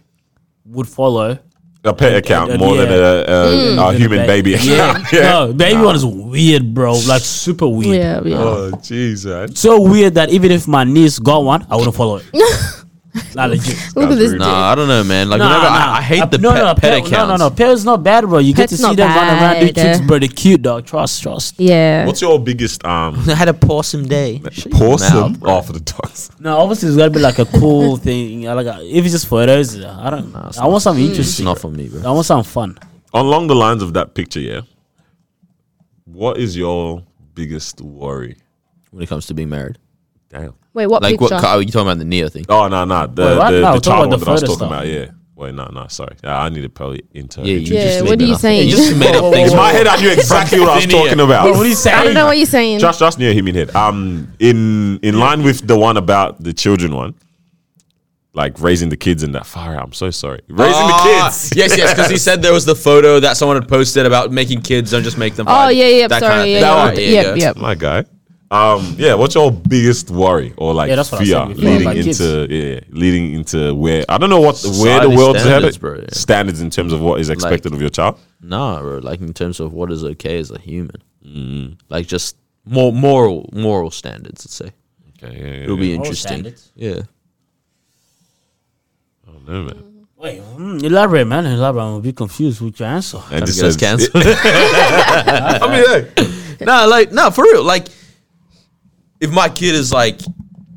[SPEAKER 5] would follow.
[SPEAKER 3] a pet account
[SPEAKER 5] and-
[SPEAKER 3] more than
[SPEAKER 5] yeah. Hmm.
[SPEAKER 3] a, a, a human
[SPEAKER 5] Ba-
[SPEAKER 3] baby account yeah,
[SPEAKER 5] No, baby one is weird, bro. Like, super weird.
[SPEAKER 4] Yeah, yeah.
[SPEAKER 3] oh jeez man
[SPEAKER 5] so weird that even if my niece got one, I wouldn't follow it. Not legit.
[SPEAKER 4] Look at this.
[SPEAKER 3] rude.
[SPEAKER 4] dude.
[SPEAKER 2] Nah, I don't know, man. Like whenever I, I hate the pet, pet
[SPEAKER 5] pet-
[SPEAKER 2] accounts.
[SPEAKER 5] No, no, no. Pet is not bad, bro. You
[SPEAKER 4] Pet's
[SPEAKER 5] get to see
[SPEAKER 4] not
[SPEAKER 5] them run around, do
[SPEAKER 4] bad.
[SPEAKER 5] tricks, bro. They're cute, dog. Trust, trust.
[SPEAKER 4] Yeah.
[SPEAKER 3] what's your biggest um
[SPEAKER 2] I had a possum day.
[SPEAKER 3] Possum oh for the dogs
[SPEAKER 5] No, obviously it's gotta be like a cool thing. I Like uh, if it's just photos, uh, I don't. know. I want something
[SPEAKER 2] It's
[SPEAKER 5] interesting.
[SPEAKER 2] not for me,
[SPEAKER 5] I
[SPEAKER 2] bro.
[SPEAKER 5] want something fun.
[SPEAKER 3] along the lines of that picture yeah what is your biggest worry
[SPEAKER 2] When it comes to being married,
[SPEAKER 3] damn
[SPEAKER 4] Wait, what
[SPEAKER 2] like
[SPEAKER 4] picture?
[SPEAKER 2] what are you talking about? The Neo thing?
[SPEAKER 3] Oh no, no, the
[SPEAKER 5] Wait, what?
[SPEAKER 3] the,
[SPEAKER 5] No,
[SPEAKER 3] the
[SPEAKER 5] talk
[SPEAKER 3] child
[SPEAKER 5] about
[SPEAKER 3] one
[SPEAKER 5] the
[SPEAKER 3] that I was
[SPEAKER 5] photo
[SPEAKER 3] talking
[SPEAKER 5] stuff.
[SPEAKER 3] about. Yeah. Wait, no, no, sorry. Yeah, I need to probably inter.
[SPEAKER 2] Yeah, you
[SPEAKER 3] introduce
[SPEAKER 4] Yeah,
[SPEAKER 2] just
[SPEAKER 4] what
[SPEAKER 2] made
[SPEAKER 4] are
[SPEAKER 2] it
[SPEAKER 4] you
[SPEAKER 2] up.
[SPEAKER 4] saying?
[SPEAKER 2] You just made up things.
[SPEAKER 3] In my head, I knew exactly what I was
[SPEAKER 2] Something in
[SPEAKER 3] talking
[SPEAKER 2] it.
[SPEAKER 3] about.
[SPEAKER 5] Bro, what are you saying?
[SPEAKER 4] I don't know what you're saying.
[SPEAKER 3] Just, just near him in head. Um, in in line with the one about the children one, like raising the kids in that far out. I'm so sorry. Raising the
[SPEAKER 2] Ah,
[SPEAKER 3] kids.
[SPEAKER 2] yes, yes, because he said there was the photo that someone had posted about making kids. Don't just make them.
[SPEAKER 4] oh
[SPEAKER 2] fight.
[SPEAKER 4] yeah, yeah.
[SPEAKER 2] That
[SPEAKER 4] Sorry,
[SPEAKER 2] kind of
[SPEAKER 4] yeah,
[SPEAKER 2] thing.
[SPEAKER 4] yeah,
[SPEAKER 2] Alright, there you
[SPEAKER 4] yep,
[SPEAKER 2] go.
[SPEAKER 4] yep.
[SPEAKER 3] My guy. Um, yeah. What's your biggest worry or like
[SPEAKER 5] Yeah, that's what I
[SPEAKER 3] fear
[SPEAKER 5] said before,
[SPEAKER 3] leading
[SPEAKER 5] like kids.
[SPEAKER 3] into yeah, leading into where I don't know what where the
[SPEAKER 2] Society
[SPEAKER 3] world's
[SPEAKER 2] standards,
[SPEAKER 3] headed
[SPEAKER 2] bro, yeah.
[SPEAKER 3] standards in terms of what is expected of your child.
[SPEAKER 2] Nah, bro. Like in terms of what is okay as a human, like just more moral moral standards. Let's say
[SPEAKER 3] Okay, yeah, yeah,
[SPEAKER 2] it'll be
[SPEAKER 3] yeah.
[SPEAKER 2] interesting.
[SPEAKER 5] standards?
[SPEAKER 2] Yeah.
[SPEAKER 3] I don't know, man.
[SPEAKER 5] Wait, mm, elaborate, man. Elaborate. I'm a bit confused with your answer.
[SPEAKER 3] and
[SPEAKER 2] Trying to
[SPEAKER 3] just
[SPEAKER 2] get us
[SPEAKER 3] says,
[SPEAKER 2] cancelled.
[SPEAKER 3] I mean, hey,
[SPEAKER 2] no, like no, for real. Like, if my kid is like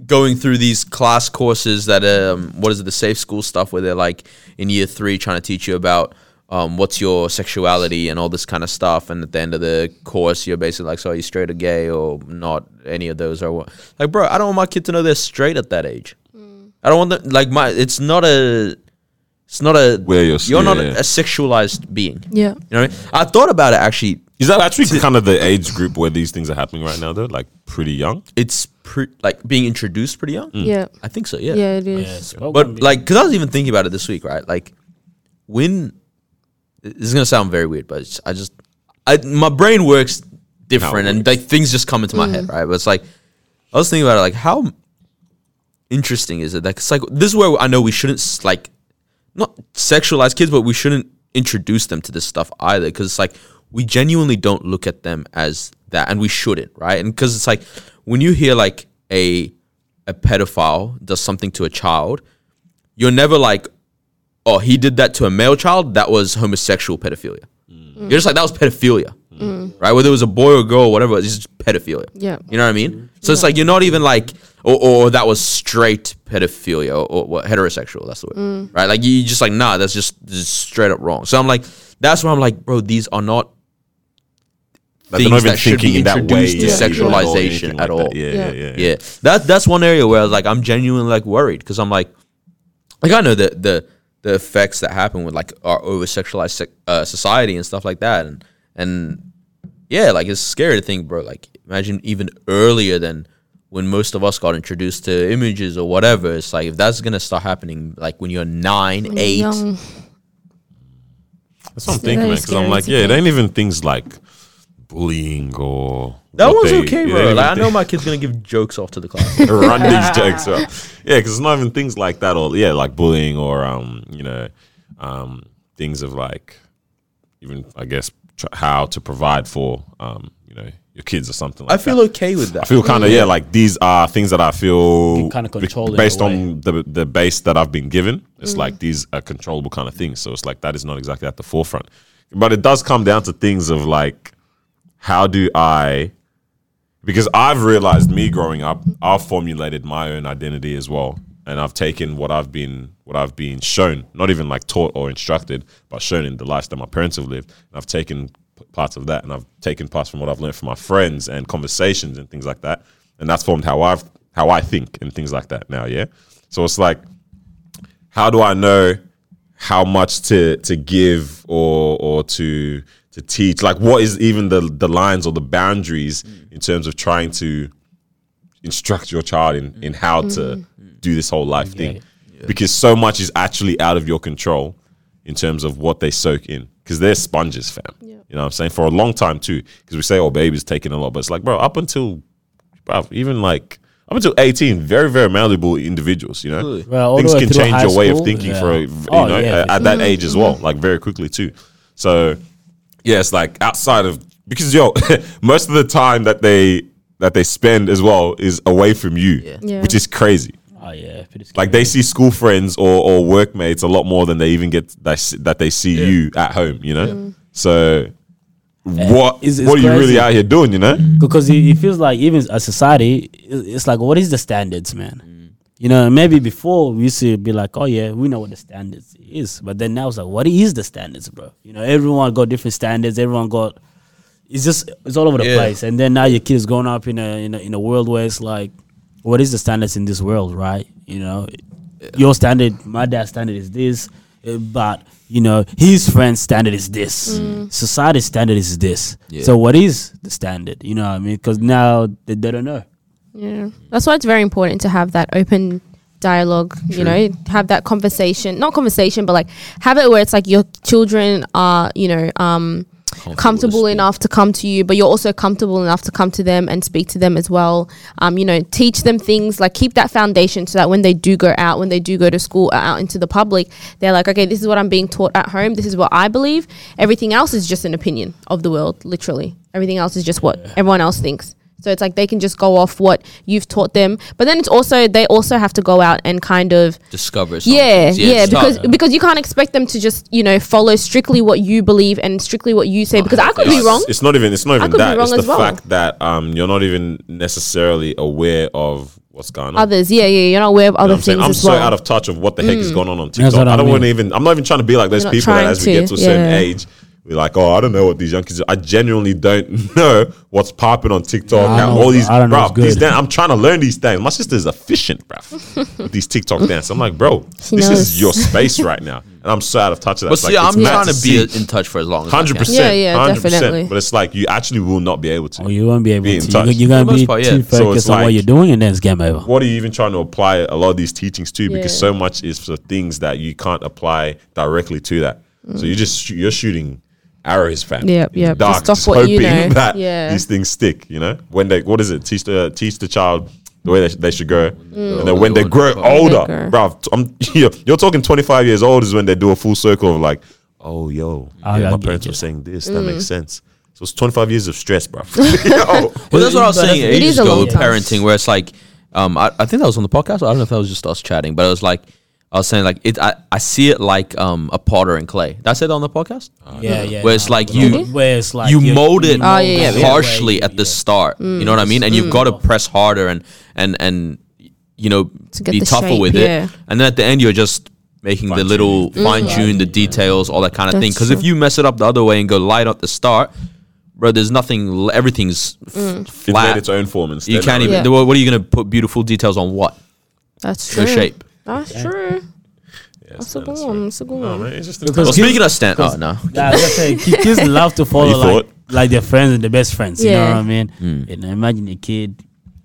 [SPEAKER 2] going through these class courses that um, what is it, the safe school stuff, where they're like in year three trying to teach you about um, what's your sexuality and all this kind of stuff, and at the end of the course, you're basically like, so are you straight or gay or not? Any of those are what? Like, bro, I don't want my kid to know they're straight at that age. I don't want them like my. It's not a. It's not a.
[SPEAKER 3] Where you're-
[SPEAKER 2] you're not
[SPEAKER 3] yeah.
[SPEAKER 2] a, sexualized being. You
[SPEAKER 4] Yeah.
[SPEAKER 2] know what I mean? I thought about it actually.
[SPEAKER 3] Is that actually kind of the age group where these things are happening right now? Though, like pretty young.
[SPEAKER 2] It's pre- like being introduced pretty young.
[SPEAKER 4] Hmm. Yeah.
[SPEAKER 2] I think so.
[SPEAKER 4] Mm. yeah. it is.
[SPEAKER 5] Yes, well, one
[SPEAKER 2] But
[SPEAKER 5] bit.
[SPEAKER 2] like, because I was even thinking about it this week, right? Like, when this is gonna sound very weird, but it's, I just, I my brain works different, and like things just come into my head, right? But it's like, I was thinking about it, like how interesting is it? Like, it's like this is where I know we shouldn't s- like not sexualize kids, but we shouldn't introduce them to this stuff either, because it's like we genuinely don't look at them as that, and we shouldn't, right? And because it's like when you hear like a a pedophile does something to a child, you're never like, oh, he did that to a male child. That was homosexual pedophilia. You're just like, that was pedophilia, right? Whether it was a boy or girl, or whatever, it's just pedophilia.
[SPEAKER 4] Yeah.
[SPEAKER 2] You know what I mean? So it's like, you're not even like, or, or that was straight pedophilia or, or what, heterosexual. That's the word, right? Like, you just like, nah, that's just, just straight up wrong. So I'm like, that's why I'm like, bro, these are not
[SPEAKER 3] Like,
[SPEAKER 2] Things that should be introduced to
[SPEAKER 3] yeah, even, or
[SPEAKER 2] sexualization
[SPEAKER 3] anything
[SPEAKER 2] at
[SPEAKER 3] that.
[SPEAKER 2] all.
[SPEAKER 3] Yeah, yeah,
[SPEAKER 4] Yeah.
[SPEAKER 3] yeah.
[SPEAKER 2] yeah that that's one area where I was like i'm genuinely like worried because i'm like like i know the the the effects that happen with like our over sexualized sec- uh, society and stuff like that and and yeah like it's scary to think bro like imagine even earlier than when most of us got introduced to images or whatever it's like if that's gonna start happening like when you're nine eight
[SPEAKER 4] Young.
[SPEAKER 3] That's what I'm
[SPEAKER 4] That
[SPEAKER 3] thinking, man.
[SPEAKER 4] is
[SPEAKER 3] Because I'm
[SPEAKER 4] scary
[SPEAKER 3] like,
[SPEAKER 4] to
[SPEAKER 3] yeah, it
[SPEAKER 4] think.
[SPEAKER 3] ain't even things like bullying or
[SPEAKER 2] that
[SPEAKER 3] what
[SPEAKER 2] one's
[SPEAKER 3] they-
[SPEAKER 2] okay
[SPEAKER 3] yeah,
[SPEAKER 2] bro
[SPEAKER 3] even
[SPEAKER 2] like i know
[SPEAKER 3] things-
[SPEAKER 2] my kid's gonna give jokes off to the class
[SPEAKER 3] run these jokes, bro. Yeah, because it's not even things like that, or yeah, like bullying, or um, you know, um, things of like, even I guess tr- how to provide for um, you know, your kids or something. like
[SPEAKER 2] i feel
[SPEAKER 3] that.
[SPEAKER 2] okay with that
[SPEAKER 3] I feel kind of yeah, like these are things that I feel
[SPEAKER 5] You kinda
[SPEAKER 3] be-
[SPEAKER 5] control in a
[SPEAKER 3] based
[SPEAKER 5] way. Mm-hmm.
[SPEAKER 3] on the the base that I've been given. It's like these are controllable kind of things. So it's like that is not exactly at the forefront, but it does come down to things of like how do I because I've realized me growing up, I've formulated my own identity as well. And I've taken what I've been what I've been shown, not even like taught or instructed, but shown in the lives that my parents have lived. And I've taken p- parts of that and I've taken parts from what I've learned from my friends and conversations and things like that. And that's formed how I've how I think and things like that now, yeah. So it's like how do I know how much to to give or or to to teach? Like what is even the the lines or the boundaries in terms of trying to instruct your child in in how
[SPEAKER 5] Mm.
[SPEAKER 3] to do this whole life thing? Because so much is actually out of your control in terms of what they soak in. Because they're sponges, fam. You know what I'm saying? For a long time too. Because we say, oh, baby's taking a lot. But it's like, bro, up until bruv, even like up until 18, very, very malleable individuals, you know?
[SPEAKER 5] Well, all
[SPEAKER 3] Things
[SPEAKER 5] the way
[SPEAKER 3] can
[SPEAKER 5] through
[SPEAKER 3] change
[SPEAKER 5] high
[SPEAKER 3] your way of
[SPEAKER 5] school,
[SPEAKER 3] thinking
[SPEAKER 5] yeah.
[SPEAKER 3] for, a, you
[SPEAKER 5] Oh,
[SPEAKER 3] know,
[SPEAKER 5] yeah,
[SPEAKER 3] a- at that age as well, like very quickly too. So, yeah, it's like outside of, because yo, most of the time that they, that they spend as well is away from you,
[SPEAKER 4] Yeah.
[SPEAKER 3] which is crazy.
[SPEAKER 5] Oh yeah, pretty scary.
[SPEAKER 3] Like they see school friends or, or workmates a lot more than they even get that, s- that they see you at home, you know? So, what,
[SPEAKER 5] it's- it's
[SPEAKER 3] what are you really
[SPEAKER 5] crazy.
[SPEAKER 3] out here doing, you know?
[SPEAKER 5] because it, it feels like even as society, i- it's like what is the standards, man? You know, maybe before we used to be like, oh yeah, we know what the standards is, but then now it's like, what is the standards, bro? You know, everyone got different standards. Everyone got it's just it's all over the
[SPEAKER 2] Yeah.
[SPEAKER 5] place. And then now your kid is growing up in a in a, in a world where it's like, what is the standards in this world, right? You know, your standard, my dad's standard is this, eh, but you know his friend's standard is this.
[SPEAKER 4] Mm.
[SPEAKER 5] Society's standard is this.
[SPEAKER 2] Yeah.
[SPEAKER 5] So what is the standard? You know what I mean? Because now they, they don't know.
[SPEAKER 4] Yeah. That's why it's very important to have that open dialogue, you know, have that conversation, not conversation, but like have it where it's like your children are, you know, um, comfortable enough to come to you, but you're also comfortable enough to come to them and speak to them as well. Um, you know, teach them things like keep that foundation so that when they do go out, when they do go to school or out into the public, they're like, okay, this is what I'm being taught at home. This is what I believe. Everything else is just an opinion of the world, literally. Everything else is just what everyone else thinks. So it's like they can just go off what you've taught them, but then it's also they also have to go out and kind of
[SPEAKER 2] discover something.
[SPEAKER 4] yeah, yeah,
[SPEAKER 2] it's tough.
[SPEAKER 4] because because you can't expect them to just you know follow strictly what you believe and strictly what you say. Because I could be
[SPEAKER 3] It's-
[SPEAKER 4] wrong.
[SPEAKER 3] It's not even. It's not even
[SPEAKER 4] could be
[SPEAKER 3] that.
[SPEAKER 4] wrong
[SPEAKER 3] It's the
[SPEAKER 4] as well.
[SPEAKER 3] fact that um, you're not even necessarily aware of what's going on.
[SPEAKER 4] Others, yeah, yeah, you're not aware of
[SPEAKER 3] You know
[SPEAKER 4] other
[SPEAKER 3] what I'm, saying?
[SPEAKER 4] things
[SPEAKER 3] I'm
[SPEAKER 4] as
[SPEAKER 3] so
[SPEAKER 4] well.
[SPEAKER 3] out of touch of what the heck is going on on
[SPEAKER 5] That's
[SPEAKER 3] TikTok.
[SPEAKER 5] what
[SPEAKER 3] I
[SPEAKER 5] I
[SPEAKER 3] don't want to
[SPEAKER 5] mean.
[SPEAKER 3] even. I'm not even trying to be like those
[SPEAKER 4] You're not
[SPEAKER 3] people that
[SPEAKER 4] trying
[SPEAKER 3] as we get to
[SPEAKER 4] to,
[SPEAKER 3] a certain
[SPEAKER 4] yeah.
[SPEAKER 3] age, We're like, oh, I don't know what these young kids. Are. I genuinely don't know what's popping on TikTok.
[SPEAKER 5] I
[SPEAKER 3] and
[SPEAKER 5] don't know,
[SPEAKER 3] all these,
[SPEAKER 5] I don't know
[SPEAKER 3] bruv,
[SPEAKER 5] what's good.
[SPEAKER 3] These dan- I'm trying to learn these things. My sister's efficient, bruv, with these TikTok dances. I'm like, bro,
[SPEAKER 4] She
[SPEAKER 3] this
[SPEAKER 4] knows.
[SPEAKER 3] is your space right now, and I'm so out of touch with that.
[SPEAKER 2] But
[SPEAKER 3] It's
[SPEAKER 2] see,
[SPEAKER 3] like, it's
[SPEAKER 2] I'm
[SPEAKER 3] mad
[SPEAKER 2] trying to be
[SPEAKER 3] see.
[SPEAKER 2] in touch for as long as
[SPEAKER 3] Hundred
[SPEAKER 2] I can.
[SPEAKER 4] Yeah,
[SPEAKER 3] percent,
[SPEAKER 4] yeah,
[SPEAKER 3] hundred
[SPEAKER 4] definitely.
[SPEAKER 3] percent. But it's like you actually will not be able to.
[SPEAKER 5] Oh, you won't be able
[SPEAKER 3] Be in
[SPEAKER 5] to.
[SPEAKER 3] touch.
[SPEAKER 5] You,
[SPEAKER 2] For the
[SPEAKER 5] are gonna
[SPEAKER 2] most
[SPEAKER 5] be
[SPEAKER 2] part, yeah.
[SPEAKER 5] too
[SPEAKER 2] So
[SPEAKER 5] focused
[SPEAKER 3] it's
[SPEAKER 5] on what
[SPEAKER 3] like-
[SPEAKER 5] you're doing, and then it's game over.
[SPEAKER 3] what are you even trying to apply a lot of these teachings to? Because
[SPEAKER 4] Yeah.
[SPEAKER 3] so much is for things that you can't apply directly to that. So you just shoo- you're shooting arrows, fam.
[SPEAKER 4] Yep,
[SPEAKER 3] in the
[SPEAKER 4] yep.
[SPEAKER 3] dark,
[SPEAKER 4] Just off what you know.
[SPEAKER 3] that
[SPEAKER 4] Yeah.
[SPEAKER 3] these things stick. You know, when they what is it? Teach the teach the child the way they, sh- they should go, and then when they grow
[SPEAKER 4] they
[SPEAKER 3] older,
[SPEAKER 4] Mm. grow.
[SPEAKER 3] bruv, t- I'm, you're, you're talking 25 years old is when they do a full circle of like, oh yo,
[SPEAKER 2] Ah,
[SPEAKER 5] I-
[SPEAKER 3] yeah,
[SPEAKER 5] I
[SPEAKER 3] my
[SPEAKER 5] get
[SPEAKER 3] parents
[SPEAKER 5] you.
[SPEAKER 3] were saying this. That
[SPEAKER 4] Mm.
[SPEAKER 3] makes sense. So it's 25 years of stress, bruv. Yo.
[SPEAKER 2] Well, that's what I was
[SPEAKER 5] But
[SPEAKER 2] saying
[SPEAKER 5] that's-
[SPEAKER 4] It
[SPEAKER 2] ages
[SPEAKER 4] is a
[SPEAKER 2] ago
[SPEAKER 4] long
[SPEAKER 2] with
[SPEAKER 4] time.
[SPEAKER 2] parenting, where it's like, um, I, I think that was on the podcast. I don't know if that was just us chatting, but it was like, I was saying like it. I, I see it like um a potter and clay. That's it on the podcast.
[SPEAKER 5] Yeah, yeah.
[SPEAKER 2] Where it's
[SPEAKER 5] no,
[SPEAKER 2] like
[SPEAKER 5] but
[SPEAKER 2] you-
[SPEAKER 5] where it's like
[SPEAKER 2] you mold it
[SPEAKER 4] Oh, yeah, Mm. yeah, yeah.
[SPEAKER 2] harshly
[SPEAKER 5] Yeah.
[SPEAKER 2] at the start. You know what I mean? And you've got to press harder and and and you know
[SPEAKER 4] To get
[SPEAKER 2] be
[SPEAKER 4] the
[SPEAKER 2] tougher
[SPEAKER 4] shape,
[SPEAKER 2] with
[SPEAKER 4] yeah.
[SPEAKER 2] it. And then at the end, you're just making the little fine tune, the details, all that kind of thing.
[SPEAKER 4] That's
[SPEAKER 2] Because if
[SPEAKER 4] true.
[SPEAKER 2] you mess it up the other way and go light at the start, bro, there's nothing. l- Everything's f-
[SPEAKER 3] It
[SPEAKER 2] flat.
[SPEAKER 3] made its own form instead.
[SPEAKER 2] you can't
[SPEAKER 3] already.
[SPEAKER 2] even.
[SPEAKER 4] Mm. Yeah.
[SPEAKER 2] What what are you gonna put beautiful details on? What?
[SPEAKER 4] That's
[SPEAKER 2] No
[SPEAKER 4] true.
[SPEAKER 2] shape.
[SPEAKER 4] That's true.
[SPEAKER 3] Yeah,
[SPEAKER 4] That's a
[SPEAKER 3] man,
[SPEAKER 4] good
[SPEAKER 3] that's
[SPEAKER 4] one.
[SPEAKER 3] right.
[SPEAKER 4] That's a good
[SPEAKER 3] No,
[SPEAKER 4] one.
[SPEAKER 3] man, it's just
[SPEAKER 5] Because
[SPEAKER 2] Well,
[SPEAKER 5] kids-
[SPEAKER 2] speaking of stand, oh no.
[SPEAKER 5] Nah, that's what I'm saying. Ki- kids love to follow
[SPEAKER 3] You
[SPEAKER 5] like,
[SPEAKER 3] thought?
[SPEAKER 5] like their friends and their best friends. You know
[SPEAKER 4] Yeah.
[SPEAKER 5] what I mean? You know, imagine a kid,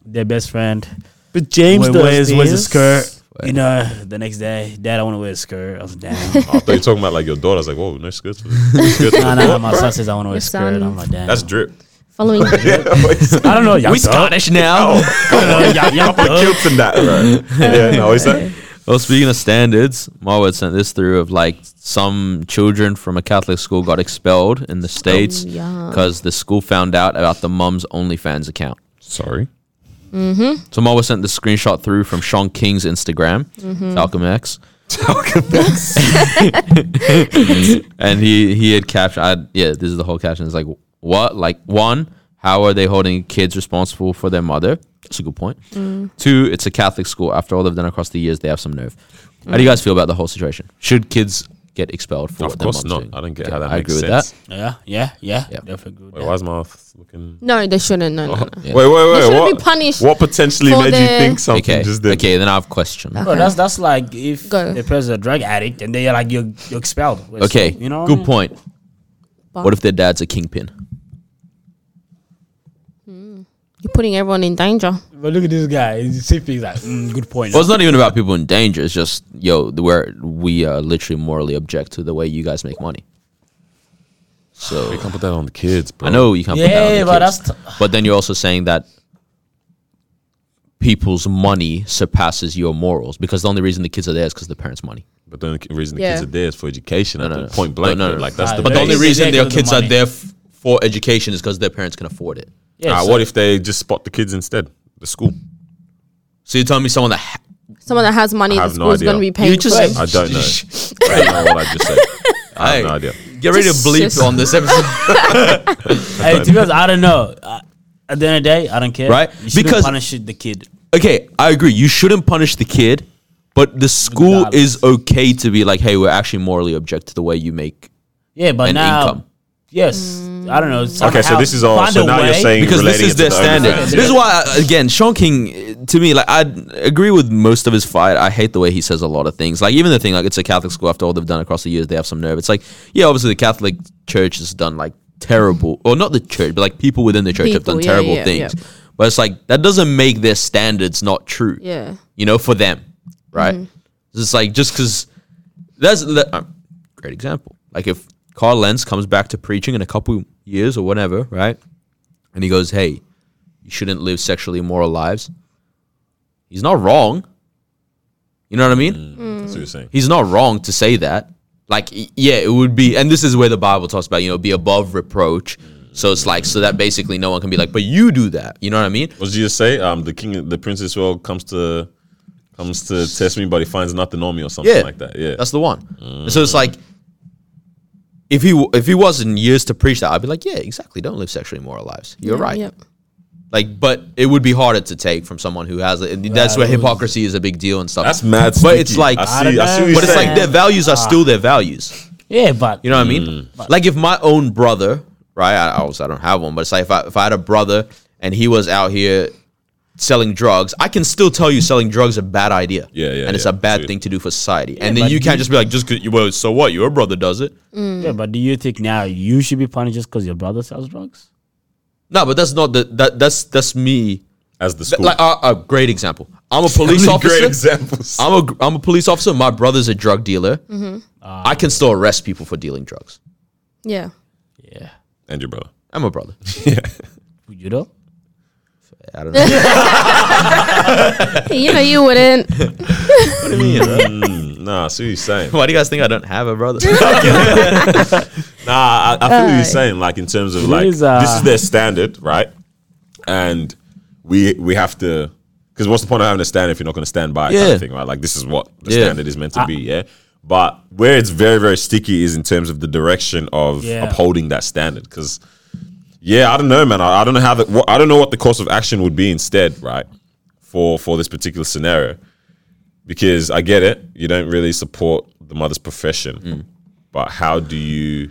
[SPEAKER 5] their best friend. But James
[SPEAKER 6] does
[SPEAKER 5] wears, wears a
[SPEAKER 6] this.
[SPEAKER 5] skirt. You know, the next day, Dad, I want to wear a skirt. I was damn.
[SPEAKER 3] I thought you were talking about like your daughter's like, whoa, no skirts. For this. No skirts for
[SPEAKER 5] nah,
[SPEAKER 3] this.
[SPEAKER 5] nah, my son says I want to wear
[SPEAKER 4] Your
[SPEAKER 5] a skirt.
[SPEAKER 4] son.
[SPEAKER 5] I'm like, damn.
[SPEAKER 3] That's drip.
[SPEAKER 4] Following.
[SPEAKER 3] Yeah, like,
[SPEAKER 5] I don't know.
[SPEAKER 2] We Scottish now.
[SPEAKER 3] kilts and that, right? Yeah, no, is that?
[SPEAKER 2] Well, speaking of standards, Marwood sent this through of like some children from a Catholic school got expelled in the States
[SPEAKER 4] yeah.
[SPEAKER 2] because the school found out about the mum's OnlyFans account.
[SPEAKER 3] Sorry.
[SPEAKER 2] So Marwood sent the screenshot through from Sean King's Instagram,
[SPEAKER 5] Mm-hmm.
[SPEAKER 2] Malcolm X. and he, he had caption. I, yeah, this is the whole caption. It's like, what? Like, one, how are they holding kids responsible for their mother? That's a good point.
[SPEAKER 5] Mm.
[SPEAKER 2] Two, it's a Catholic school. After all they've done across the years, they have some nerve. How do
[SPEAKER 5] Mm.
[SPEAKER 2] you guys feel about the whole situation? Should kids get expelled for
[SPEAKER 3] Of
[SPEAKER 2] what their
[SPEAKER 3] course
[SPEAKER 2] mom's
[SPEAKER 3] not.
[SPEAKER 2] doing?
[SPEAKER 3] I don't get
[SPEAKER 2] Okay,
[SPEAKER 3] how that
[SPEAKER 2] I
[SPEAKER 3] makes
[SPEAKER 2] agree
[SPEAKER 3] sense.
[SPEAKER 2] with
[SPEAKER 5] Yeah, yeah, yeah.
[SPEAKER 2] Yeah.
[SPEAKER 5] Definitely good.
[SPEAKER 3] Wait, why is my mouth looking?
[SPEAKER 4] No, they shouldn't. No, no, no.
[SPEAKER 3] Wait, wait, wait.
[SPEAKER 4] shouldn't
[SPEAKER 3] what,
[SPEAKER 4] be punished
[SPEAKER 3] What potentially
[SPEAKER 4] for
[SPEAKER 3] made you
[SPEAKER 4] the-
[SPEAKER 3] think
[SPEAKER 2] that.
[SPEAKER 3] something
[SPEAKER 2] Okay,
[SPEAKER 3] just did?
[SPEAKER 2] okay, then I have a question.
[SPEAKER 5] Bro, that's that's like if
[SPEAKER 4] Go.
[SPEAKER 5] the person's a drug addict and they're like you're, you're expelled. It's-
[SPEAKER 2] Okay,
[SPEAKER 5] you know. what I
[SPEAKER 2] good
[SPEAKER 5] mean?
[SPEAKER 2] point. What if their dad's a kingpin?
[SPEAKER 4] You're putting everyone in danger.
[SPEAKER 5] But look at this guy. He's sipping. He's like, mm, good point.
[SPEAKER 2] Well, it's not even about people in danger. It's just yo, the- where we uh, literally morally object to the way you guys make money.
[SPEAKER 3] You
[SPEAKER 2] So
[SPEAKER 3] can't put that on the kids, bro.
[SPEAKER 2] I know you can't. put that on
[SPEAKER 5] Yeah,
[SPEAKER 2] the
[SPEAKER 5] but
[SPEAKER 2] kids.
[SPEAKER 5] that's t-
[SPEAKER 2] but then you're also saying that people's money surpasses your morals because the only reason the kids are there is because the parents' money.
[SPEAKER 3] But the only reason the
[SPEAKER 4] Yeah.
[SPEAKER 3] kids are there is for education. No,
[SPEAKER 2] no, no.
[SPEAKER 3] Point blank.
[SPEAKER 2] No, no,
[SPEAKER 3] bro.
[SPEAKER 2] no.
[SPEAKER 3] Like that's
[SPEAKER 5] Nah,
[SPEAKER 3] the.
[SPEAKER 2] But
[SPEAKER 5] But
[SPEAKER 2] the
[SPEAKER 5] the
[SPEAKER 2] only
[SPEAKER 5] they're
[SPEAKER 2] reason their
[SPEAKER 5] there 'cause of the
[SPEAKER 2] kids are
[SPEAKER 5] money.
[SPEAKER 2] there f- for education is because their parents can afford it.
[SPEAKER 5] yeah,
[SPEAKER 3] Ah,
[SPEAKER 5] so-
[SPEAKER 3] what if they just spot the kids instead? The school.
[SPEAKER 2] So you're telling me someone that ha-
[SPEAKER 4] Someone that has money,
[SPEAKER 3] I
[SPEAKER 4] the
[SPEAKER 3] have no
[SPEAKER 4] school's going to
[SPEAKER 3] idea.
[SPEAKER 4] be paying
[SPEAKER 2] You just-
[SPEAKER 4] for it.
[SPEAKER 3] I don't know. I don't know what I just said. I have no
[SPEAKER 2] Hey.
[SPEAKER 3] idea.
[SPEAKER 2] get ready to
[SPEAKER 4] Just-
[SPEAKER 2] bleep
[SPEAKER 4] just-
[SPEAKER 2] on this episode,
[SPEAKER 5] Hey, to be honest, I don't know. I, at the end of the day, I don't care.
[SPEAKER 2] Right?
[SPEAKER 5] You shouldn't
[SPEAKER 2] Because-
[SPEAKER 5] punish the kid.
[SPEAKER 2] okay, I agree. You shouldn't punish the kid, but the school
[SPEAKER 5] Regardless.
[SPEAKER 2] is okay to be like, hey, we're actually morally object to the way you make
[SPEAKER 5] Yeah, but
[SPEAKER 2] and
[SPEAKER 5] now,
[SPEAKER 2] income.
[SPEAKER 5] yes, I don't know.
[SPEAKER 3] Okay, so this is all.
[SPEAKER 5] find
[SPEAKER 3] So
[SPEAKER 5] a
[SPEAKER 3] now you're
[SPEAKER 5] way-
[SPEAKER 3] saying
[SPEAKER 2] Because this
[SPEAKER 3] relating
[SPEAKER 2] is
[SPEAKER 3] it to
[SPEAKER 2] their
[SPEAKER 3] the
[SPEAKER 2] standard.
[SPEAKER 3] OnlyFans.
[SPEAKER 2] This is why, uh, again, Sean King, uh, to me, like, I agree with most of his fight. I hate the way he says a lot of things. Like, even the thing, like, it's a Catholic school after all they've done across the years, they have some nerve. It's like, yeah, obviously the Catholic Church has done, like, terrible, or not the church, but, like, people within the church have done
[SPEAKER 4] People, yeah,
[SPEAKER 2] terrible
[SPEAKER 4] yeah,
[SPEAKER 2] things.
[SPEAKER 4] yeah.
[SPEAKER 2] But it's like, that doesn't make their standards not true
[SPEAKER 4] Yeah.
[SPEAKER 2] you know, for them, right? It's like just because that's a great example. Like if Carl Lenz comes back to preaching in a couple years or whatever, right? And he goes, "Hey, you shouldn't live sexually immoral lives." He's not wrong. You know what I mean?
[SPEAKER 3] That's what you're saying.
[SPEAKER 2] He's not wrong to say that. Like, y- yeah, it would be, and this is where the Bible talks about, you know, be above reproach. So it's like, so that basically no one can be like, but you do that. You know what I mean?
[SPEAKER 3] What did you say? Um, the king, the prince of this world comes to comes to test me, but he finds nothing on me or something
[SPEAKER 2] Yeah.
[SPEAKER 3] like that. Yeah,
[SPEAKER 2] That's the one. So it's like if he w- if he wasn't years to preach that, I'd be like, yeah, exactly. Don't live sexually immoral lives. You're
[SPEAKER 4] Yeah,
[SPEAKER 2] right.
[SPEAKER 4] Yep.
[SPEAKER 2] Like, but it would be harder to take from someone who has it. And that's where hypocrisy is a big deal and stuff.
[SPEAKER 3] that's mad.
[SPEAKER 2] But it's
[SPEAKER 3] sticky.
[SPEAKER 2] like,
[SPEAKER 3] I see, I see what
[SPEAKER 2] but
[SPEAKER 3] you're
[SPEAKER 2] it's
[SPEAKER 3] saying. Ah.
[SPEAKER 2] like their values are still their values.
[SPEAKER 5] Yeah, but
[SPEAKER 2] You know what I
[SPEAKER 3] Mm.
[SPEAKER 2] mean? Like if my own brother, right? I, I obviously I don't have one, but it's like if I if I had a brother and he was out here selling drugs, I can still tell you selling drugs is a bad idea.
[SPEAKER 3] Yeah, yeah,
[SPEAKER 2] And it's
[SPEAKER 3] yeah,
[SPEAKER 2] a bad
[SPEAKER 3] true.
[SPEAKER 2] thing to do for society. and then
[SPEAKER 5] but
[SPEAKER 2] you can't
[SPEAKER 5] you-
[SPEAKER 2] just be like, just 'cause you well, so what? Your brother does it.
[SPEAKER 5] yeah, but do you think now you should be punished just because your brother sells drugs?
[SPEAKER 2] No, but that's not the that that's that's me.
[SPEAKER 3] as the
[SPEAKER 2] Th-
[SPEAKER 3] school.
[SPEAKER 2] Like a, a great example. I'm a police
[SPEAKER 3] Really
[SPEAKER 2] officer.
[SPEAKER 3] great examples.
[SPEAKER 2] I'm a I'm a police officer. My brother's a drug dealer.
[SPEAKER 3] Mm-hmm.
[SPEAKER 2] I can still arrest people for dealing drugs.
[SPEAKER 4] Yeah.
[SPEAKER 5] Yeah,
[SPEAKER 3] and your brother.
[SPEAKER 2] I'm a brother.
[SPEAKER 5] would you know?
[SPEAKER 2] I don't know.
[SPEAKER 4] you know, you wouldn't.
[SPEAKER 3] Mm, Nah, I see what you're saying.
[SPEAKER 2] Why do you guys think I don't have a brother?
[SPEAKER 3] Nah, I, I feel what you're saying. Like in terms of like
[SPEAKER 5] is, uh,
[SPEAKER 3] this is their standard, right? And we we have to because what's the point of having a standard if you're not going to stand by it kind
[SPEAKER 2] Yeah.
[SPEAKER 3] of thing, right? Like this is what the
[SPEAKER 2] Yeah.
[SPEAKER 3] standard is meant to be, yeah. But where it's very very sticky is in terms of the direction of
[SPEAKER 5] Yeah.
[SPEAKER 3] upholding that standard because. Yeah, I don't know, man. I, I don't know how the what, I don't know what the course of action would be instead, right? For for this particular scenario, because I get it, you don't really support the mother's profession,
[SPEAKER 5] Mm.
[SPEAKER 3] but how do you?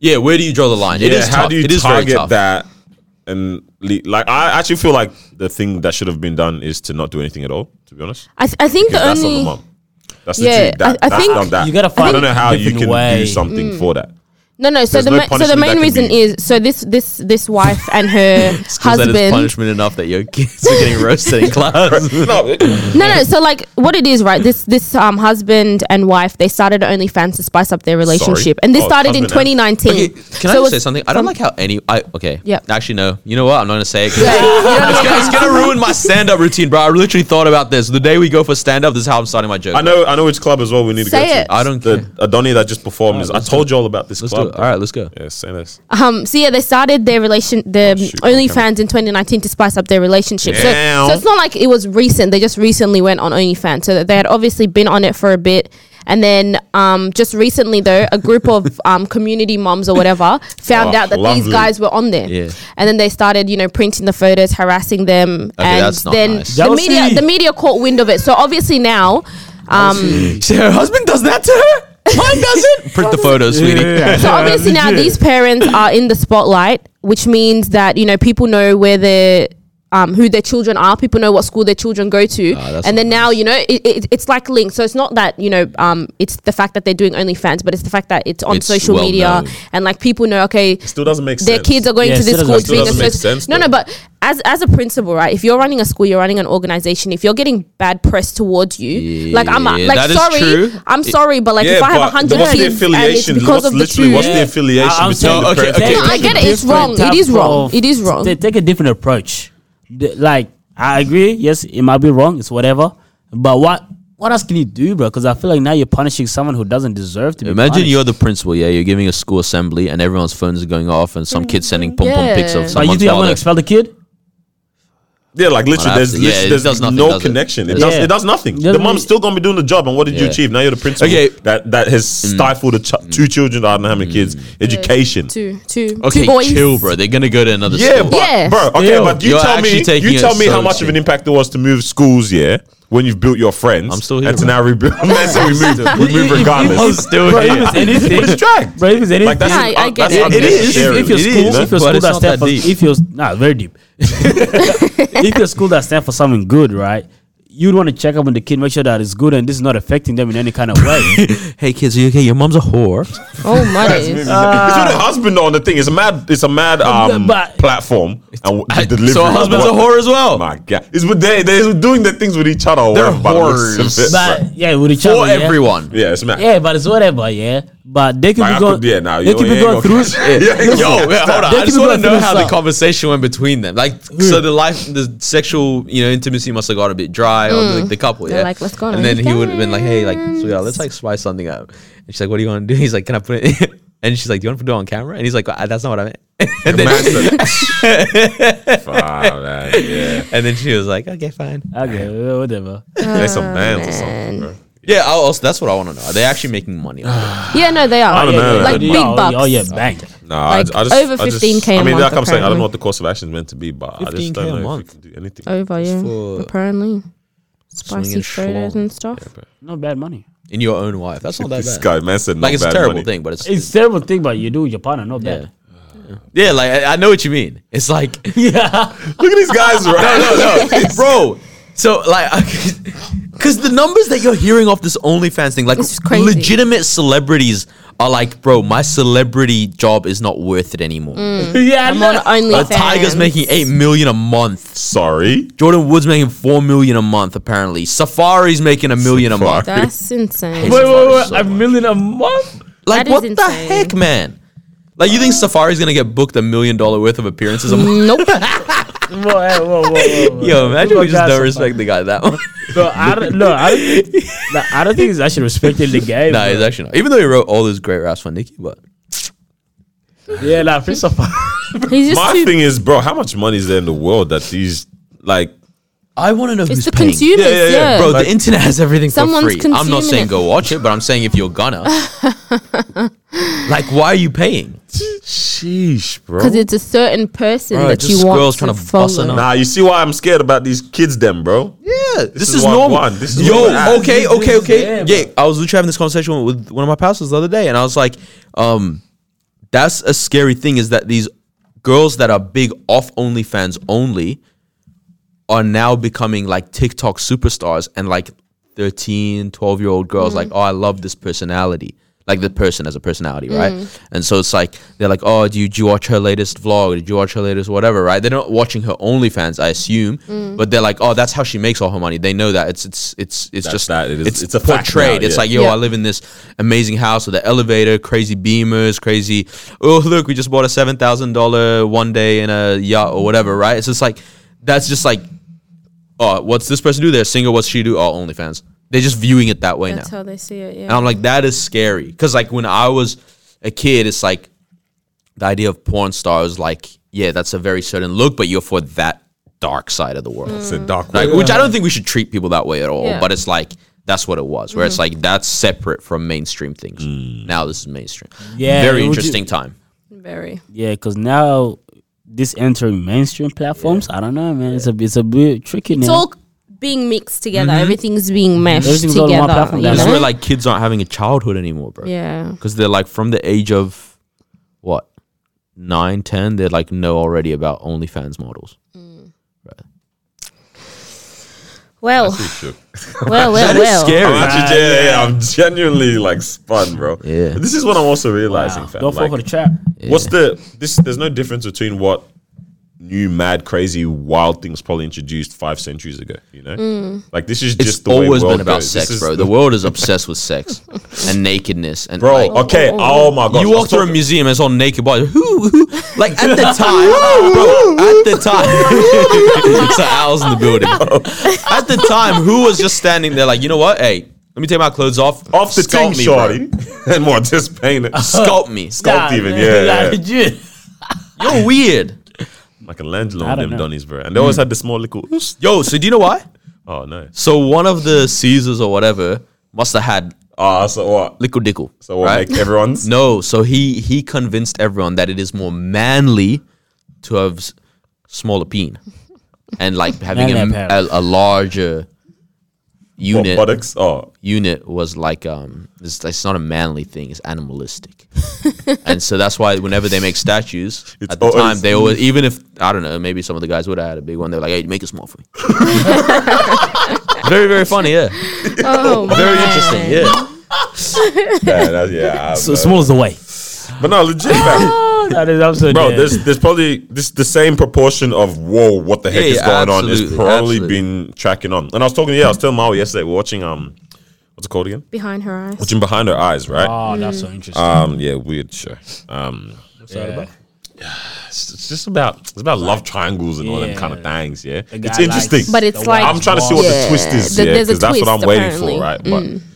[SPEAKER 2] Yeah, where do you draw the line? it
[SPEAKER 3] Yeah,
[SPEAKER 2] is
[SPEAKER 3] how
[SPEAKER 2] tough.
[SPEAKER 3] do you
[SPEAKER 2] it is very
[SPEAKER 3] target
[SPEAKER 2] tough.
[SPEAKER 3] that? And le- like, I actually feel like the thing that should have been done is to not do anything at all. To be honest,
[SPEAKER 4] I, th- I think the
[SPEAKER 3] because that's on the
[SPEAKER 4] only
[SPEAKER 3] mom. That's
[SPEAKER 4] Yeah,
[SPEAKER 3] the truth. That,
[SPEAKER 4] I- I
[SPEAKER 3] that's
[SPEAKER 4] think Mm.
[SPEAKER 3] on that.
[SPEAKER 5] You gotta
[SPEAKER 3] I
[SPEAKER 5] find
[SPEAKER 3] don't know how
[SPEAKER 5] a
[SPEAKER 3] you
[SPEAKER 5] different
[SPEAKER 3] can
[SPEAKER 5] way.
[SPEAKER 3] do something for that.
[SPEAKER 4] no no. So
[SPEAKER 3] There's
[SPEAKER 4] the
[SPEAKER 3] no
[SPEAKER 4] ma- so the
[SPEAKER 3] punishment that
[SPEAKER 4] main
[SPEAKER 3] can
[SPEAKER 4] reason
[SPEAKER 3] be-
[SPEAKER 4] is so this this this wife and her
[SPEAKER 2] Because that is
[SPEAKER 4] husband
[SPEAKER 2] punishment enough that your kids are getting roasted in class.
[SPEAKER 4] No, no. So like, what it is, right? This this um husband and wife they started OnlyFans to spice up their relationship, and this
[SPEAKER 3] Oh,
[SPEAKER 4] started in
[SPEAKER 3] husband and-
[SPEAKER 4] 2019.
[SPEAKER 2] Okay, can I just
[SPEAKER 4] Mm. So
[SPEAKER 2] say
[SPEAKER 4] it's-
[SPEAKER 2] something? I don't like how any. I okay.
[SPEAKER 4] Yeah.
[SPEAKER 2] Actually, no. You know what? I'm not gonna say it. 'cause
[SPEAKER 4] Yeah,
[SPEAKER 2] it's,
[SPEAKER 4] you don't
[SPEAKER 2] gonna-
[SPEAKER 4] know
[SPEAKER 2] it's gonna ruin my stand-up routine, bro. I literally thought about this. The day we go for stand-up, this is how I'm starting my joke.
[SPEAKER 3] I know, I know which club as well. We need
[SPEAKER 4] Say
[SPEAKER 3] to go
[SPEAKER 4] it.
[SPEAKER 3] to.
[SPEAKER 2] I don't
[SPEAKER 3] The
[SPEAKER 2] care.
[SPEAKER 3] Adonia that just performed is. I
[SPEAKER 2] let's
[SPEAKER 3] told you all about this
[SPEAKER 2] Let's do
[SPEAKER 3] club.
[SPEAKER 2] it. All right, let's go.
[SPEAKER 3] Yeah, say this.
[SPEAKER 4] Um, so yeah, they started their relation, the
[SPEAKER 3] Oh, shoot,
[SPEAKER 4] OnlyFans in 2019 to spice up their relationship. So,
[SPEAKER 3] Damn.
[SPEAKER 4] so it's not like it was recent. They just recently went on OnlyFans, so that they had obviously been on it for a bit. And then, um, just recently though, a group of um, community moms or whatever found
[SPEAKER 3] Oh,
[SPEAKER 4] out that
[SPEAKER 3] lovely.
[SPEAKER 4] these guys were on there,
[SPEAKER 2] Yeah.
[SPEAKER 4] and then they started, you know, printing the photos, harassing them,
[SPEAKER 2] Okay,
[SPEAKER 4] and
[SPEAKER 2] that's not
[SPEAKER 4] then
[SPEAKER 2] nice.
[SPEAKER 4] the media,
[SPEAKER 5] Jealousy.
[SPEAKER 4] the media caught wind of it. So obviously now, um,
[SPEAKER 2] She- Her husband does that to her. Mine doesn't. Print the photos, sweetie.
[SPEAKER 4] So obviously now these parents are in the spotlight, which means that you know people know where their um, who their children are. People know what school their children go to,
[SPEAKER 2] Ah, that's
[SPEAKER 4] and
[SPEAKER 2] not
[SPEAKER 4] then now you know it, it, it's like linked. So it's not that you know um, it's the fact that they're doing OnlyFans, but it's the fact that it's on
[SPEAKER 2] It's
[SPEAKER 4] social
[SPEAKER 2] well
[SPEAKER 4] media
[SPEAKER 2] known.
[SPEAKER 4] and like people know. Okay,
[SPEAKER 3] Still doesn't make
[SPEAKER 4] their
[SPEAKER 3] sense.
[SPEAKER 4] kids are going
[SPEAKER 5] Yeah,
[SPEAKER 4] to
[SPEAKER 5] it
[SPEAKER 4] this
[SPEAKER 5] still
[SPEAKER 4] school.
[SPEAKER 5] doesn't-
[SPEAKER 4] doing
[SPEAKER 3] still
[SPEAKER 4] this-
[SPEAKER 3] doesn't make sense,
[SPEAKER 4] no,
[SPEAKER 3] though.
[SPEAKER 4] no, but as as a principal, right? If you're running a school, you're running an organization. If you're getting bad press towards you, like I'm
[SPEAKER 2] Yeah,
[SPEAKER 4] like
[SPEAKER 2] that is
[SPEAKER 4] sorry,
[SPEAKER 2] true.
[SPEAKER 4] I'm sorry, but like
[SPEAKER 3] Yeah,
[SPEAKER 4] if I have
[SPEAKER 3] but
[SPEAKER 4] a hundred
[SPEAKER 3] what's the
[SPEAKER 4] kids and it's
[SPEAKER 3] affiliation?
[SPEAKER 4] because
[SPEAKER 3] What's
[SPEAKER 4] of the
[SPEAKER 3] literally
[SPEAKER 4] truth,
[SPEAKER 3] what's the affiliation
[SPEAKER 5] I- I'm
[SPEAKER 3] between
[SPEAKER 5] saying-
[SPEAKER 3] the
[SPEAKER 2] okay,
[SPEAKER 3] parents?
[SPEAKER 2] okay.
[SPEAKER 5] Take
[SPEAKER 4] No, I
[SPEAKER 5] a
[SPEAKER 4] get it. It's
[SPEAKER 5] different
[SPEAKER 4] wrong. It
[SPEAKER 5] type
[SPEAKER 4] is wrong.
[SPEAKER 5] of-
[SPEAKER 4] It is wrong.
[SPEAKER 5] t- take a different approach. The- like I agree. Yes, it might be wrong. It's whatever. But what what else can you do, bro? Because I feel like now you're punishing someone who doesn't deserve to be.
[SPEAKER 2] Imagine
[SPEAKER 5] punished.
[SPEAKER 2] you're the principal, yeah. You're giving a school assembly, and everyone's phones are going off, and some kid's sending pom pom pics
[SPEAKER 4] Yeah.
[SPEAKER 2] of
[SPEAKER 5] But you
[SPEAKER 2] someone's
[SPEAKER 5] think I'm gonna
[SPEAKER 2] mother.
[SPEAKER 5] expel the kid?
[SPEAKER 3] Yeah, like literally,
[SPEAKER 2] Well,
[SPEAKER 3] there's,
[SPEAKER 2] that's- yeah,
[SPEAKER 3] literally,
[SPEAKER 2] it
[SPEAKER 3] there's
[SPEAKER 2] does nothing,
[SPEAKER 3] no
[SPEAKER 2] does it?
[SPEAKER 3] connection. It,
[SPEAKER 2] Yeah.
[SPEAKER 3] does, it does nothing.
[SPEAKER 5] Doesn't
[SPEAKER 3] the mom's
[SPEAKER 5] it-
[SPEAKER 3] still gonna be doing the job, and what did you
[SPEAKER 2] Yeah.
[SPEAKER 3] achieve? Now you're the principal
[SPEAKER 2] Okay.
[SPEAKER 3] that that has stifled a ch- two children. I don't know how many kids. Education.
[SPEAKER 4] Two, two,
[SPEAKER 2] Okay,
[SPEAKER 4] two boys.
[SPEAKER 2] chill, bro. They're gonna go to another
[SPEAKER 3] Yeah,
[SPEAKER 2] school.
[SPEAKER 3] but
[SPEAKER 4] Yeah.
[SPEAKER 3] bro, okay,
[SPEAKER 5] Still,
[SPEAKER 3] but you
[SPEAKER 2] you're
[SPEAKER 3] tell
[SPEAKER 2] actually
[SPEAKER 3] me,
[SPEAKER 2] taking
[SPEAKER 3] you
[SPEAKER 2] it
[SPEAKER 3] tell me
[SPEAKER 2] so
[SPEAKER 3] how much of an impact it was to move schools, yeah, when you've built your friends.
[SPEAKER 2] I'm still here,
[SPEAKER 3] And to
[SPEAKER 2] bro.
[SPEAKER 3] now rebuild, let's say we move, we move regardless.
[SPEAKER 2] I'm still
[SPEAKER 5] Bro,
[SPEAKER 2] here.
[SPEAKER 5] if it's anything,
[SPEAKER 3] But it's dragged.
[SPEAKER 5] Bro, if it's anything,
[SPEAKER 3] Like that's
[SPEAKER 4] Yeah, I- I get
[SPEAKER 3] that's
[SPEAKER 4] it.
[SPEAKER 2] It is.
[SPEAKER 5] if, if your
[SPEAKER 2] It is,
[SPEAKER 5] school, if your
[SPEAKER 2] but
[SPEAKER 5] school
[SPEAKER 2] it's
[SPEAKER 5] that
[SPEAKER 2] not
[SPEAKER 5] stand
[SPEAKER 2] that
[SPEAKER 5] for,
[SPEAKER 2] deep.
[SPEAKER 5] if your nah, it's very deep. if your school that stand for something good, right? You'd want to check up on the kid, make sure that it's good, and this is not affecting them in any kind of way.
[SPEAKER 2] Hey kids, are you okay? Your mom's a whore.
[SPEAKER 4] Oh my days.
[SPEAKER 3] It's with a husband on the thing. It's a mad. It's a mad um,
[SPEAKER 5] but-
[SPEAKER 3] platform. And w- the delivery
[SPEAKER 2] so her
[SPEAKER 3] of
[SPEAKER 2] husband's a
[SPEAKER 3] what-
[SPEAKER 2] whore as well.
[SPEAKER 3] My God, it's with they. They're doing the things with each other. or
[SPEAKER 2] Oh. They're
[SPEAKER 3] whatever, by the looks of
[SPEAKER 2] whores.
[SPEAKER 3] it, bro.
[SPEAKER 5] But yeah, with each
[SPEAKER 2] For
[SPEAKER 5] other, yeah.
[SPEAKER 2] everyone.
[SPEAKER 3] Yeah, it's mad.
[SPEAKER 5] Yeah, but it's whatever, yeah. But they could
[SPEAKER 3] Like,
[SPEAKER 5] be
[SPEAKER 3] I
[SPEAKER 5] going.
[SPEAKER 3] could- yeah, nah,
[SPEAKER 5] they
[SPEAKER 3] yo,
[SPEAKER 5] could
[SPEAKER 3] yeah,
[SPEAKER 5] be
[SPEAKER 3] you
[SPEAKER 5] going
[SPEAKER 3] ain't
[SPEAKER 5] through.
[SPEAKER 3] gonna catch- Yeah,
[SPEAKER 5] Listen,
[SPEAKER 2] Yo, wait, Oh, hold on.
[SPEAKER 5] They
[SPEAKER 2] I just
[SPEAKER 5] keep it
[SPEAKER 2] want to
[SPEAKER 5] going
[SPEAKER 2] know
[SPEAKER 5] through
[SPEAKER 2] how
[SPEAKER 5] the
[SPEAKER 2] the
[SPEAKER 5] cell.
[SPEAKER 2] conversation went between them. Like,
[SPEAKER 3] Hmm.
[SPEAKER 2] so the life, the sexual, you know, intimacy must have got a bit dry on like the couple.
[SPEAKER 4] Hmm. They're
[SPEAKER 2] Yeah,
[SPEAKER 4] like, "Let's go on
[SPEAKER 2] And then he would have been like, "Hey, like, sweetheart, let's like spice something up." And she's like, "What do you want to do?" He's like, "Can I put it?" in?" And she's like, "Do you want to put it on camera?" And he's like, "Ah, "That's not what I meant." And
[SPEAKER 3] Man
[SPEAKER 2] then,
[SPEAKER 3] said- Fuck, man, yeah.
[SPEAKER 2] and then she was like, "Okay, fine."
[SPEAKER 5] Okay, well, whatever.
[SPEAKER 3] They some bands or something, bro.
[SPEAKER 2] Yeah, I also, that's what I want to know. Are they actually making money? On
[SPEAKER 4] yeah, no, they are.
[SPEAKER 3] I don't know.
[SPEAKER 4] Like
[SPEAKER 3] Yeah,
[SPEAKER 4] big
[SPEAKER 5] oh, yeah,
[SPEAKER 4] bucks.
[SPEAKER 5] Oh yeah, bang.
[SPEAKER 3] Nah,
[SPEAKER 4] Like,
[SPEAKER 3] I, I just
[SPEAKER 4] over
[SPEAKER 3] I just-
[SPEAKER 4] 15K
[SPEAKER 3] I
[SPEAKER 4] a
[SPEAKER 3] mean,
[SPEAKER 4] month,
[SPEAKER 3] like I'm saying, I don't know
[SPEAKER 4] apparently.
[SPEAKER 3] what the course of action is meant to be, but I just
[SPEAKER 2] 15K a
[SPEAKER 3] don't know
[SPEAKER 2] month.
[SPEAKER 3] if we can do anything.
[SPEAKER 4] Over, yeah.
[SPEAKER 2] for
[SPEAKER 4] Apparently.
[SPEAKER 2] swinging
[SPEAKER 4] Spicy photos
[SPEAKER 2] schlong.
[SPEAKER 4] and stuff.
[SPEAKER 5] Not bad money.
[SPEAKER 2] in your own wife. That's not that
[SPEAKER 3] this
[SPEAKER 2] bad.
[SPEAKER 3] guy, man, said not
[SPEAKER 2] Like it's a
[SPEAKER 3] bad
[SPEAKER 2] terrible
[SPEAKER 3] money.
[SPEAKER 2] thing, but it's,
[SPEAKER 5] It's terrible thing, but you do with your partner, not
[SPEAKER 2] yeah.
[SPEAKER 5] bad.
[SPEAKER 2] Yeah, like I, I know what you mean. It's like
[SPEAKER 5] Yeah.
[SPEAKER 3] Look at these guys, right?
[SPEAKER 2] no, no, bro. So like, because the numbers that you're hearing off this OnlyFans thing, like
[SPEAKER 4] It's crazy.
[SPEAKER 2] legitimate celebrities are like, bro, my celebrity job is not worth it anymore.
[SPEAKER 5] yeah.
[SPEAKER 4] I'm on
[SPEAKER 5] look.
[SPEAKER 2] Like,
[SPEAKER 4] Mm. OnlyFans.
[SPEAKER 2] Tiger's making eight million a month.
[SPEAKER 3] Sorry.
[SPEAKER 2] Jordan Woods making four million a month. Apparently, Safari's making a million a month.
[SPEAKER 3] Safari.
[SPEAKER 4] That's insane.
[SPEAKER 2] But-
[SPEAKER 5] Wait, wait, wait.
[SPEAKER 2] So
[SPEAKER 5] a
[SPEAKER 2] much.
[SPEAKER 5] million a month?
[SPEAKER 2] Like,
[SPEAKER 4] That
[SPEAKER 2] what
[SPEAKER 4] is
[SPEAKER 2] the
[SPEAKER 4] insane.
[SPEAKER 2] heck, man? Like, you think Safari's gonna get booked a million dollar worth of appearances a month?
[SPEAKER 4] nope.
[SPEAKER 5] Whoa, hey, whoa, whoa, whoa, whoa.
[SPEAKER 2] Yo, imagine we
[SPEAKER 5] Look at
[SPEAKER 2] just
[SPEAKER 5] that
[SPEAKER 2] don't
[SPEAKER 5] so
[SPEAKER 2] respect the guy that much.
[SPEAKER 5] far. No, I don't, no, I don't, no, I don't think he's actually respecting the game.
[SPEAKER 2] nah, he's
[SPEAKER 5] bro.
[SPEAKER 2] actually not. Even though he wrote all those great raps for Nicki, but
[SPEAKER 5] yeah, like, first of all,
[SPEAKER 4] He's just
[SPEAKER 3] My
[SPEAKER 4] too.
[SPEAKER 3] thing is, bro, how much money is there in the world that these like?
[SPEAKER 2] I want to know
[SPEAKER 4] It's
[SPEAKER 2] who's
[SPEAKER 4] the
[SPEAKER 2] paying.
[SPEAKER 4] consumers.
[SPEAKER 3] Yeah, yeah,
[SPEAKER 4] Yeah,
[SPEAKER 3] yeah,
[SPEAKER 2] Bro, the internet has everything
[SPEAKER 4] Someone's
[SPEAKER 2] for free. I'm not
[SPEAKER 4] consuming
[SPEAKER 2] saying
[SPEAKER 4] it.
[SPEAKER 2] go watch it, but I'm saying if you're gonna, like, why are you paying?
[SPEAKER 3] Sheesh, bro.
[SPEAKER 4] Because it's a certain person
[SPEAKER 2] Bro,
[SPEAKER 4] that
[SPEAKER 2] just
[SPEAKER 4] you want
[SPEAKER 2] girls
[SPEAKER 4] to
[SPEAKER 2] trying to
[SPEAKER 4] follow.
[SPEAKER 2] bust a nut.
[SPEAKER 3] Nah, you see why I'm scared about these kids, then, bro.
[SPEAKER 2] Yeah, this,
[SPEAKER 3] is
[SPEAKER 2] is,
[SPEAKER 3] what-
[SPEAKER 2] normal.
[SPEAKER 3] what- this is
[SPEAKER 2] Yo,
[SPEAKER 3] what- this-
[SPEAKER 2] okay,
[SPEAKER 5] this
[SPEAKER 2] okay,
[SPEAKER 5] is-
[SPEAKER 2] okay.
[SPEAKER 5] yeah,
[SPEAKER 2] Yeah, I was literally having this conversation with one of my pastors the other day, and I was like, um, that's a scary thing is that these girls that are big off OnlyFans only are now becoming like TikTok superstars and like 13, 12 year old girls, like, oh, I love this personality. Like the person as a personality, right? And so it's like they're like, oh, do you, do you watch her latest vlog? Did you watch her latest whatever? Right? They're not watching her OnlyFans, I assume, but they're like, oh, that's how she makes all her money. They know that it's it's it's it's
[SPEAKER 3] That's
[SPEAKER 2] just
[SPEAKER 3] that. It is-
[SPEAKER 2] it's
[SPEAKER 3] it's a fact
[SPEAKER 2] portrayed.
[SPEAKER 3] now,
[SPEAKER 2] it's
[SPEAKER 3] yeah.
[SPEAKER 2] like, yo,
[SPEAKER 4] Yeah.
[SPEAKER 2] I live in this amazing house with an elevator, crazy beamers, crazy. Oh, look, we just bought a seven thousand dollar one day in a yacht or whatever, right? It's just like that's just like oh, what's this person do? They're single. What's she do? Oh, OnlyFans. They're just viewing it that way
[SPEAKER 4] That's
[SPEAKER 2] now.
[SPEAKER 4] how they see it.
[SPEAKER 2] And
[SPEAKER 4] Yeah.
[SPEAKER 2] I'm like, that is scary. Because, like, when I was a kid, it's like the idea of porn stars, like, yeah, that's a very certain look, but you're for that dark side of the world.
[SPEAKER 3] It's a dark
[SPEAKER 2] Like,
[SPEAKER 3] web.
[SPEAKER 2] which I don't think we should treat people that way at all,
[SPEAKER 4] Mm. Yeah. Mm-hmm.
[SPEAKER 2] but it's like, that's what it was, where it's like, that's separate from mainstream things. Now this is mainstream.
[SPEAKER 5] Yeah,
[SPEAKER 2] Very
[SPEAKER 5] it would-
[SPEAKER 2] interesting time.
[SPEAKER 4] Very.
[SPEAKER 5] Yeah, because now this entering mainstream platforms, I don't know, man. It's a it's a bit tricky
[SPEAKER 4] It's
[SPEAKER 5] now.
[SPEAKER 4] all being mixed together.
[SPEAKER 2] Mm-hmm.
[SPEAKER 4] Everything's being meshed
[SPEAKER 5] Everything's all on one
[SPEAKER 4] together.
[SPEAKER 5] platform
[SPEAKER 4] you
[SPEAKER 5] now.
[SPEAKER 2] This is
[SPEAKER 4] know?
[SPEAKER 2] where, like, kids aren't having a childhood anymore, bro.
[SPEAKER 4] yeah.
[SPEAKER 2] because they're like from the age of what nine, ten. They're like know already about OnlyFans models.
[SPEAKER 4] Well,
[SPEAKER 3] Shook.
[SPEAKER 4] well, well, well.
[SPEAKER 3] I'm actually, yeah, yeah, I'm genuinely like spun, bro.
[SPEAKER 2] Yeah.
[SPEAKER 3] This is what I'm also realizing,
[SPEAKER 5] Wow.
[SPEAKER 3] fam.
[SPEAKER 5] Don't fall
[SPEAKER 3] like,
[SPEAKER 5] for the trap.
[SPEAKER 3] What's the this? There's no difference between what new, mad, crazy, wild things probably introduced five centuries ago. You know, like this is
[SPEAKER 2] Mm. It's
[SPEAKER 3] just the way
[SPEAKER 2] always
[SPEAKER 3] world
[SPEAKER 2] been about
[SPEAKER 3] goes. This
[SPEAKER 2] sex,
[SPEAKER 3] is
[SPEAKER 2] bro. The,
[SPEAKER 3] the-
[SPEAKER 2] world is obsessed with sex and nakedness. And
[SPEAKER 3] bro.
[SPEAKER 2] like,
[SPEAKER 3] okay.
[SPEAKER 4] oh,
[SPEAKER 3] Oh,
[SPEAKER 4] oh.
[SPEAKER 3] my god.
[SPEAKER 2] you walk through a museum, it's all naked bodies. Who, who? Like at the time, bro. At the time, so Al's in the building. At the time, who was just standing there, like, you know what? Hey, let me take my clothes off.
[SPEAKER 3] off the
[SPEAKER 2] Sculpt
[SPEAKER 3] tank,
[SPEAKER 2] me, bro.
[SPEAKER 3] shorty, and what? Just paint it.
[SPEAKER 2] Sculpt me.
[SPEAKER 3] Sculpt
[SPEAKER 5] Nah,
[SPEAKER 3] even.
[SPEAKER 5] man,
[SPEAKER 3] Yeah, yeah.
[SPEAKER 5] like, legit.
[SPEAKER 2] You're weird.
[SPEAKER 3] Michelangelo
[SPEAKER 5] I
[SPEAKER 3] and
[SPEAKER 5] don't
[SPEAKER 3] them
[SPEAKER 5] know. Mm.
[SPEAKER 3] Donnies, bro. And they always had the small little. oops.
[SPEAKER 2] Yo, so do you know why?
[SPEAKER 3] Oh no.
[SPEAKER 2] So one of the Caesars or whatever must have had
[SPEAKER 3] Ah, so what?
[SPEAKER 2] lickle dickle.
[SPEAKER 3] So what?
[SPEAKER 2] right?
[SPEAKER 3] Make everyone's.
[SPEAKER 2] No, so he he convinced everyone that it is more manly to have s- smaller peen and like having a,
[SPEAKER 5] Manly apparel.
[SPEAKER 2] a, a larger
[SPEAKER 3] What,
[SPEAKER 2] unit
[SPEAKER 3] buttocks. Oh,
[SPEAKER 2] unit was like um it's, it's not a manly thing it's animalistic and so that's why whenever they make statues
[SPEAKER 3] It's
[SPEAKER 2] at the
[SPEAKER 3] always-
[SPEAKER 2] time they always even if i don't know maybe some of the guys would have had a big one they're like hey make it small for me very very funny yeah
[SPEAKER 4] Oh,
[SPEAKER 2] very
[SPEAKER 4] man.
[SPEAKER 2] interesting yeah
[SPEAKER 3] yeah, that's, yeah. I-
[SPEAKER 5] So small is the way.
[SPEAKER 3] But no, legit, fam.
[SPEAKER 5] That is absolutely.
[SPEAKER 3] Bro, there's there's probably this the same proportion of whoa, what the heck
[SPEAKER 2] Yeah,
[SPEAKER 3] is
[SPEAKER 2] yeah,
[SPEAKER 3] going on? It's
[SPEAKER 2] absolutely,
[SPEAKER 3] probably
[SPEAKER 2] absolutely.
[SPEAKER 3] been tracking on. And I was talking, yeah, I was telling Maui yesterday. We're watching um, what's it called again?
[SPEAKER 4] Behind her eyes.
[SPEAKER 3] Watching Behind Her Eyes, right?
[SPEAKER 5] Oh, that's so interesting.
[SPEAKER 3] Um, yeah, weird show. Um,
[SPEAKER 5] Yeah.
[SPEAKER 3] it's, it's just about it's about love triangles and all them
[SPEAKER 5] Yeah.
[SPEAKER 3] kind of things. Yeah,
[SPEAKER 5] guy
[SPEAKER 3] it's interesting,
[SPEAKER 5] likes
[SPEAKER 4] But it's
[SPEAKER 5] the
[SPEAKER 4] like-
[SPEAKER 5] white
[SPEAKER 3] I'm trying to see what
[SPEAKER 5] boy.
[SPEAKER 3] the
[SPEAKER 4] Yeah,
[SPEAKER 3] twist is.
[SPEAKER 4] th-
[SPEAKER 3] yeah,
[SPEAKER 4] there's a
[SPEAKER 3] because that's what I'm
[SPEAKER 4] twist,
[SPEAKER 3] waiting
[SPEAKER 4] apparently. Mm.
[SPEAKER 3] for, right? But,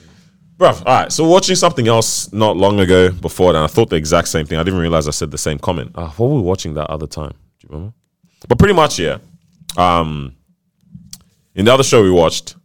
[SPEAKER 3] bruv, all right. So watching something else not long ago before that, I thought the exact same thing. I didn't realize I said the same comment. Uh, what were we watching that other time? Do you remember? But pretty much, yeah. Um, in the other show we watched,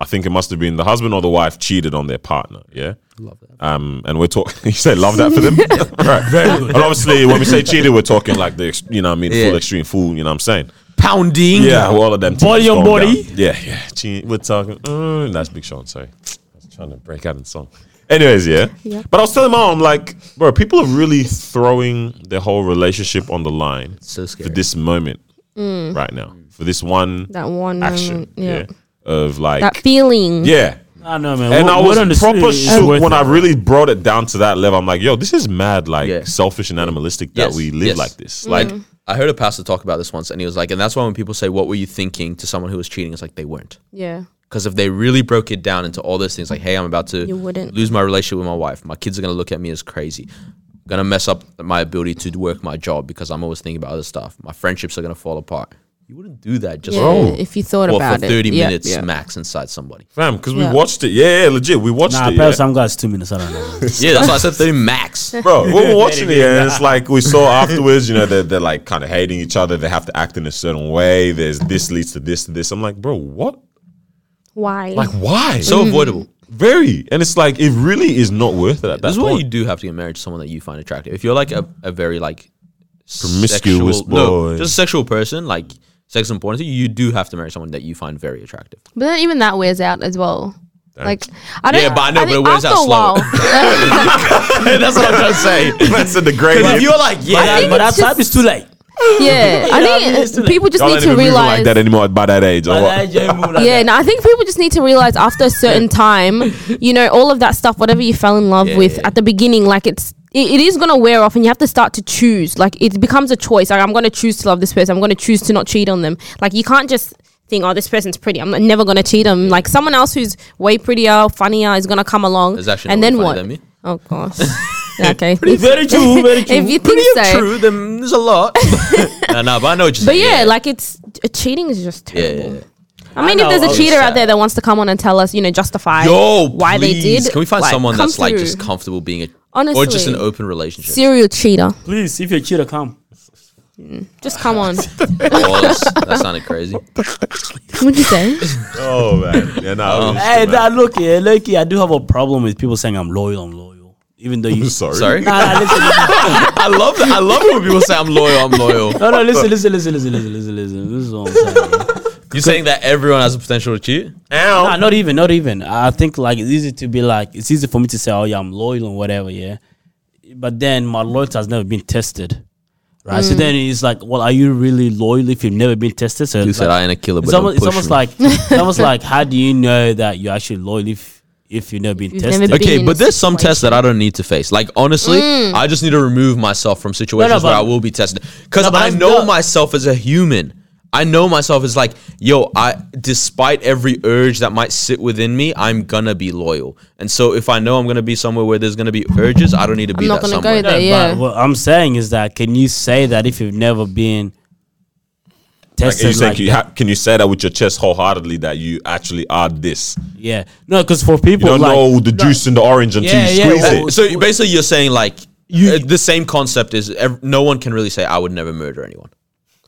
[SPEAKER 3] I think it must have been the husband or the wife cheated on their partner. Yeah. Love that. Um, and we're talking. you say love that for them, right? Very good. And obviously, when we say cheated, we're talking like the ex- you know what I mean
[SPEAKER 2] Yeah.
[SPEAKER 3] full extreme fool. You know what I'm saying?
[SPEAKER 2] pounding
[SPEAKER 3] Yeah, well, all of them.
[SPEAKER 5] Body
[SPEAKER 3] teams
[SPEAKER 5] on
[SPEAKER 3] going
[SPEAKER 5] body.
[SPEAKER 3] down. Yeah, yeah. Gee, We're talking. Mm, that's Big Sean. Sorry. That's trying to break out in song. Anyways, yeah.
[SPEAKER 4] Yeah.
[SPEAKER 3] But I was telling my mom, like, bro, people are really throwing their whole relationship on the line
[SPEAKER 2] so
[SPEAKER 3] for
[SPEAKER 2] scary.
[SPEAKER 3] this moment right now, for this one
[SPEAKER 4] That one
[SPEAKER 3] action,
[SPEAKER 4] moment,
[SPEAKER 3] yeah.
[SPEAKER 4] yeah.
[SPEAKER 3] of like,
[SPEAKER 4] That feeling.
[SPEAKER 3] yeah.
[SPEAKER 5] I know, man.
[SPEAKER 3] And
[SPEAKER 5] Wo-
[SPEAKER 3] I
[SPEAKER 5] wood on the
[SPEAKER 3] was proper
[SPEAKER 5] street is worth
[SPEAKER 3] shook when
[SPEAKER 5] it.
[SPEAKER 3] I really brought it down to that level. I'm like, yo, this is mad, like
[SPEAKER 2] Yeah.
[SPEAKER 3] selfish and animalistic that
[SPEAKER 2] Yes,
[SPEAKER 3] we live
[SPEAKER 2] yes.
[SPEAKER 3] like this.
[SPEAKER 2] Like
[SPEAKER 3] Like,
[SPEAKER 2] I heard a pastor talk about this once, and he was like, and that's why when people say, "What were you thinking?" to someone who was cheating, it's like they weren't.
[SPEAKER 4] Yeah.
[SPEAKER 2] Because if they really broke it down into all those things, like, hey, I'm about to
[SPEAKER 4] You wouldn't.
[SPEAKER 2] lose my relationship with my wife. My kids are gonna look at me as crazy. Gonna mess up my ability to work my job because I'm always thinking about other stuff. My friendships are gonna fall apart. You wouldn't do that just
[SPEAKER 4] Yeah,
[SPEAKER 2] for,
[SPEAKER 4] if you thought
[SPEAKER 2] well,
[SPEAKER 4] about
[SPEAKER 2] for
[SPEAKER 4] it.
[SPEAKER 2] 30
[SPEAKER 4] Yeah,
[SPEAKER 2] minutes
[SPEAKER 4] yeah.
[SPEAKER 2] max inside somebody.
[SPEAKER 3] fam, because
[SPEAKER 4] Yeah.
[SPEAKER 3] we watched it. Yeah, yeah, legit, we watched
[SPEAKER 5] Nah,
[SPEAKER 3] it.
[SPEAKER 5] probably
[SPEAKER 3] yeah.
[SPEAKER 5] some guys two minutes. I don't know.
[SPEAKER 2] yeah, that's why I said 30 max.
[SPEAKER 3] bro. When we're watching it, and it's like we saw afterwards. You know, they're, they're like kind of hating each other. They have to act in a certain way. There's this leads to this to this. I'm like, bro, what?
[SPEAKER 4] Why?
[SPEAKER 3] Like, why? So
[SPEAKER 2] So avoidable.
[SPEAKER 3] very, and it's like it really is not worth it at that
[SPEAKER 2] This is why
[SPEAKER 3] point.
[SPEAKER 2] you do have to get married to someone that you find attractive. If you're like a, a very like
[SPEAKER 3] Promiscuous
[SPEAKER 2] sexual- no,
[SPEAKER 3] boy.
[SPEAKER 2] just a sexual person, like sex and porn, you do have to marry someone that you find very attractive.
[SPEAKER 4] But then even that wears out as well. Like I don't.
[SPEAKER 2] Yeah, but I know, but
[SPEAKER 4] think
[SPEAKER 2] it wears out
[SPEAKER 4] after a
[SPEAKER 2] slower.
[SPEAKER 4] while-
[SPEAKER 2] That's what I'm trying to say.
[SPEAKER 3] That's a degrading.
[SPEAKER 2] If you're like, yeah,
[SPEAKER 5] but that
[SPEAKER 4] it's just-
[SPEAKER 5] time is too late.
[SPEAKER 4] yeah, I
[SPEAKER 5] mean, it's too
[SPEAKER 4] think
[SPEAKER 5] late.
[SPEAKER 4] people just
[SPEAKER 3] Y'all
[SPEAKER 4] need
[SPEAKER 3] ain't
[SPEAKER 4] to
[SPEAKER 3] even moving
[SPEAKER 4] realize.
[SPEAKER 3] like that anymore by that age. Or
[SPEAKER 5] But
[SPEAKER 3] what?
[SPEAKER 5] I just move like
[SPEAKER 4] yeah,
[SPEAKER 5] that.
[SPEAKER 4] no, I think people just need to realize after a certain time, you know, all of that stuff, whatever you fell in love
[SPEAKER 2] Yeah,
[SPEAKER 4] with
[SPEAKER 2] yeah,
[SPEAKER 4] at the beginning, like it's. It, it is gonna wear off, and you have to start to choose. Like it becomes a choice. Like I'm gonna choose to love this person. I'm gonna choose to not cheat on them. Like you can't just think, oh, this person's pretty. I'm not- never gonna cheat on them. Like someone else who's way prettier, funnier is gonna come along.
[SPEAKER 2] There's actually
[SPEAKER 4] and
[SPEAKER 2] no
[SPEAKER 4] then
[SPEAKER 2] one
[SPEAKER 4] what?
[SPEAKER 2] funnier than me.
[SPEAKER 4] Oh gosh. okay.
[SPEAKER 5] Very true. Very true.
[SPEAKER 4] if you think
[SPEAKER 2] pretty
[SPEAKER 4] so.
[SPEAKER 2] true, then there's a lot. nah, nah, but I know what you're
[SPEAKER 4] But
[SPEAKER 2] saying.
[SPEAKER 4] yeah, like it's cheating is just
[SPEAKER 2] yeah,
[SPEAKER 4] terrible.
[SPEAKER 2] yeah, yeah.
[SPEAKER 4] I mean,
[SPEAKER 5] I
[SPEAKER 4] if there's
[SPEAKER 5] know,
[SPEAKER 4] a
[SPEAKER 5] it's
[SPEAKER 4] cheater out
[SPEAKER 2] sad.
[SPEAKER 4] there that wants to come on and tell us, you know, justify
[SPEAKER 2] Yo,
[SPEAKER 4] why they
[SPEAKER 2] please,
[SPEAKER 4] did,
[SPEAKER 2] Can we find
[SPEAKER 4] like,
[SPEAKER 2] someone
[SPEAKER 4] come
[SPEAKER 2] that's like just
[SPEAKER 4] through.
[SPEAKER 2] comfortable being a or just
[SPEAKER 4] Honestly.
[SPEAKER 2] an open relationship?
[SPEAKER 4] serial cheater?
[SPEAKER 5] Please, if you're a cheater, come.
[SPEAKER 4] Just come on.
[SPEAKER 2] Oh, that's- that sounded crazy.
[SPEAKER 4] What'd you say?
[SPEAKER 3] Oh man, yeah, no.
[SPEAKER 5] Hey, that, look, yeah, look, yeah, I do have a problem with people saying I'm loyal, I'm loyal. Even though you.
[SPEAKER 3] sorry.
[SPEAKER 2] Sorry.
[SPEAKER 5] Nah, nah, listen, listen.
[SPEAKER 2] I love that. I love it when people say I'm loyal. I'm loyal.
[SPEAKER 5] No, no, listen, listen, listen, listen, listen, listen, listen. This is what I'm saying.
[SPEAKER 2] You're saying that everyone has the potential to cheat?
[SPEAKER 3] Ow.
[SPEAKER 5] Nah, not even, not even. I think like it's easy to be like it's easy for me to say, oh yeah, I'm loyal and whatever, yeah. But then my loyalty has never been tested, right?
[SPEAKER 2] Mm.
[SPEAKER 5] So then it's like, well, are you really loyal if you've never been tested? So
[SPEAKER 2] You
[SPEAKER 5] it's
[SPEAKER 2] said
[SPEAKER 5] like-
[SPEAKER 2] I ain't a killer, but
[SPEAKER 5] it's
[SPEAKER 2] don't
[SPEAKER 5] almost, it's
[SPEAKER 2] push
[SPEAKER 5] almost
[SPEAKER 2] me.
[SPEAKER 5] like it's almost like how do you know that you're actually loyal if if you've never been
[SPEAKER 4] You've never
[SPEAKER 5] tested?
[SPEAKER 4] been-
[SPEAKER 2] Okay,
[SPEAKER 4] in
[SPEAKER 2] but
[SPEAKER 4] a Mm.
[SPEAKER 2] there's some tests that I don't need to face. Like honestly, I just need to remove myself from situations
[SPEAKER 5] but-
[SPEAKER 2] where I will be tested because
[SPEAKER 5] No, but
[SPEAKER 2] I
[SPEAKER 5] that's
[SPEAKER 2] know
[SPEAKER 5] the-
[SPEAKER 2] myself as a human. I know myself as like, yo, I despite every urge that might sit within me, I'm gonna be loyal. And so if I know I'm gonna be somewhere where there's gonna be urges, I don't need to be
[SPEAKER 4] not
[SPEAKER 2] that
[SPEAKER 4] gonna go
[SPEAKER 2] somewhere.
[SPEAKER 4] there.
[SPEAKER 5] No,
[SPEAKER 4] yeah.
[SPEAKER 5] But what I'm saying is that can you say that if you've never been
[SPEAKER 3] Like, are you
[SPEAKER 5] tested?
[SPEAKER 3] saying
[SPEAKER 5] like
[SPEAKER 3] can, you
[SPEAKER 5] that?
[SPEAKER 3] ha- can you say that with your chest wholeheartedly that you actually are this?
[SPEAKER 5] yeah, no, because for people
[SPEAKER 3] You don't
[SPEAKER 5] like
[SPEAKER 3] know the juice in the orange until
[SPEAKER 5] Yeah,
[SPEAKER 3] you
[SPEAKER 5] yeah,
[SPEAKER 3] squeeze
[SPEAKER 5] well,
[SPEAKER 3] it.
[SPEAKER 5] But-
[SPEAKER 2] So basically, you're saying like uh, the same concept is ev- no one can really say I would never murder anyone.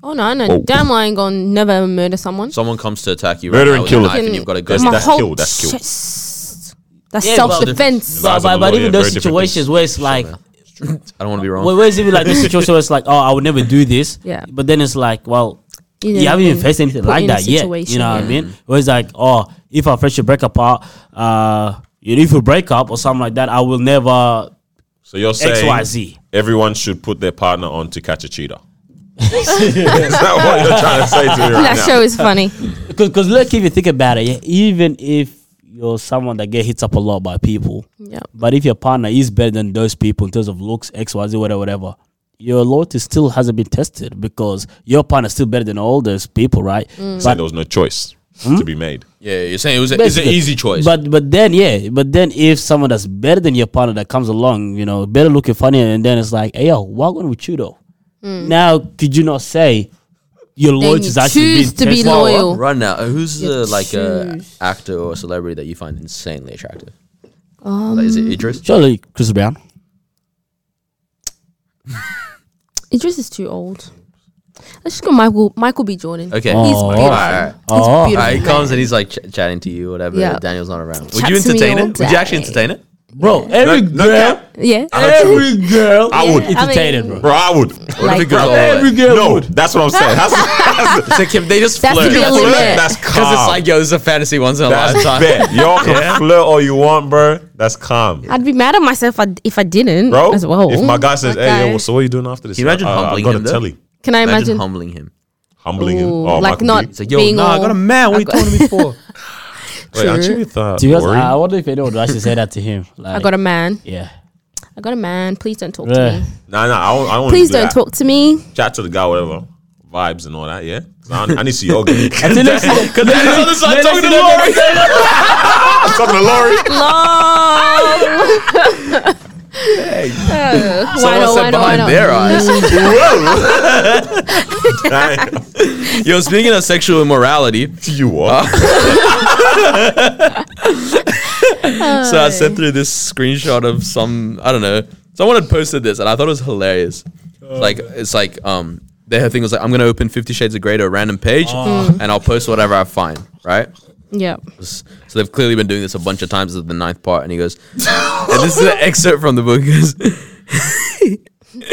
[SPEAKER 4] Oh no, no, damn, I ain't gonna never murder someone.
[SPEAKER 2] Someone comes to attack you,
[SPEAKER 3] Murder
[SPEAKER 2] right now
[SPEAKER 3] and
[SPEAKER 2] with a
[SPEAKER 3] killer.
[SPEAKER 2] knife and you've got to go.
[SPEAKER 3] That's-
[SPEAKER 4] My
[SPEAKER 3] that's
[SPEAKER 4] whole
[SPEAKER 3] kill, that's kill.
[SPEAKER 4] chest- That's
[SPEAKER 5] Yeah, but-
[SPEAKER 4] self defense.
[SPEAKER 5] but,
[SPEAKER 3] Lies on
[SPEAKER 5] but,
[SPEAKER 3] the
[SPEAKER 5] but
[SPEAKER 3] law, yeah,
[SPEAKER 5] even those
[SPEAKER 3] very different
[SPEAKER 5] situations
[SPEAKER 3] things.
[SPEAKER 5] where it's like
[SPEAKER 2] I don't want to be wrong.
[SPEAKER 5] Well, where's even like this situation where it's like, oh, I would never do this.
[SPEAKER 4] Yeah.
[SPEAKER 5] But then it's like, well,
[SPEAKER 4] You
[SPEAKER 5] you,
[SPEAKER 4] know,
[SPEAKER 5] haven't
[SPEAKER 4] you've
[SPEAKER 5] even
[SPEAKER 4] been
[SPEAKER 5] faced anything
[SPEAKER 4] put
[SPEAKER 5] like
[SPEAKER 4] in a
[SPEAKER 5] that yet. You
[SPEAKER 4] situation,
[SPEAKER 5] know what I
[SPEAKER 4] yeah.
[SPEAKER 5] mean? Where it's like, oh, if our friendship break apart, uh, you know, if we break up or something like that, I will never
[SPEAKER 3] So you're saying
[SPEAKER 5] X Y Z.
[SPEAKER 3] everyone should put their partner on to catch a cheater. is that what you're trying to say to me right
[SPEAKER 4] That
[SPEAKER 3] now?
[SPEAKER 4] show is funny.
[SPEAKER 5] Because look, if you think about it, yeah, even if you're someone that get hit up a lot by people,
[SPEAKER 4] Yeah.
[SPEAKER 5] but if your partner is better than those people in terms of looks, X Y Z, whatever, whatever. Your loyalty still hasn't been tested because your partner's still better than all those people, right?
[SPEAKER 4] Mm.
[SPEAKER 5] But
[SPEAKER 3] Saying there was no choice
[SPEAKER 2] Hmm?
[SPEAKER 3] to be made.
[SPEAKER 2] yeah, you're saying it was a, it's an
[SPEAKER 5] Basically.
[SPEAKER 2] easy choice.
[SPEAKER 5] But but then yeah, but then if someone that's better than your partner that comes along, you know, better looking funny, and then it's like, hey yo, why going with you though? Now could you not say your loyalty
[SPEAKER 4] you
[SPEAKER 5] is actually
[SPEAKER 4] choose
[SPEAKER 5] being
[SPEAKER 4] to be
[SPEAKER 5] tested?
[SPEAKER 2] Well,
[SPEAKER 4] loyal.
[SPEAKER 2] uh, Right now, uh, who's
[SPEAKER 4] You
[SPEAKER 2] the like uh,
[SPEAKER 4] choose.
[SPEAKER 2] actor or celebrity that you find insanely attractive?
[SPEAKER 4] Um,
[SPEAKER 2] Like, is it Idris?
[SPEAKER 5] Surely Chris Brown.
[SPEAKER 4] Idris is too old. Let's just go Michael Michael B. Jordan.
[SPEAKER 2] Okay.
[SPEAKER 4] He's
[SPEAKER 5] Oh,
[SPEAKER 4] beautiful.
[SPEAKER 2] alright.
[SPEAKER 5] Oh.
[SPEAKER 4] He's beautiful.
[SPEAKER 2] Alright, Uh, he
[SPEAKER 4] man.
[SPEAKER 2] comes and he's like ch- chatting to you, whatever.
[SPEAKER 4] Yeah.
[SPEAKER 2] Daniel's not around. Would
[SPEAKER 4] Chat
[SPEAKER 2] you
[SPEAKER 4] to me
[SPEAKER 2] entertain
[SPEAKER 4] all
[SPEAKER 2] it? Would you actually
[SPEAKER 4] day.
[SPEAKER 2] entertain it?
[SPEAKER 5] Bro, every
[SPEAKER 3] No- no
[SPEAKER 5] girl
[SPEAKER 3] cap.
[SPEAKER 4] Yeah.
[SPEAKER 5] every girl
[SPEAKER 3] I would.
[SPEAKER 4] I
[SPEAKER 5] entertained,
[SPEAKER 4] mean-
[SPEAKER 5] bro.
[SPEAKER 3] Bro, I would.
[SPEAKER 2] What if
[SPEAKER 4] Like-
[SPEAKER 2] it goes all the
[SPEAKER 5] Every
[SPEAKER 2] way?
[SPEAKER 5] girl
[SPEAKER 3] No,
[SPEAKER 5] would.
[SPEAKER 3] that's what I'm saying. That's, that's,
[SPEAKER 2] It's like, Kim, they just
[SPEAKER 4] That's
[SPEAKER 2] flirt.
[SPEAKER 4] the
[SPEAKER 3] that's,
[SPEAKER 4] limit.
[SPEAKER 3] that's
[SPEAKER 5] Because
[SPEAKER 3] calm.
[SPEAKER 2] just like, yo, this is a fantasy once in a
[SPEAKER 3] That's
[SPEAKER 2] lifetime.
[SPEAKER 3] bet. Y'all can flirt all you want, bro. That's calm.
[SPEAKER 4] I'd be mad at myself if I- if I didn't
[SPEAKER 3] Bro,
[SPEAKER 4] as well.
[SPEAKER 3] if my guy says, hey,
[SPEAKER 4] Okay.
[SPEAKER 3] yo, so what are you doing after this?
[SPEAKER 2] Can you imagine
[SPEAKER 3] Uh,
[SPEAKER 2] humbling
[SPEAKER 3] I got
[SPEAKER 2] him,
[SPEAKER 3] a
[SPEAKER 2] though?
[SPEAKER 3] telly.
[SPEAKER 4] Can I
[SPEAKER 2] Imagine
[SPEAKER 4] imagine?
[SPEAKER 2] humbling him.
[SPEAKER 3] Humbling him.
[SPEAKER 4] Ooh,
[SPEAKER 3] Oh,
[SPEAKER 4] like
[SPEAKER 3] Michael
[SPEAKER 4] not
[SPEAKER 3] B.
[SPEAKER 2] It's like, yo,
[SPEAKER 4] Being
[SPEAKER 2] nah, I
[SPEAKER 4] all-
[SPEAKER 2] got a man. What are
[SPEAKER 4] I
[SPEAKER 2] you
[SPEAKER 4] got-
[SPEAKER 2] talking to me for?
[SPEAKER 3] Wait, uh, actually,
[SPEAKER 4] true.
[SPEAKER 3] with that
[SPEAKER 5] To be honest,
[SPEAKER 3] worry-
[SPEAKER 5] I, I wonder if anyone would actually say that to him. Like,
[SPEAKER 4] I got a man.
[SPEAKER 5] yeah.
[SPEAKER 4] I got a man. Please don't talk to
[SPEAKER 5] Yeah.
[SPEAKER 4] me.
[SPEAKER 3] Nah, nah, I don't, I don't
[SPEAKER 4] Please
[SPEAKER 3] do
[SPEAKER 4] don't
[SPEAKER 3] that.
[SPEAKER 4] talk to me.
[SPEAKER 3] Chat to the guy, whatever. Vibes and all that, yeah? 'Cause I, I need to see your game.
[SPEAKER 5] Until next time.
[SPEAKER 2] Because then he's on the side talking to Laurie.
[SPEAKER 3] I'm talking to Laurie.
[SPEAKER 4] Lol. Uh, why
[SPEAKER 2] Someone
[SPEAKER 4] not? Why
[SPEAKER 2] said
[SPEAKER 4] not? Why
[SPEAKER 2] behind
[SPEAKER 4] not?
[SPEAKER 2] their eyes.
[SPEAKER 3] Nah,
[SPEAKER 2] Yo, speaking of sexual immorality,
[SPEAKER 3] you are.
[SPEAKER 2] so I sent through this screenshot of some I don't know. Someone had posted this and I thought it was hilarious. It's like it's like um their thing was like I'm gonna open Fifty Shades of Grey to a random page and I'll post whatever I find. Right?
[SPEAKER 4] Yep.
[SPEAKER 2] So they've clearly been doing this a bunch of times at the ninth part, and he goes, and this is an excerpt from the book. He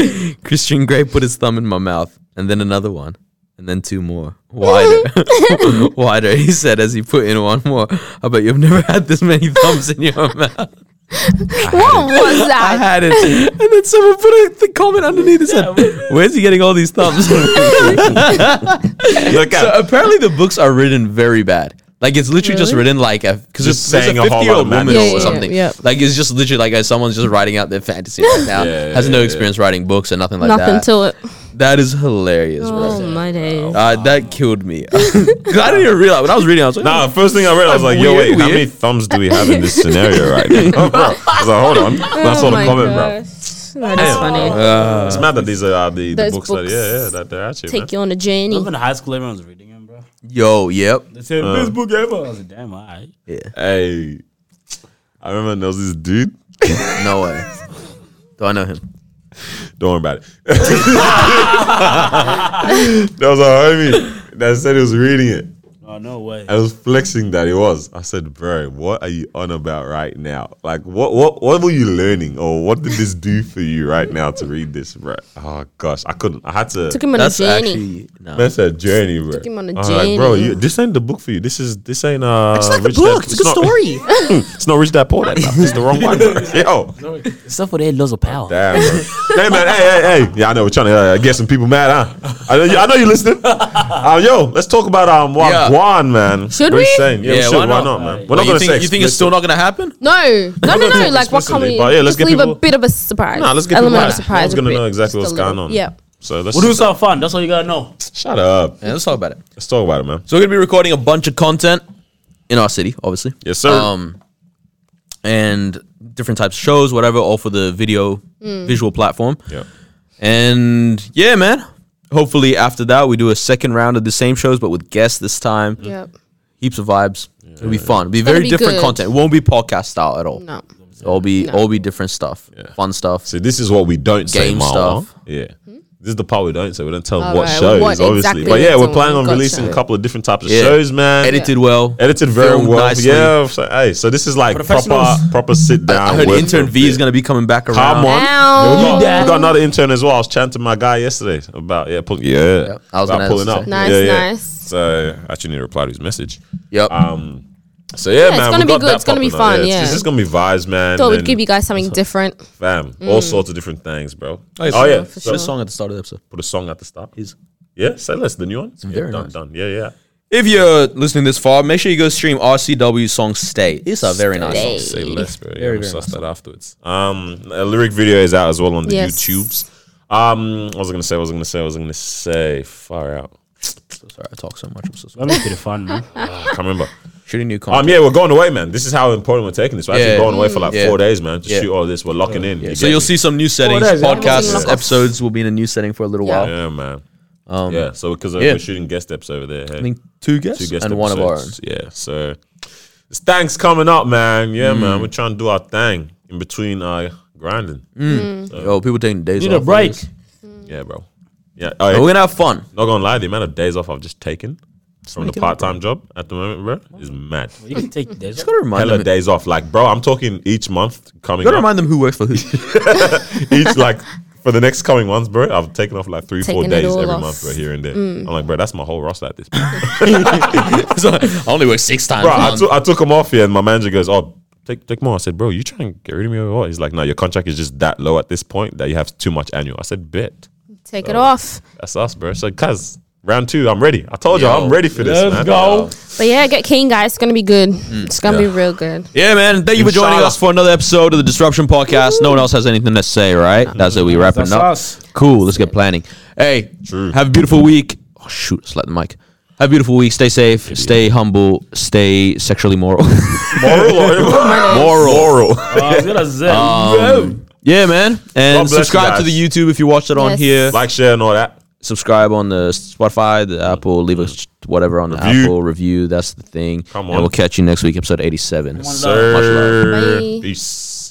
[SPEAKER 2] goes, Christian Grey put his thumb in my mouth, and then another one, and then two more. Wider. Wider, he said as he put in one more. I bet you've never had this many thumbs in your mouth.
[SPEAKER 4] What was
[SPEAKER 2] I
[SPEAKER 4] that?
[SPEAKER 2] had it. And then someone put a the comment underneath and said, Where's he getting all these thumbs?
[SPEAKER 3] Look
[SPEAKER 2] So
[SPEAKER 3] at
[SPEAKER 2] apparently the books are written very bad. Like it's literally just
[SPEAKER 4] Really?
[SPEAKER 2] written like a because
[SPEAKER 3] Just
[SPEAKER 2] it's there's
[SPEAKER 3] saying a
[SPEAKER 2] a
[SPEAKER 3] whole
[SPEAKER 2] fifty year old
[SPEAKER 3] lot
[SPEAKER 2] woman
[SPEAKER 3] of
[SPEAKER 4] madness. Yeah,
[SPEAKER 2] or
[SPEAKER 4] yeah,
[SPEAKER 2] something.
[SPEAKER 4] yeah.
[SPEAKER 2] Like it's just literally like uh, someone's just writing out their fantasy right now.
[SPEAKER 3] Yeah,
[SPEAKER 2] has
[SPEAKER 3] yeah,
[SPEAKER 2] no
[SPEAKER 3] yeah.
[SPEAKER 2] experience writing books and nothing like
[SPEAKER 4] Nothing
[SPEAKER 2] that.
[SPEAKER 4] to it.
[SPEAKER 2] that is hilarious,
[SPEAKER 4] Oh
[SPEAKER 2] bro.
[SPEAKER 4] my days.
[SPEAKER 2] Uh, that killed me. 'Cause I didn't even realize when I was reading. I was like, "Oh,
[SPEAKER 3] Nah, first thing I read, I was like, yo, wait,
[SPEAKER 2] Weird,
[SPEAKER 3] how
[SPEAKER 2] weird.
[SPEAKER 3] many thumbs do we have in this scenario right now? Oh, bro. I was like, hold on. That's
[SPEAKER 4] Oh,
[SPEAKER 3] all the comment, bro.
[SPEAKER 4] That is funny.
[SPEAKER 2] uh,
[SPEAKER 3] It's mad that these are uh, the, the
[SPEAKER 4] Those
[SPEAKER 3] books, that,
[SPEAKER 4] books
[SPEAKER 3] yeah, yeah, that they're actually.
[SPEAKER 4] Take you on a journey.
[SPEAKER 5] Remember in high school, everyone was reading him, bro.
[SPEAKER 2] yo, yep,
[SPEAKER 5] They said,
[SPEAKER 3] Uh.
[SPEAKER 5] best book ever. I was like, damn, all right.
[SPEAKER 2] yeah,
[SPEAKER 3] Hey, I remember there was this dude.
[SPEAKER 2] no way. Do I know him?
[SPEAKER 3] Don't worry about it. there was a homie that said he was reading it.
[SPEAKER 5] Oh, no way.
[SPEAKER 3] I was flexing that it was. I said, bro, what are you on about right now? Like, what, what, what were you learning, or what did this do for you right now to read this, bro? Oh gosh, I couldn't. I had to.
[SPEAKER 4] Took him on a
[SPEAKER 2] That's
[SPEAKER 4] journey.
[SPEAKER 2] actually no.
[SPEAKER 3] That's a journey, bro.
[SPEAKER 4] Took him on a
[SPEAKER 3] I'm like, bro,
[SPEAKER 4] journey.
[SPEAKER 3] you, this ain't the book for you. This is this ain't uh. It's
[SPEAKER 6] like the book. It's a good story.
[SPEAKER 3] it's not rich dad poor dad. It's the wrong one. Bro. Yo,
[SPEAKER 5] Stuff where they had loads of power.
[SPEAKER 3] Damn, bro. hey man, hey, hey, hey. Yeah, I know we're trying to uh, get some people mad, huh? I know, you, I know you're listening. Uh, yo, let's talk about um
[SPEAKER 2] Yeah.
[SPEAKER 3] Wagwan, man.
[SPEAKER 4] Should
[SPEAKER 3] We're
[SPEAKER 4] we?
[SPEAKER 3] saying, yeah, we should. Why, not? man? We're
[SPEAKER 2] Wait,
[SPEAKER 3] not
[SPEAKER 2] you
[SPEAKER 3] gonna
[SPEAKER 2] think,
[SPEAKER 3] say.
[SPEAKER 2] you think it's still not gonna happen?
[SPEAKER 4] No, no, no, no.
[SPEAKER 3] gonna
[SPEAKER 4] Like, what can
[SPEAKER 3] explicitly,
[SPEAKER 4] we?
[SPEAKER 3] but yeah, let's
[SPEAKER 4] just
[SPEAKER 3] get
[SPEAKER 4] leave
[SPEAKER 3] people-
[SPEAKER 4] a bit of a surprise.
[SPEAKER 3] Nah, let's get people
[SPEAKER 4] element
[SPEAKER 3] mad.
[SPEAKER 4] of surprise.
[SPEAKER 3] No one's gonna
[SPEAKER 4] with
[SPEAKER 3] know
[SPEAKER 4] it.
[SPEAKER 3] exactly what's
[SPEAKER 4] Just a little.
[SPEAKER 3] going on.
[SPEAKER 4] Yeah.
[SPEAKER 3] So let's
[SPEAKER 5] We'll do some fun. That's all you gotta know.
[SPEAKER 3] shut up.
[SPEAKER 2] Yeah, let's talk about it.
[SPEAKER 3] Let's talk about it, man.
[SPEAKER 2] So we're gonna be recording a bunch of content in our city, obviously.
[SPEAKER 3] Yes, sir.
[SPEAKER 2] Um, and different types of shows, whatever, all for the video
[SPEAKER 4] Hmm.
[SPEAKER 2] visual platform.
[SPEAKER 3] Yeah.
[SPEAKER 2] And yeah, man. Hopefully after that we do a second round of the same shows, but with guests this time.
[SPEAKER 3] Mm.
[SPEAKER 4] Yep.
[SPEAKER 2] Heaps of vibes. It'll be fun. It'll be very
[SPEAKER 4] be
[SPEAKER 2] different
[SPEAKER 4] good.
[SPEAKER 2] content. It won't be podcast style at all.
[SPEAKER 4] No.
[SPEAKER 2] It'll be
[SPEAKER 4] No.
[SPEAKER 2] all be different stuff. Fun stuff.
[SPEAKER 3] See, this is what we don't say,
[SPEAKER 2] Game
[SPEAKER 3] Marwa.
[SPEAKER 2] stuff.
[SPEAKER 3] Yeah. This is the part we don't say. We don't tell
[SPEAKER 4] All
[SPEAKER 3] what
[SPEAKER 4] right,
[SPEAKER 3] shows,
[SPEAKER 4] what
[SPEAKER 3] obviously.
[SPEAKER 4] exactly
[SPEAKER 3] but yeah,
[SPEAKER 4] it's
[SPEAKER 3] we're
[SPEAKER 4] on.
[SPEAKER 3] planning on
[SPEAKER 4] Gotcha.
[SPEAKER 3] releasing a couple of different types of
[SPEAKER 2] Yeah.
[SPEAKER 3] shows, man.
[SPEAKER 2] Edited well.
[SPEAKER 3] Edited very
[SPEAKER 2] filmed
[SPEAKER 3] well.
[SPEAKER 2] nicely.
[SPEAKER 3] Yeah. So, hey, so this is like proper,
[SPEAKER 5] Professionals.
[SPEAKER 3] proper sit down.
[SPEAKER 2] I heard intern V is gonna be coming back around.
[SPEAKER 3] Come on.
[SPEAKER 4] Down.
[SPEAKER 3] We got, we
[SPEAKER 4] Down.
[SPEAKER 3] got another intern as well. I was chatting to my guy yesterday about yeah, pull, yeah,
[SPEAKER 2] I was
[SPEAKER 3] about
[SPEAKER 2] gonna
[SPEAKER 3] pulling
[SPEAKER 2] say.
[SPEAKER 3] up.
[SPEAKER 4] Nice,
[SPEAKER 3] Yeah, yeah.
[SPEAKER 4] nice.
[SPEAKER 3] So I actually need to reply to his message.
[SPEAKER 2] Yep.
[SPEAKER 3] Um, so yeah, man,
[SPEAKER 4] it's
[SPEAKER 3] we
[SPEAKER 4] gonna be
[SPEAKER 3] got
[SPEAKER 4] good.
[SPEAKER 3] that
[SPEAKER 4] It's gonna be
[SPEAKER 3] popping up.
[SPEAKER 4] fun,
[SPEAKER 3] it's-
[SPEAKER 4] yeah.
[SPEAKER 3] this is gonna be vibes, man.
[SPEAKER 4] Thought
[SPEAKER 3] and
[SPEAKER 4] we'd give you guys something different.
[SPEAKER 3] fam, all sorts of different things, bro. Oh, yeah,
[SPEAKER 4] for
[SPEAKER 3] so
[SPEAKER 2] Put a
[SPEAKER 4] sure.
[SPEAKER 2] song at the start of the episode.
[SPEAKER 3] put a song at the start.
[SPEAKER 2] Please.
[SPEAKER 3] Yeah, say less the new one. yeah,
[SPEAKER 2] very
[SPEAKER 3] done,
[SPEAKER 2] nice.
[SPEAKER 3] done. Yeah, yeah.
[SPEAKER 2] If you're listening this far, make sure you go stream RCW song Stay. It's a very nice song.
[SPEAKER 3] Say less, bro. Yeah,
[SPEAKER 2] Very,
[SPEAKER 3] we'll
[SPEAKER 2] very
[SPEAKER 3] suss that afterwards. Um, a lyric video is out as well on the
[SPEAKER 4] Yes.
[SPEAKER 3] YouTubes. Um, what was I gonna say? What was I gonna say? What was I gonna say? Far out.
[SPEAKER 2] So sorry, I talk so much. I'm so sorry.
[SPEAKER 5] Let me get it fun, man.
[SPEAKER 3] I can't remember.
[SPEAKER 2] Shooting new
[SPEAKER 3] Um,
[SPEAKER 2] content.
[SPEAKER 3] yeah, we're going away, man. This is how important we're taking this. We're
[SPEAKER 2] Yeah. Mm.
[SPEAKER 3] actually going away for like
[SPEAKER 2] Yeah.
[SPEAKER 3] four days, man. To
[SPEAKER 2] Yeah.
[SPEAKER 3] shoot all this, we're locking in. You
[SPEAKER 2] so
[SPEAKER 3] get
[SPEAKER 2] you'll
[SPEAKER 3] me?
[SPEAKER 2] see some new settings.
[SPEAKER 5] there's that.
[SPEAKER 4] Yeah.
[SPEAKER 2] Podcasts
[SPEAKER 4] Yeah.
[SPEAKER 2] episodes will be in a new setting for a little
[SPEAKER 4] Yeah.
[SPEAKER 2] while.
[SPEAKER 3] Yeah, man. yeah, so because uh,
[SPEAKER 2] Um, yeah.
[SPEAKER 3] we're shooting guest steps over there. Hey.
[SPEAKER 2] I think two guests
[SPEAKER 3] two guest
[SPEAKER 2] and one of our own.
[SPEAKER 3] episodes. Yeah, so it's thanks coming up, man.
[SPEAKER 2] Hmm.
[SPEAKER 3] Yeah, man, we're trying to do our thing in between uh, grinding.
[SPEAKER 2] Hmm. Yo, people taking days
[SPEAKER 5] Need
[SPEAKER 2] off.
[SPEAKER 5] a
[SPEAKER 2] for
[SPEAKER 5] break.
[SPEAKER 2] this.
[SPEAKER 3] Yeah, bro. Yeah, all right.
[SPEAKER 2] But we're gonna have fun.
[SPEAKER 3] not gonna lie, the amount of days off I've just taken from the
[SPEAKER 2] make it up,
[SPEAKER 3] part time job at the moment, bro, is mad.
[SPEAKER 5] You can take this.
[SPEAKER 2] Just gotta remind
[SPEAKER 3] Hella
[SPEAKER 2] them. You
[SPEAKER 3] days off, like, bro. I'm talking each month coming
[SPEAKER 2] gotta
[SPEAKER 3] up,
[SPEAKER 2] remind them who works for who.
[SPEAKER 3] each like for the next coming months, bro, I've taken off like three, four
[SPEAKER 4] Taking it
[SPEAKER 3] days
[SPEAKER 4] all
[SPEAKER 3] every
[SPEAKER 4] off.
[SPEAKER 3] month, bro, here and there.
[SPEAKER 2] Mm.
[SPEAKER 3] I'm like, bro, that's my whole roster at this point.
[SPEAKER 2] So, I only work six times.
[SPEAKER 3] bro,
[SPEAKER 2] a
[SPEAKER 3] I,
[SPEAKER 2] month.
[SPEAKER 3] took I took him off here, and my manager goes, "Oh, take take more." I said, "Bro, you trying to get rid of me or what?" He's like, "No, your contract is just that low at this point that you have too much annual." I said, "Bet,
[SPEAKER 4] Take
[SPEAKER 3] Oh.
[SPEAKER 4] it off.
[SPEAKER 3] that's us, bro." So, cuz round two, I'm ready. I told you,
[SPEAKER 2] Yo,
[SPEAKER 3] I'm ready for this,
[SPEAKER 2] let's
[SPEAKER 3] man.
[SPEAKER 2] go.
[SPEAKER 4] But yeah, get keen, guys. It's gonna be good.
[SPEAKER 3] Mm.
[SPEAKER 4] it's gonna be real good.
[SPEAKER 2] Yeah, man. Thank you for joining
[SPEAKER 3] Inshallah.
[SPEAKER 2] us for another episode of the Disruption Podcast. No one else has anything to say, right? That's it. We wrapping
[SPEAKER 6] That's
[SPEAKER 2] up.
[SPEAKER 6] us.
[SPEAKER 2] Cool. Let's get planning. Hey,
[SPEAKER 3] True.
[SPEAKER 2] have a beautiful week. Oh shoot, slap the mic. Have a beautiful week. Stay safe. Stay humble. Stay sexually moral.
[SPEAKER 3] Moral, or- moral, moral.
[SPEAKER 5] I
[SPEAKER 2] Um,
[SPEAKER 5] was gonna say,
[SPEAKER 2] yeah, man.
[SPEAKER 3] God
[SPEAKER 2] And
[SPEAKER 3] bless you
[SPEAKER 2] subscribe to
[SPEAKER 3] guys.
[SPEAKER 2] the YouTube if you watched it on
[SPEAKER 4] Yes.
[SPEAKER 2] here.
[SPEAKER 3] like, share, and all that.
[SPEAKER 2] subscribe on the Spotify, the Apple, leave us whatever on the
[SPEAKER 3] Review.
[SPEAKER 2] Apple review. That's the thing.
[SPEAKER 3] Come
[SPEAKER 2] And
[SPEAKER 3] on.
[SPEAKER 2] we'll catch you next week, episode 87.
[SPEAKER 3] Sir,
[SPEAKER 4] love. Bye.
[SPEAKER 3] peace.